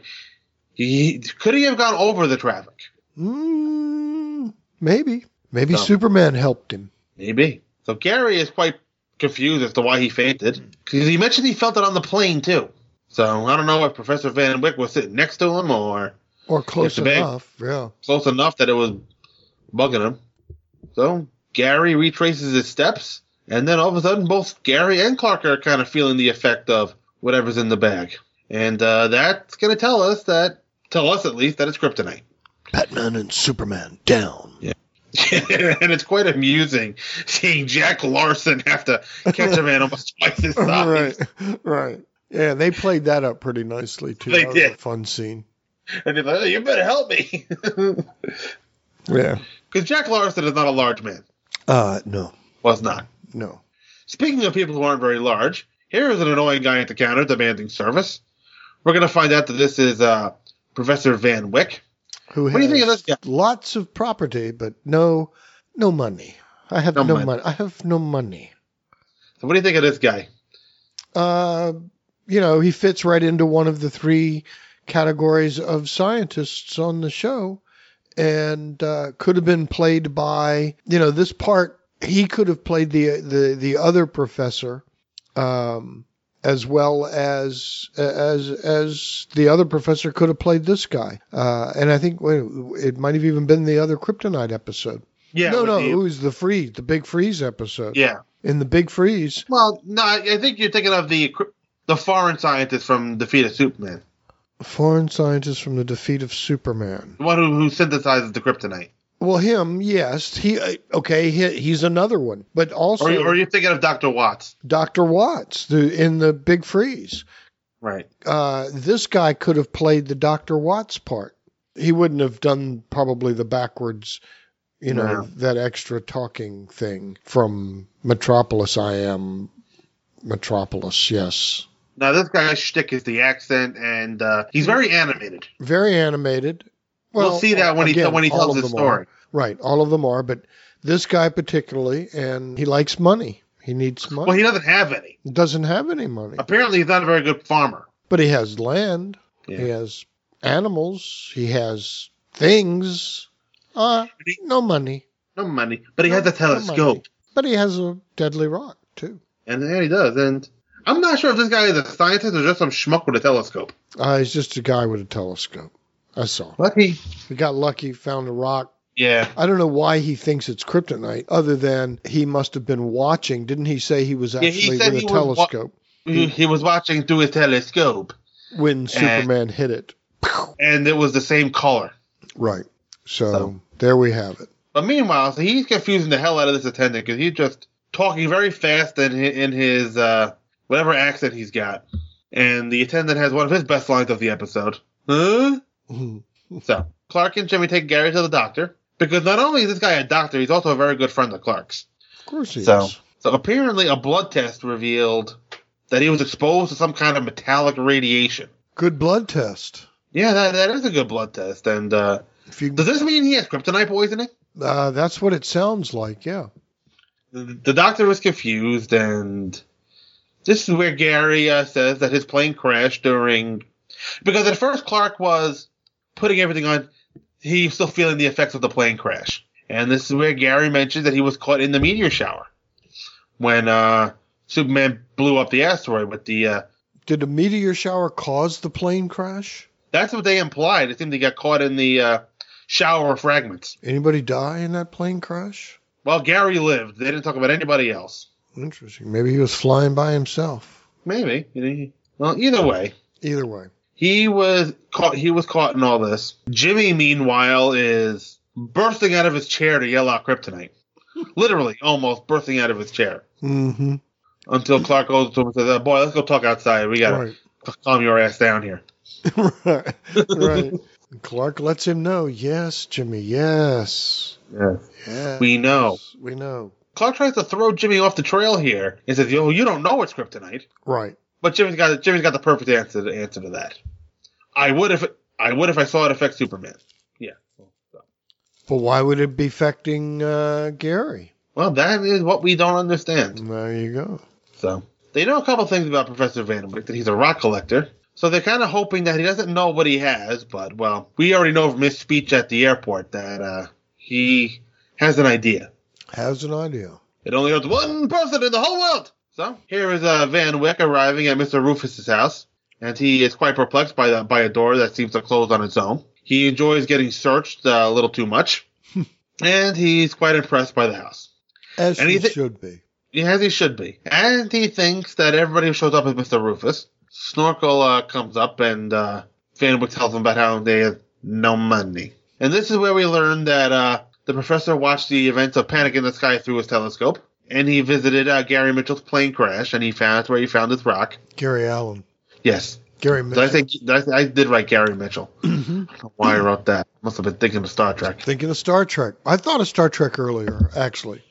Speaker 2: He, could he have gone over the traffic?
Speaker 3: Mm, maybe. Maybe
Speaker 2: No.
Speaker 3: Superman helped him.
Speaker 2: Maybe. So Gary is quite confused as to why he fainted. Because he mentioned he felt it on the plane, too. So I don't know if Professor Van Wyck was sitting next to him or
Speaker 3: Or close
Speaker 2: the bag-
Speaker 3: enough. Yeah.
Speaker 2: close enough that it was bugging him. So Gary retraces his steps, and then all of a sudden, both Gary and Clark are kind of feeling the effect of whatever's in the bag, and uh, that's going to tell us that, tell us at least, that it's kryptonite.
Speaker 3: Batman and Superman down.
Speaker 2: Yeah. and it's quite amusing seeing Jack Larson have to catch a man almost twice his size.
Speaker 3: right. Right. Yeah, they played that up pretty nicely too.
Speaker 2: They
Speaker 3: That was a
Speaker 2: did.
Speaker 3: fun scene.
Speaker 2: And he's like, oh, "You better help me,"
Speaker 3: Yeah.
Speaker 2: because Jack Larson is not a large man.
Speaker 3: Uh no.
Speaker 2: Was not.
Speaker 3: No.
Speaker 2: Speaking of people who aren't very large, here is an annoying guy at the counter demanding service. We're going to find out that this is uh, Professor Van Wyck.
Speaker 3: Who
Speaker 2: What do you think of
Speaker 3: has Lots of property, but no no money. I have
Speaker 2: No
Speaker 3: no,
Speaker 2: money.
Speaker 3: money. I have no money.
Speaker 2: So what do you think of this guy?
Speaker 3: Uh you know, he fits right into one of the three categories of scientists on the show and uh, could have been played by, you know, this part he could have played the the the other professor um as well as as as the other professor could have played this guy. Uh and I think wait, it might have even been the other kryptonite episode.
Speaker 2: Yeah,
Speaker 3: No,
Speaker 2: with
Speaker 3: no,
Speaker 2: the-
Speaker 3: it was the freeze, the big freeze episode.
Speaker 2: Yeah.
Speaker 3: In the big freeze,
Speaker 2: Well, no, I I think you're thinking of the cr- the foreign scientist from Defeat of Superman,
Speaker 3: foreign scientists from the defeat of Superman.
Speaker 2: the one who, who synthesizes the kryptonite.
Speaker 3: Well, him, yes. He uh, okay. He, he's another one, but also
Speaker 2: Or, or you're thinking of Dr. Watts.
Speaker 3: Doctor Watts the, in the Big Freeze.
Speaker 2: Right.
Speaker 3: Uh, this guy could have played the Doctor Watts part. He wouldn't have done probably the backwards, you know,
Speaker 2: No.
Speaker 3: that extra talking thing from Metropolis. I am Metropolis. Yes,
Speaker 2: Now, this guy's shtick is the accent, and uh, he's very animated.
Speaker 3: very animated.
Speaker 2: We'll see that when he- when he
Speaker 3: all
Speaker 2: tells
Speaker 3: of
Speaker 2: his
Speaker 3: them are.
Speaker 2: story.
Speaker 3: Right, all of them are, but this guy particularly, and he likes money. He needs money.
Speaker 2: Well, he doesn't have any.
Speaker 3: doesn't have any money,
Speaker 2: Apparently, he's not a very good farmer.
Speaker 3: but he has land. He has animals. He has things. Uh, no money.
Speaker 2: No money, but he has a
Speaker 3: no money.
Speaker 2: telescope.
Speaker 3: But he has a deadly rock too.
Speaker 2: And yeah, he does. And I'm not sure if this guy is a scientist or just some schmuck with a telescope.
Speaker 3: Uh, he's just a guy with a telescope. That's all.
Speaker 2: Lucky.
Speaker 3: He got lucky, found a rock.
Speaker 2: Yeah.
Speaker 3: I don't know why he thinks it's kryptonite, other than he must have been watching. Didn't he say he was
Speaker 2: Yeah,
Speaker 3: actually
Speaker 2: he said
Speaker 3: with a
Speaker 2: he was wa-
Speaker 3: telescope
Speaker 2: He, he was watching through his telescope, Eh.
Speaker 3: when Superman hit it?
Speaker 2: and it was the same color.
Speaker 3: Right. So, there we have it.
Speaker 2: But meanwhile, so he's confusing the hell out of this attendant because he's just talking very fast in his, in his uh, whatever accent he's got. And the attendant has one of his best lines of the episode. Huh? so Clark and Jimmy take Gary to the doctor because not only is this guy a doctor, he's also a very good friend of Clark's.
Speaker 3: Of course he
Speaker 2: So,
Speaker 3: is.
Speaker 2: so apparently, a blood test revealed that he was exposed to some kind of metallic radiation.
Speaker 3: Good blood test.
Speaker 2: Yeah, that, that is a good blood test. And uh, does this mean he has kryptonite poisoning?
Speaker 3: Uh, that's what it sounds like. Yeah.
Speaker 2: The, the doctor was confused, and this is where Gary uh, says that his plane crashed during. Because at first, Clark was putting everything on. He's still feeling the effects of the plane crash. And this is where Gary mentioned that he was caught in the meteor shower when uh, Superman blew up the asteroid with the. Uh,
Speaker 3: Did the meteor shower cause the plane crash?
Speaker 2: That's what they implied. It seemed they got caught in the uh, shower of fragments.
Speaker 3: Anybody die in that plane crash?
Speaker 2: Well, Gary lived. They didn't talk about anybody else.
Speaker 3: Interesting. Maybe he was flying by himself.
Speaker 2: Maybe. You know, he- Well, either way,
Speaker 3: Either way.
Speaker 2: he was caught. He was caught in all this. Jimmy, meanwhile, is bursting out of his chair to yell out kryptonite. Literally, almost bursting out of his chair
Speaker 3: Mm-hmm.
Speaker 2: until Clark goes to him and says, "Uh, "Boy, let's go talk outside. We gotta calm your ass down here."
Speaker 3: right. right. Clark lets him know. Yes, Jimmy. Yes.
Speaker 2: Yes.
Speaker 3: Yes.
Speaker 2: We know.
Speaker 3: We know.
Speaker 2: Clark tries to throw Jimmy off the trail here and says, "Yo, you don't know it's kryptonite."
Speaker 3: Right.
Speaker 2: But Jimmy's got Jimmy's got the perfect answer to answer to that. I would if I would if I saw it affect Superman. Yeah.
Speaker 3: But why would it be affecting uh, Gary?
Speaker 2: Well, that is what we don't understand.
Speaker 3: There you go.
Speaker 2: So they know a couple things about Professor Vanderbilt that he's a rock collector. So they're kind of hoping that he doesn't know what he has, but well, we already know from his speech at the airport that uh, he has an idea.
Speaker 3: Has an idea.
Speaker 2: It only hurts one person in the whole world. So here is uh, Van Wyck arriving at Mr. Rufus's house, and he is quite perplexed by the, by a door that seems to close on its own. He enjoys getting searched uh, a little too much, and he's quite impressed by the house.
Speaker 3: As
Speaker 2: And
Speaker 3: he
Speaker 2: he thi-
Speaker 3: should be.
Speaker 2: As he should be. And he thinks that everybody who shows up is Mr. Rufus. Snorkel uh, comes up and uh, Vanwick tells him about how they have no money. And this is where we learn that uh, the professor watched the events of Panic in the Sky through his telescope. And he visited uh, Gary Mitchell's plane crash and he found that's where he found his rock.
Speaker 3: Gary Allen.
Speaker 2: Yes.
Speaker 3: Gary
Speaker 2: Mitchell. I, think, I, I did write Gary Mitchell. Why I wrote that. Must have been thinking of Star Trek.
Speaker 3: Thinking of Star Trek. I thought of Star Trek earlier, actually.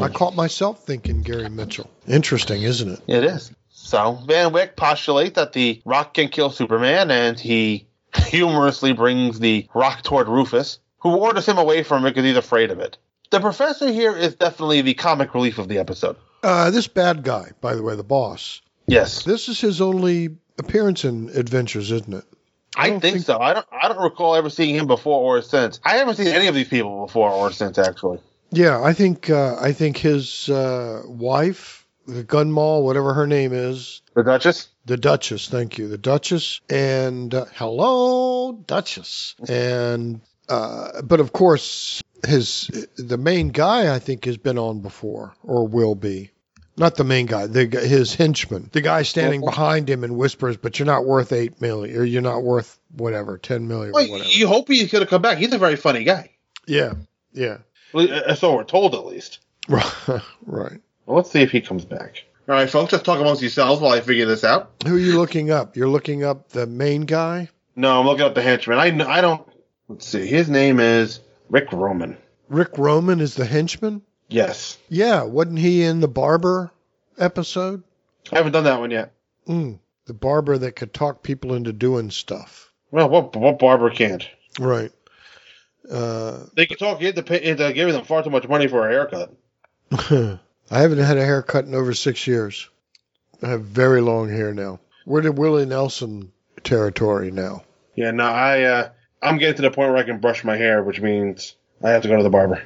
Speaker 3: I caught myself thinking Gary Mitchell. Interesting, isn't it?
Speaker 2: It is. So Van Wyck postulates that the Rock can kill Superman, and he humorously brings the Rock toward Rufus, who orders him away from it because he's afraid of it. The Professor here is definitely the comic relief of the episode.
Speaker 3: Uh, this bad guy, by the way, the boss.
Speaker 2: Yes.
Speaker 3: This is his only appearance in Adventures, isn't it?
Speaker 2: I, think, so. I don't. I don't recall ever seeing him before or since. I haven't seen any of these people before or since, actually.
Speaker 3: Yeah, I think uh, I think his uh, wife, the Gunmall, whatever her name is,
Speaker 2: the Duchess.
Speaker 3: The Duchess, thank you, the Duchess, and uh, hello, Duchess, and uh, but of course his the main guy I think has been on before or will be. Not the main guy, the g- his henchman, the guy standing behind him and whispers, "But you're not worth eight million, or you're not worth whatever, ten million, or
Speaker 2: Well,
Speaker 3: whatever."
Speaker 2: you hope he could have come back. He's a very funny guy.
Speaker 3: Yeah, yeah,
Speaker 2: Well, uh, So we're told, at least.
Speaker 3: right.
Speaker 2: Well, let's see if he comes back. All right, folks, just talk amongst yourselves while I figure this out.
Speaker 3: Who are you looking up? You're looking up the main guy,
Speaker 2: No, I'm looking up the henchman. I, kn- I don't. Let's see. His name is Rick Roman.
Speaker 3: Rick Roman is the henchman.
Speaker 2: Yes.
Speaker 3: Yeah, wasn't he in the barber episode?
Speaker 2: I haven't done that one yet.
Speaker 3: Mm, the barber that could talk people into doing stuff.
Speaker 2: Well, what what barber can't?
Speaker 3: Right. Uh,
Speaker 2: They can talk. You had to pay. You had to give them far too much money for a haircut.
Speaker 3: I haven't had a haircut in over six years. I have very long hair now. We're in Willie Nelson territory now.
Speaker 2: Yeah. No, I uh, I'm getting to the point where I can brush my hair, which means I have to go to the barber.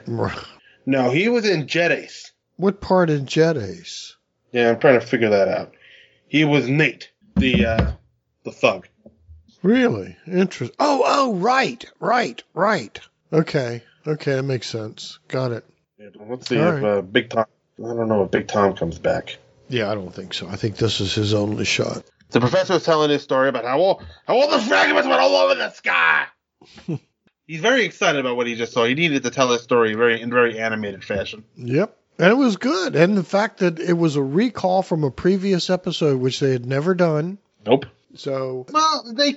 Speaker 2: No, he was in Jet Ace.
Speaker 3: What part in Jet Ace?
Speaker 2: Yeah, I'm trying to figure that out. He was Nate, the uh, the thug.
Speaker 3: Really? Interest. Oh, oh, right, right, right. Okay, okay, that makes sense. Got it.
Speaker 2: Let's see
Speaker 3: All
Speaker 2: if
Speaker 3: right.
Speaker 2: uh, Big Tom. I don't know if Big Tom comes back.
Speaker 3: Yeah, I don't think so. I think this is his only shot.
Speaker 2: The professor is telling his story about how all how all the fragments went all over the sky. He's very excited about what he just saw. He needed to tell his story very in very animated fashion.
Speaker 3: Yep. And it was good. And the fact that it was a recall from a previous episode, which they had never done
Speaker 2: Nope.
Speaker 3: So
Speaker 2: well, they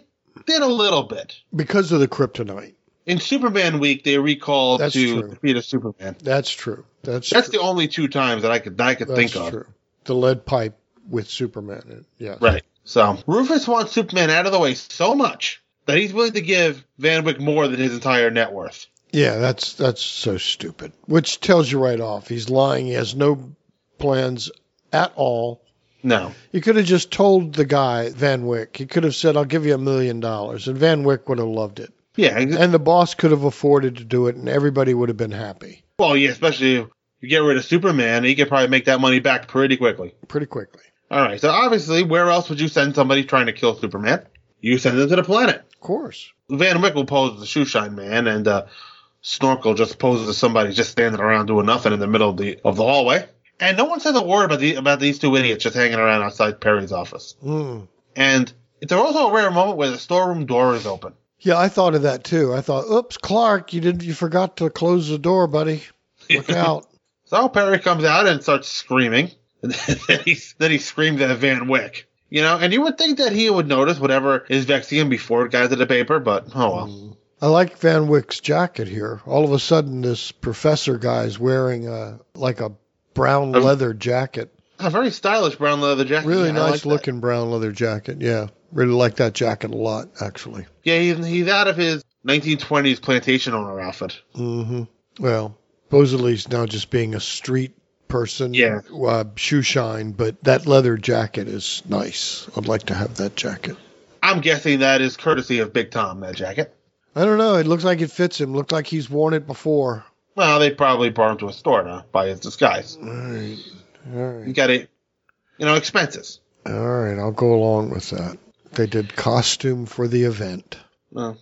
Speaker 2: did a little bit
Speaker 3: because of the kryptonite.
Speaker 2: in Superman week. They recalled
Speaker 3: That's
Speaker 2: to
Speaker 3: true.
Speaker 2: defeat a Superman.
Speaker 3: That's true. That's
Speaker 2: That's the only two times that I could that I could
Speaker 3: That's
Speaker 2: think of.
Speaker 3: true. The lead pipe with Superman. in it. Yes.
Speaker 2: Right. So Rufus wants Superman out of the way so much that he's willing to give Van Wyck more than his entire net worth.
Speaker 3: Yeah, that's that's so stupid. Which tells you right off he's lying. He has no plans at all.
Speaker 2: No.
Speaker 3: You could have just told the guy Van Wyck. He could have said, "I'll give you a million dollars," and Van Wyck would have loved it.
Speaker 2: Yeah.
Speaker 3: And the boss could have afforded to do it, and everybody would have been happy.
Speaker 2: Well, yeah, especially if you get rid of Superman, he could probably make that money back pretty quickly.
Speaker 3: Pretty quickly.
Speaker 2: All right. So obviously, where else would you send somebody trying to kill Superman? You send them to the planet. Of
Speaker 3: course.
Speaker 2: Van Wick will pose as the shoeshine man, and uh, Snorkel just poses as somebody just standing around doing nothing in the middle of the of the hallway. And no one says a word about the about these two idiots just hanging around outside Perry's office.
Speaker 3: Mm.
Speaker 2: And it's also a rare moment where the storeroom door is open.
Speaker 3: Yeah, I thought of that too. I thought, "Oops, Clark, you did you forgot to close the door, buddy." Look out.
Speaker 2: So Perry comes out and starts screaming. And then he, then he screams at Van Wyck. You know, and you would think that he would notice whatever is vexing him before it got to the paper, but oh well.
Speaker 3: I like Van Wyck's jacket here. All of a sudden, this professor guy's wearing a like a brown
Speaker 2: Um,
Speaker 3: leather jacket.
Speaker 2: A very stylish brown leather jacket.
Speaker 3: Really
Speaker 2: Yeah, I like
Speaker 3: nice
Speaker 2: that.
Speaker 3: looking brown leather jacket. Yeah, really like that jacket a lot, actually.
Speaker 2: Yeah, he's, he's out of his 1920s plantation owner outfit.
Speaker 3: hmm Well, supposedly he's now just being a street person.
Speaker 2: Yeah.
Speaker 3: Uh, shoe shine, but that leather jacket is nice. I'd like to have that jacket.
Speaker 2: I'm guessing that is courtesy of Big Tom, that jacket.
Speaker 3: I don't know. It looks like it fits him. Looked like he's worn it before.
Speaker 2: Well, they probably brought him to a store to buy his disguise. All
Speaker 3: right. All right.
Speaker 2: You got it. You know, expenses.
Speaker 3: All right, I'll go along with that. They did costume for the event.
Speaker 2: Well,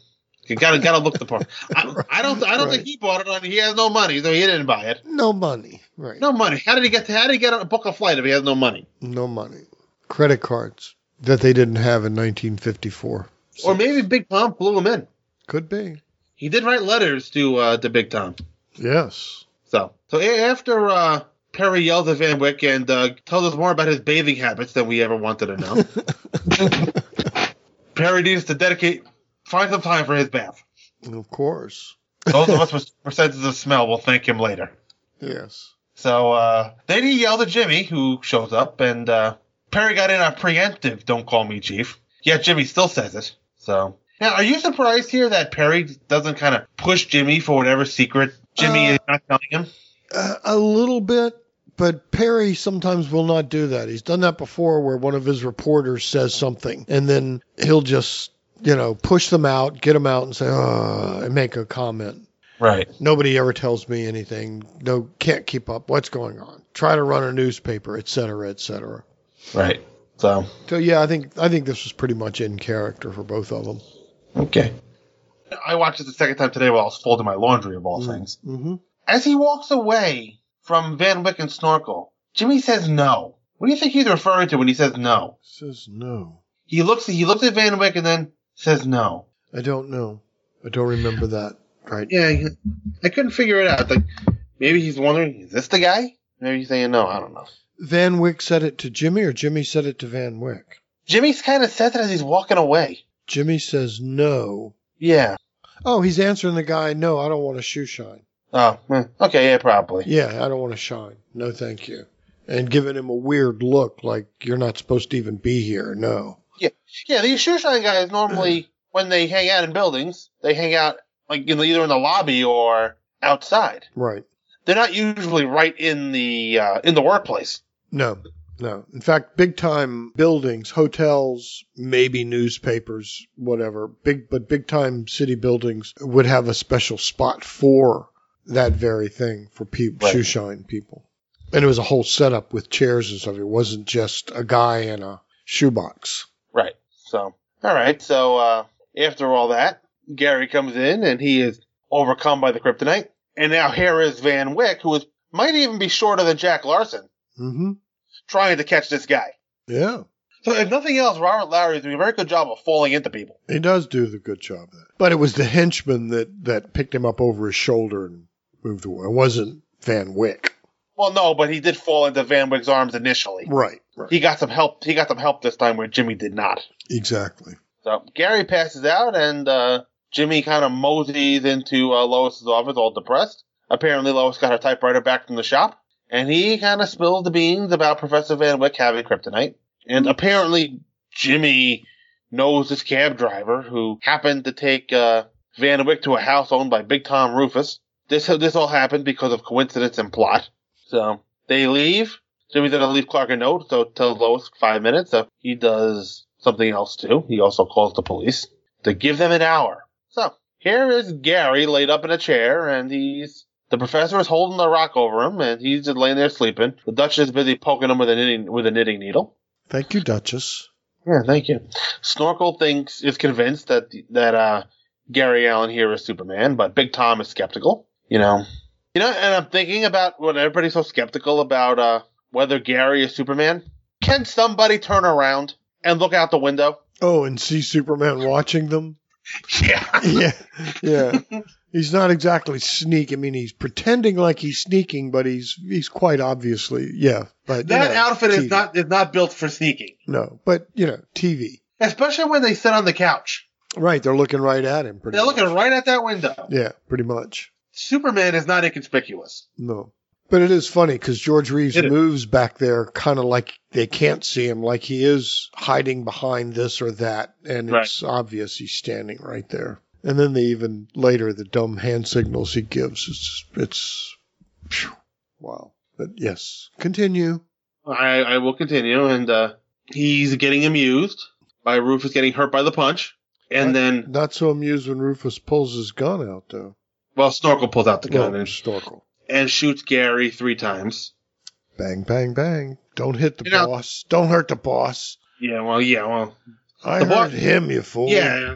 Speaker 2: you gotta gotta look the part. I, I don't I don't think he bought it on. He has no money, so he didn't buy it.
Speaker 3: No money, right?
Speaker 2: No money. How did he get? To, how did he get a book a flight if he has no money?
Speaker 3: No money. Credit cards that they didn't have in 1954.
Speaker 2: Or maybe Big Tom blew him in.
Speaker 3: Could be.
Speaker 2: He did write letters to uh, to Big Tom.
Speaker 3: Yes.
Speaker 2: So so a- after uh, Perry yells at Van Wick and uh, tells us more about his bathing habits than we ever wanted to know, Perry needs to dedicate find some time for his bath.
Speaker 3: Of course.
Speaker 2: Those of us with with senses of smell will thank him later.
Speaker 3: Yes.
Speaker 2: So uh, then he yelled at Jimmy, who shows up, and uh, Perry got in a preemptive "Don't call me chief." Yet Jimmy still says it. So now, are you surprised here that Perry doesn't kind of push Jimmy for whatever secret Jimmy is not telling him?
Speaker 3: Uh, a little bit, but Perry sometimes will not do that. He's done that before where one of his reporters says something and then he'll just, you know, push them out, get them out and say, oh, and make a comment.
Speaker 2: Right.
Speaker 3: Nobody ever tells me anything. No, can't keep up. What's going on? Try to run a newspaper, et cetera, et cetera.
Speaker 2: Right. So
Speaker 3: So yeah, I think I think this was pretty much in character for both of them.
Speaker 2: okay. I watched it the second time today while I was folding my laundry, of all things.
Speaker 3: Mm-hmm.
Speaker 2: As he walks away from Van Wick and Snorkel, Jimmy says no. What do you think he's referring to when he says no?
Speaker 3: Says no.
Speaker 2: He looks he looks at Van Wick and then says no.
Speaker 3: I don't know. I don't remember that. Right.
Speaker 2: Yeah, I couldn't figure it out. Like maybe he's wondering, is this the guy? Maybe he's saying no. I don't know.
Speaker 3: Van Wick said it to Jimmy or Jimmy said it to Van Wick?
Speaker 2: Jimmy kind of says it as he's walking away.
Speaker 3: Jimmy says no.
Speaker 2: Yeah.
Speaker 3: Oh, he's answering the guy, no, I don't want a shoe shine.
Speaker 2: Oh, hmm, okay, yeah, probably.
Speaker 3: Yeah, I don't want to shine. No, thank you. And giving him a weird look like you're not supposed to even be here. No.
Speaker 2: Yeah, yeah. These shoe shine guys normally, when they hang out in buildings, they hang out like in the, either in the lobby or outside.
Speaker 3: Right.
Speaker 2: They're not usually right in the uh, in the workplace.
Speaker 3: No. No. In fact, big time buildings, hotels, maybe newspapers, whatever, big but big time city buildings would have a special spot for that very thing for people shoe shine people. And it was a whole setup with chairs and stuff. It wasn't just a guy in a shoebox.
Speaker 2: Right. So, all right. So, uh, after all that, Gary comes in and he is overcome by the kryptonite. And now here is Van Wick, who is might even be shorter than Jack Larson,
Speaker 3: Mm-hmm.
Speaker 2: trying to catch this guy.
Speaker 3: Yeah.
Speaker 2: So, if nothing else, Robert Lowry is doing a very good job of falling into people.
Speaker 3: He does do the good job there. But it was the henchman that, that picked him up over his shoulder and moved away. It wasn't Van Wick.
Speaker 2: Well, no, but he did fall into Van Wick's arms initially.
Speaker 3: Right.
Speaker 2: He got some help. He got some help this time where Jimmy did not.
Speaker 3: Exactly.
Speaker 2: So Gary passes out, and uh, Jimmy kind of moseys into uh, Lois's office, all depressed. Apparently, Lois got her typewriter back from the shop, and he kind of spills the beans about Professor Van Wyck having kryptonite. And apparently, Jimmy knows this cab driver who happened to take uh, Van Wyck to a house owned by Big Tom Rufus. This this all happened because of coincidence and plot. So they leave. Jimmy's gonna leave Clark a note, so tells Lois five minutes. So he does something else too. He also calls the police to give them an hour. So here is Gary laid up in a chair, and he's the professor is holding a rock over him, and he's just laying there sleeping. The Duchess is busy poking him with a knitting with a knitting needle.
Speaker 3: Thank you, Duchess.
Speaker 2: Yeah, thank you. Snorkel thinks is convinced that that uh, Gary Allen here is Superman, but Big Tom is skeptical. You know, You know, and I'm thinking about when everybody's so skeptical about uh, whether Gary is Superman. Can somebody turn around and look out the window?
Speaker 3: Oh, and see Superman watching them?
Speaker 2: Yeah.
Speaker 3: Yeah. Yeah. he's not exactly sneak. I mean, he's pretending like he's sneaking, but he's he's quite obviously, yeah. But you
Speaker 2: That
Speaker 3: know,
Speaker 2: outfit
Speaker 3: TV.
Speaker 2: is not is not built for sneaking,
Speaker 3: No, but, you know, TV.
Speaker 2: especially when they sit on the couch.
Speaker 3: Right. They're looking right at him. Pretty
Speaker 2: They're looking right at that window.
Speaker 3: Yeah, pretty much.
Speaker 2: Superman is not inconspicuous.
Speaker 3: No. But it is funny because George Reeves moves back there kind of like they can't see him, like he is hiding behind this or that. And it's obvious he's standing right there. And then the even later, the dumb hand signals he gives. It's, it's, phew, wow. But yes, continue.
Speaker 2: I, I will continue, and uh, he's getting amused by Rufus getting hurt by the punch, and then
Speaker 3: Not so amused when Rufus pulls his gun out, though.
Speaker 2: well, Snorkel pulls out the gun
Speaker 3: Well,
Speaker 2: and
Speaker 3: Snorkel
Speaker 2: and shoots Gary three times.
Speaker 3: Bang, bang, bang. Don't hit the boss. Don't hurt the boss.
Speaker 2: Yeah, well, yeah, well,
Speaker 3: I
Speaker 2: The
Speaker 3: hurt
Speaker 2: boss-
Speaker 3: him, you fool.
Speaker 2: yeah.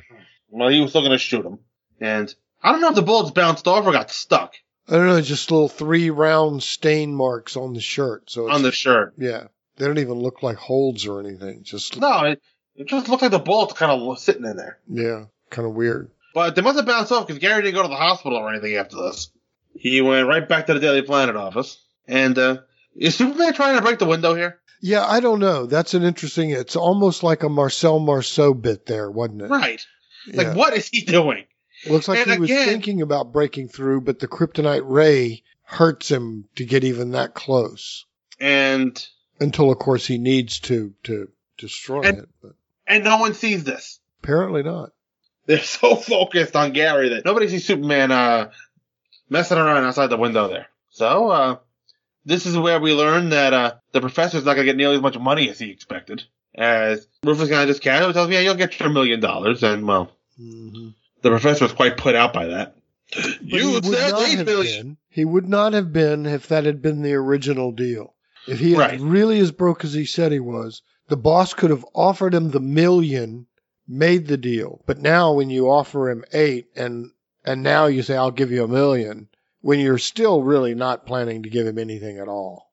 Speaker 2: Well, he was still gonna shoot him, and I don't know if the bullets bounced off or got stuck
Speaker 3: I don't know, just little three round stain marks on the shirt. So it's,
Speaker 2: on the shirt.
Speaker 3: yeah, they don't even look like holds or anything. Just
Speaker 2: No, it, it just looked like the bullets kind of sitting in there.
Speaker 3: yeah, kind of weird.
Speaker 2: But they must have bounced off because Gary didn't go to the hospital or anything after this. He went right back to the Daily Planet office. And uh, is Superman trying to break the window here?
Speaker 3: Yeah, I don't know. That's an interesting. It's almost like a Marcel Marceau bit there, wasn't it?
Speaker 2: Right. Like,
Speaker 3: Yeah.
Speaker 2: what is he doing?
Speaker 3: Looks like
Speaker 2: And
Speaker 3: he was
Speaker 2: again-
Speaker 3: thinking about breaking through, but the kryptonite ray hurts him to get even that close.
Speaker 2: And
Speaker 3: Until, of course, he needs to to destroy it.
Speaker 2: and no one sees this.
Speaker 3: Apparently not.
Speaker 2: They're so focused on Gary that nobody sees Superman uh, messing around outside the window there. So uh, this is where we learn that uh, the professor's not going to get nearly as much money as he expected. As Rufus kind of just casually tells me, "Yeah, you'll get your million dollars," and well,
Speaker 3: Mm-hmm.
Speaker 2: the professor was quite put out by that.
Speaker 3: But he would not have been. He would not have been if that had been the original deal. If he had really as broke as he said he was, the boss could have offered him the million, made the deal. But now when you offer him eight and and now you say I'll give you a million, when you're still really not planning to give him anything at all.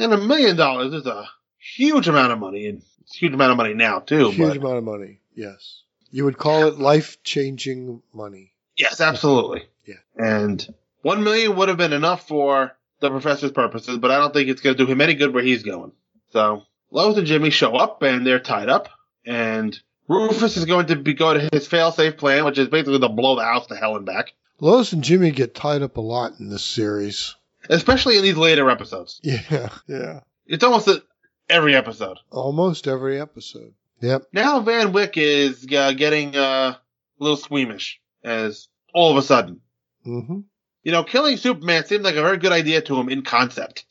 Speaker 2: And a million dollars is a huge amount of money, and it's a huge amount of money now too.
Speaker 3: Huge
Speaker 2: but
Speaker 3: amount of money, yes. You would call it life changing money.
Speaker 2: yes, absolutely.
Speaker 3: Yeah.
Speaker 2: And one million would have been enough for the professor's purposes, but I don't think it's going to do him any good where he's going. So Lois and Jimmy show up, and they're tied up, and Rufus is going to be go to his fail-safe plan, which is basically to blow the house to hell and back,
Speaker 3: Lois and Jimmy get tied up a lot in this series.
Speaker 2: especially in these later episodes.
Speaker 3: Yeah, yeah.
Speaker 2: It's almost a, every episode.
Speaker 3: Almost every episode. Yep.
Speaker 2: Now Van Wyck is uh, getting uh, a little squeamish as all of a sudden.
Speaker 3: Mm-hmm.
Speaker 2: You know, killing Superman seemed like a very good idea to him in concept.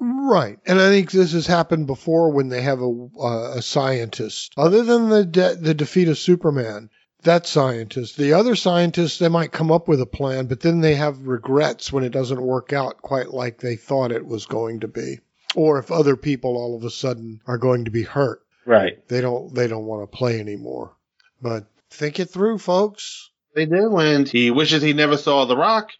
Speaker 3: Right, and I think this has happened before when they have a uh, a scientist. Other than the de- the defeat of Superman, that scientist, the other scientists, they might come up with a plan, but then they have regrets when it doesn't work out quite like they thought it was going to be, or if other people all of a sudden are going to be hurt.
Speaker 2: Right.
Speaker 3: They don't they don't want to play anymore. But think it through, folks.
Speaker 2: They do, and he wishes he never saw The Rock.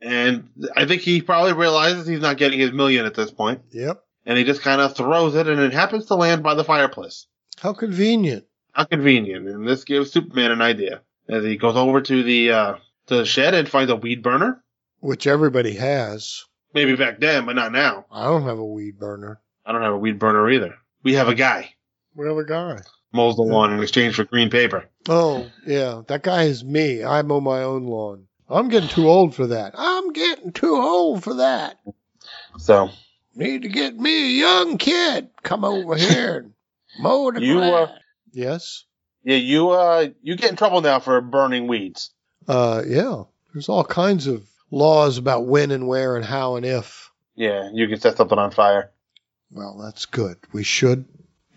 Speaker 2: And I think he probably realizes he's not getting his million at this point,
Speaker 3: Yep.
Speaker 2: and he just kind of throws it, and it happens to land by the fireplace.
Speaker 3: How convenient.
Speaker 2: How convenient! And this gives Superman an idea as he goes over to the uh, to the shed and finds a weed burner.
Speaker 3: Which everybody has.
Speaker 2: Maybe back then, but not now.
Speaker 3: I don't have a weed burner.
Speaker 2: I don't have a weed burner either. We have a guy
Speaker 3: We have a guy.
Speaker 2: mows the lawn in exchange for green paper.
Speaker 3: Oh, yeah. That guy is me. I mow my own lawn. I'm getting too old for that. I'm getting too old for that.
Speaker 2: So
Speaker 3: Need to get me a young kid. Come over here and mow the
Speaker 2: you,
Speaker 3: grass.
Speaker 2: uh,
Speaker 3: yes,
Speaker 2: yeah, you, uh, you get in trouble now for burning weeds.
Speaker 3: Uh, yeah. There's all kinds of laws about when and where and how and if.
Speaker 2: Yeah, you can set something on fire.
Speaker 3: Well, that's good. We should,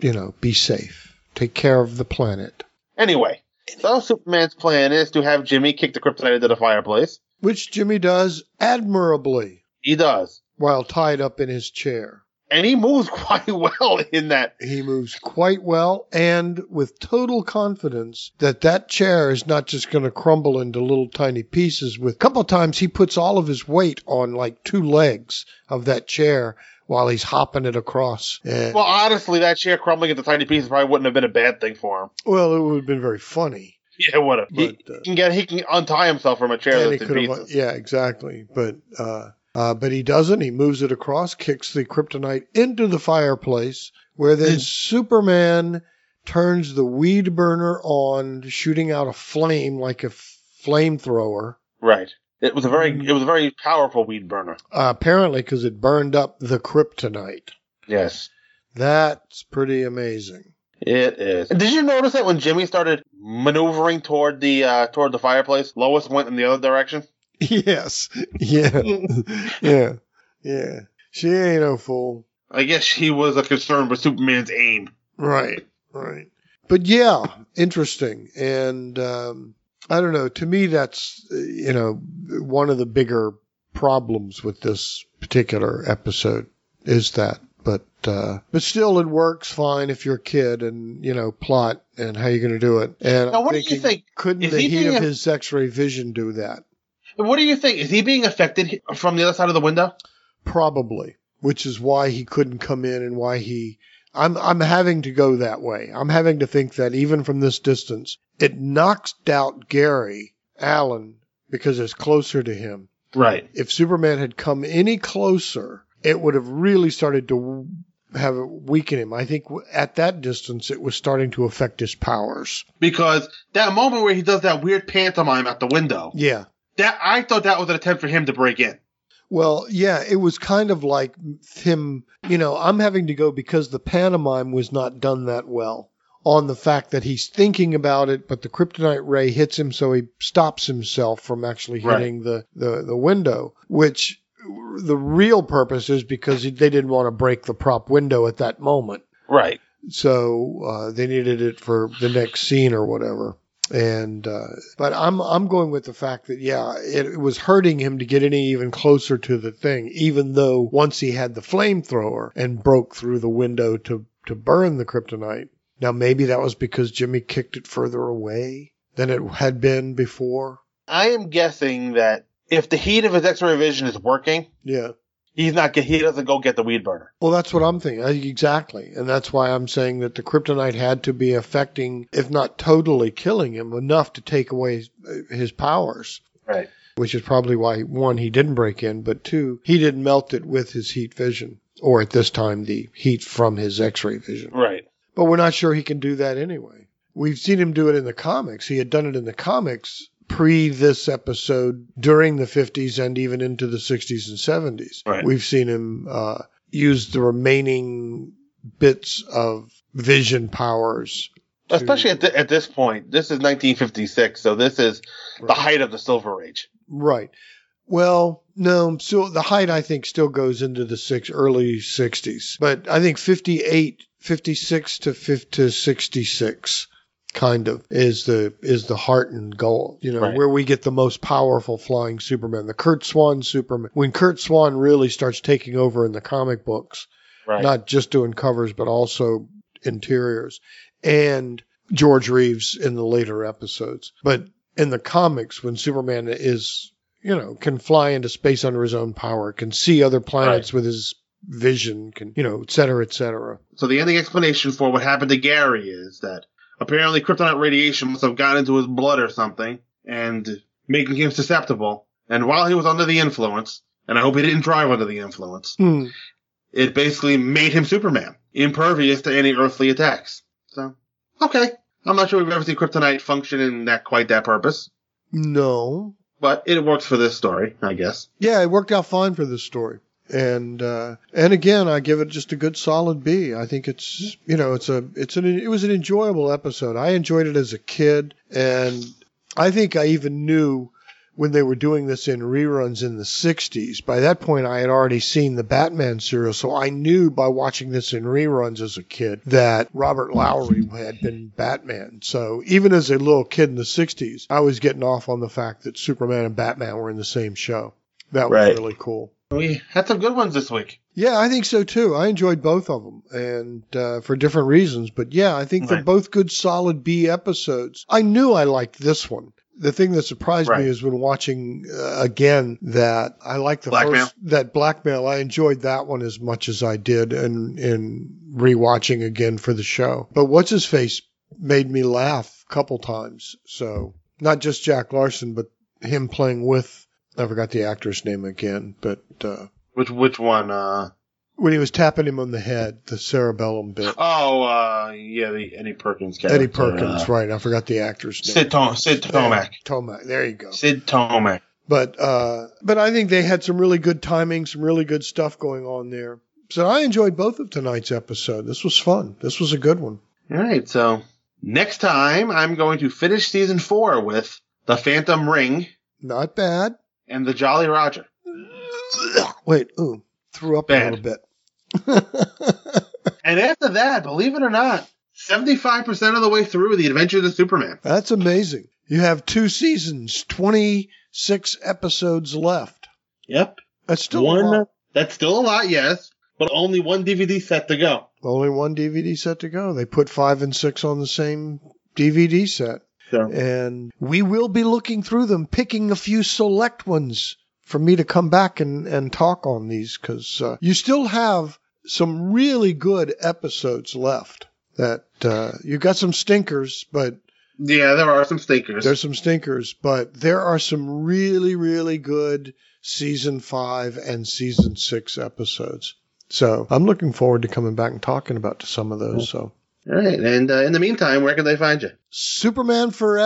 Speaker 3: you know, be safe. Take care of the planet.
Speaker 2: Anyway, so Superman's plan is to have Jimmy kick the kryptonite into the fireplace.
Speaker 3: Which Jimmy does admirably.
Speaker 2: He does.
Speaker 3: While tied up in his chair.
Speaker 2: And he moves quite well in that.
Speaker 3: He moves quite well and with total confidence that that chair is not just going to crumble into little tiny pieces. With a couple times, he puts all of his weight on like two legs of that chair while he's hopping it across. And,
Speaker 2: Well, honestly, that chair crumbling into tiny pieces probably wouldn't have been a bad thing for him.
Speaker 3: well, it would have been very funny.
Speaker 2: Yeah, it would have. He, he can get he can untie himself from a chair
Speaker 3: uh, And he
Speaker 2: that's in
Speaker 3: could have,
Speaker 2: pieces.
Speaker 3: yeah, exactly. But uh, uh, but he doesn't. He moves it across, kicks the kryptonite into the fireplace, where then Superman turns the weed burner on, shooting out a flame like a f- flamethrower.
Speaker 2: Right. It was a very
Speaker 3: Mm.
Speaker 2: it was a very powerful weed burner.
Speaker 3: Uh, apparently, because it burned up the kryptonite.
Speaker 2: Yes.
Speaker 3: That's pretty amazing.
Speaker 2: It is. Did you notice that when Jimmy started maneuvering toward the uh, toward the fireplace, Lois went in the other direction?
Speaker 3: yes. Yeah. yeah. Yeah. She ain't no fool.
Speaker 2: I guess she was a concern with Superman's aim.
Speaker 3: Right. Right. But yeah, interesting. And um, I don't know. To me, that's, uh, you know, one of the bigger problems with this particular episode is that. But uh, but still, it works fine if you're a kid and you know plot and how you're going to do it. And
Speaker 2: Now,
Speaker 3: I'm
Speaker 2: what do you
Speaker 3: thinking,
Speaker 2: think?
Speaker 3: Couldn't
Speaker 2: Is
Speaker 3: the
Speaker 2: he
Speaker 3: heat of
Speaker 2: being a-
Speaker 3: his X-ray vision do that?
Speaker 2: What do you think? Is he being affected from the other side of the window?
Speaker 3: Probably, which is why he couldn't come in and why he. I'm I'm having to go that way. I'm having to think that even from this distance, it knocks out Gary Allen because it's closer to him.
Speaker 2: Right.
Speaker 3: If Superman had come any closer, it would have really started to have it weaken him. I think w- at that distance, it was starting to affect his powers.
Speaker 2: Because that moment where he does that weird pantomime out the window,
Speaker 3: Yeah.
Speaker 2: that I thought that was an attempt for him to break in.
Speaker 3: Well, yeah, it was kind of like him, you know, I'm having to go because the pantomime was not done that well on the fact that he's thinking about it, but the kryptonite ray hits him, so he stops himself from actually
Speaker 2: Right.
Speaker 3: hitting the, the, the window, which the real purpose is because they didn't want to break the prop window at that moment.
Speaker 2: Right.
Speaker 3: So uh, they needed it for the next scene or whatever. And uh, but I'm I'm going with the fact that yeah, it, it was hurting him to get any even closer to the thing, even though once he had the flamethrower and broke through the window to to burn the kryptonite. Now maybe that was because Jimmy kicked it further away than it had been before.
Speaker 2: I am guessing that if the heat of his X-ray vision is working,
Speaker 3: Yeah.
Speaker 2: he's not. Get, he doesn't go get the weed burner.
Speaker 3: Well, that's what I'm thinking. Uh, Exactly. And that's why I'm saying that the kryptonite had to be affecting, if not totally killing him, enough to take away his, uh, his powers.
Speaker 2: Right.
Speaker 3: Which is probably why, one, he didn't break in, but two, he didn't melt it with his heat vision, or at this time, the heat from his x ray vision.
Speaker 2: Right.
Speaker 3: But we're not sure he can do that anyway. We've seen him do it in the comics. He had done it in the comics pre this episode during the 50s and even into the 60s and 70s.
Speaker 2: Right.
Speaker 3: We've seen him uh, use the remaining bits of vision powers.
Speaker 2: Especially at, the, at this point, this is 1956, so this is the height of the Silver Age.
Speaker 3: Right. Well, no, so the height I think still goes into the six early 60s, but I think 58, 56 to 50 to 66 kind of is the is the heart and goal you know
Speaker 4: Right.
Speaker 3: where we get the most powerful flying superman the kurt swan superman when kurt swan really starts taking over in the comic books
Speaker 4: Right.
Speaker 3: not just doing covers but also interiors and george reeves in the later episodes but in the comics when superman is you know can fly into space under his own power can see other planets with his vision can you know et cetera et cetera
Speaker 2: So the ending explanation for what happened to Gary is that apparently kryptonite radiation must have got into his blood or something, and making him susceptible. And while he was under the influence, and I hope he didn't drive under the influence,
Speaker 3: Hmm.
Speaker 2: it basically made him Superman, impervious to any earthly attacks. So, okay. I'm not sure we've ever seen kryptonite function in that quite that purpose,
Speaker 3: no
Speaker 2: but it works for this story, I guess.
Speaker 3: Yeah, it worked out fine for this story. And uh, and again, I give it just a good solid B. I think it's you know it's a it's an it was an enjoyable episode. I enjoyed it as a kid, and I think I even knew when they were doing this in reruns in the '60s. By that point, I had already seen the Batman serial, so I knew by watching this in reruns as a kid that Robert Lowry had been Batman. So even as a little kid in the '60s, I was getting off on the fact that Superman and Batman were in the same show. That was
Speaker 2: Right.
Speaker 3: really cool.
Speaker 2: We had some good ones this week.
Speaker 3: Yeah, I think so too. I enjoyed both of them, and uh, for different reasons. But yeah, I think they're
Speaker 2: Right.
Speaker 3: both good, solid B episodes. I knew I liked this one. The thing that surprised
Speaker 2: Right.
Speaker 3: me is when watching uh, again that I liked the
Speaker 2: Blackmail?
Speaker 3: first that blackmail. I enjoyed that one as much as I did, and in rewatching again for the show. But what's his face made me laugh a couple times. So not just Jack Larson, but him playing with. I forgot the actor's name again, but. Uh,
Speaker 2: Which which one? Uh,
Speaker 3: when he was tapping him on the head, the cerebellum bit.
Speaker 2: oh, uh, yeah, the Eddie Perkins character.
Speaker 3: Eddie Perkins,
Speaker 2: uh,
Speaker 3: right? I forgot the actor's name.
Speaker 2: Sid, Tom- Sid Tomac.
Speaker 3: Tomac, there you go.
Speaker 2: Sid Tomac.
Speaker 3: But uh, but I think they had some really good timing, some really good stuff going on there. So I enjoyed both of tonight's episode. This was fun. This was a good one.
Speaker 2: All right, so next time I'm going to finish season four with The Phantom Ring.
Speaker 3: Not bad.
Speaker 2: And The Jolly Roger.
Speaker 3: Wait, ooh, threw up a little bit.
Speaker 2: And after that, believe it or not, 75% of the way through The Adventures of Superman.
Speaker 3: That's amazing. You have two seasons, 26 episodes left.
Speaker 2: Yep.
Speaker 3: That's still
Speaker 2: one.
Speaker 3: a lot.
Speaker 2: That's still a lot, yes, but only one DVD set to go.
Speaker 3: Only one DVD set to go. They put five and six on the same DVD set. And we will be looking through them, picking a few select ones for me to come back and, and talk on these because uh, you still have some really good episodes left that uh, you got some stinkers, but.
Speaker 2: Yeah, there are some stinkers.
Speaker 3: There's some stinkers, but there are some really, really good season five and season six episodes. So I'm looking forward to coming back and talking about some of those. So
Speaker 2: All right, and uh, in the meantime, where can they find you?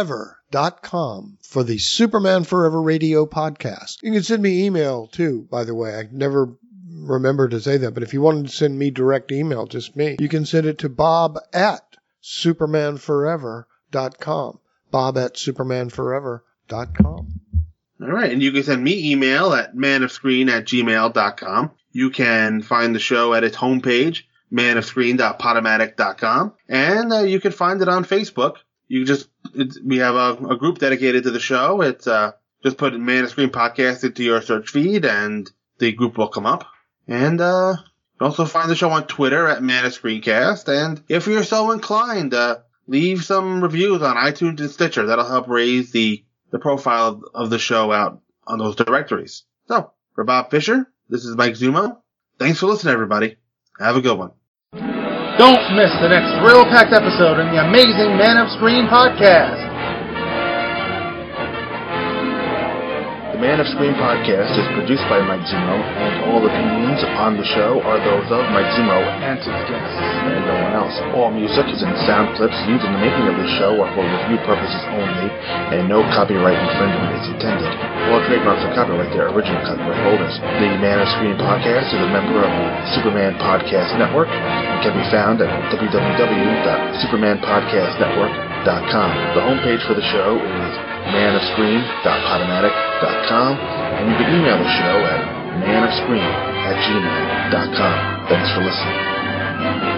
Speaker 3: supermanforever.com for the Superman Forever radio podcast. You can send me email too, by the way. I never remember to say that, but if you wanted to send me direct email, just me, you can send it to bob at supermanforever.com. Bob at supermanforever.com.
Speaker 2: All right, and you can send me email at manofscreen at gmail.com. You can find the show at its homepage, manofscreen.podomatic.com, and uh, you can find it on Facebook. You can just it's, we have a, a group dedicated to the show. It's uh, just put Man of Screen podcast into your search feed, and the group will come up. And uh, you can also find the show on Twitter at Man of Screencast. And if you're so inclined, uh, leave some reviews on iTunes and Stitcher. That'll help raise the the profile of, of the show out on those directories. So, for Bob Fisher, this is Mike Zumo. Thanks for listening, everybody. Have a good one.
Speaker 4: Don't miss the next thrill packed episode in the amazing Man of Screen podcast.
Speaker 2: The Man of Screen podcast is produced by Mike Zumo, and all opinions on the show are those of Mike Zumo and his guests, and no one else. All music is in sound clips used in the making of this show are for review purposes only, and no copyright infringement is intended. All trademarks are copyright their original copyright holders. The Man of Screen podcast is a member of the Superman Podcast Network and can be found at www.supermanpodcastnetwork.com. The homepage for the show is manofscreen.podomatic.com, and you can email the show at manofscreen at gmail.com. Thanks for listening.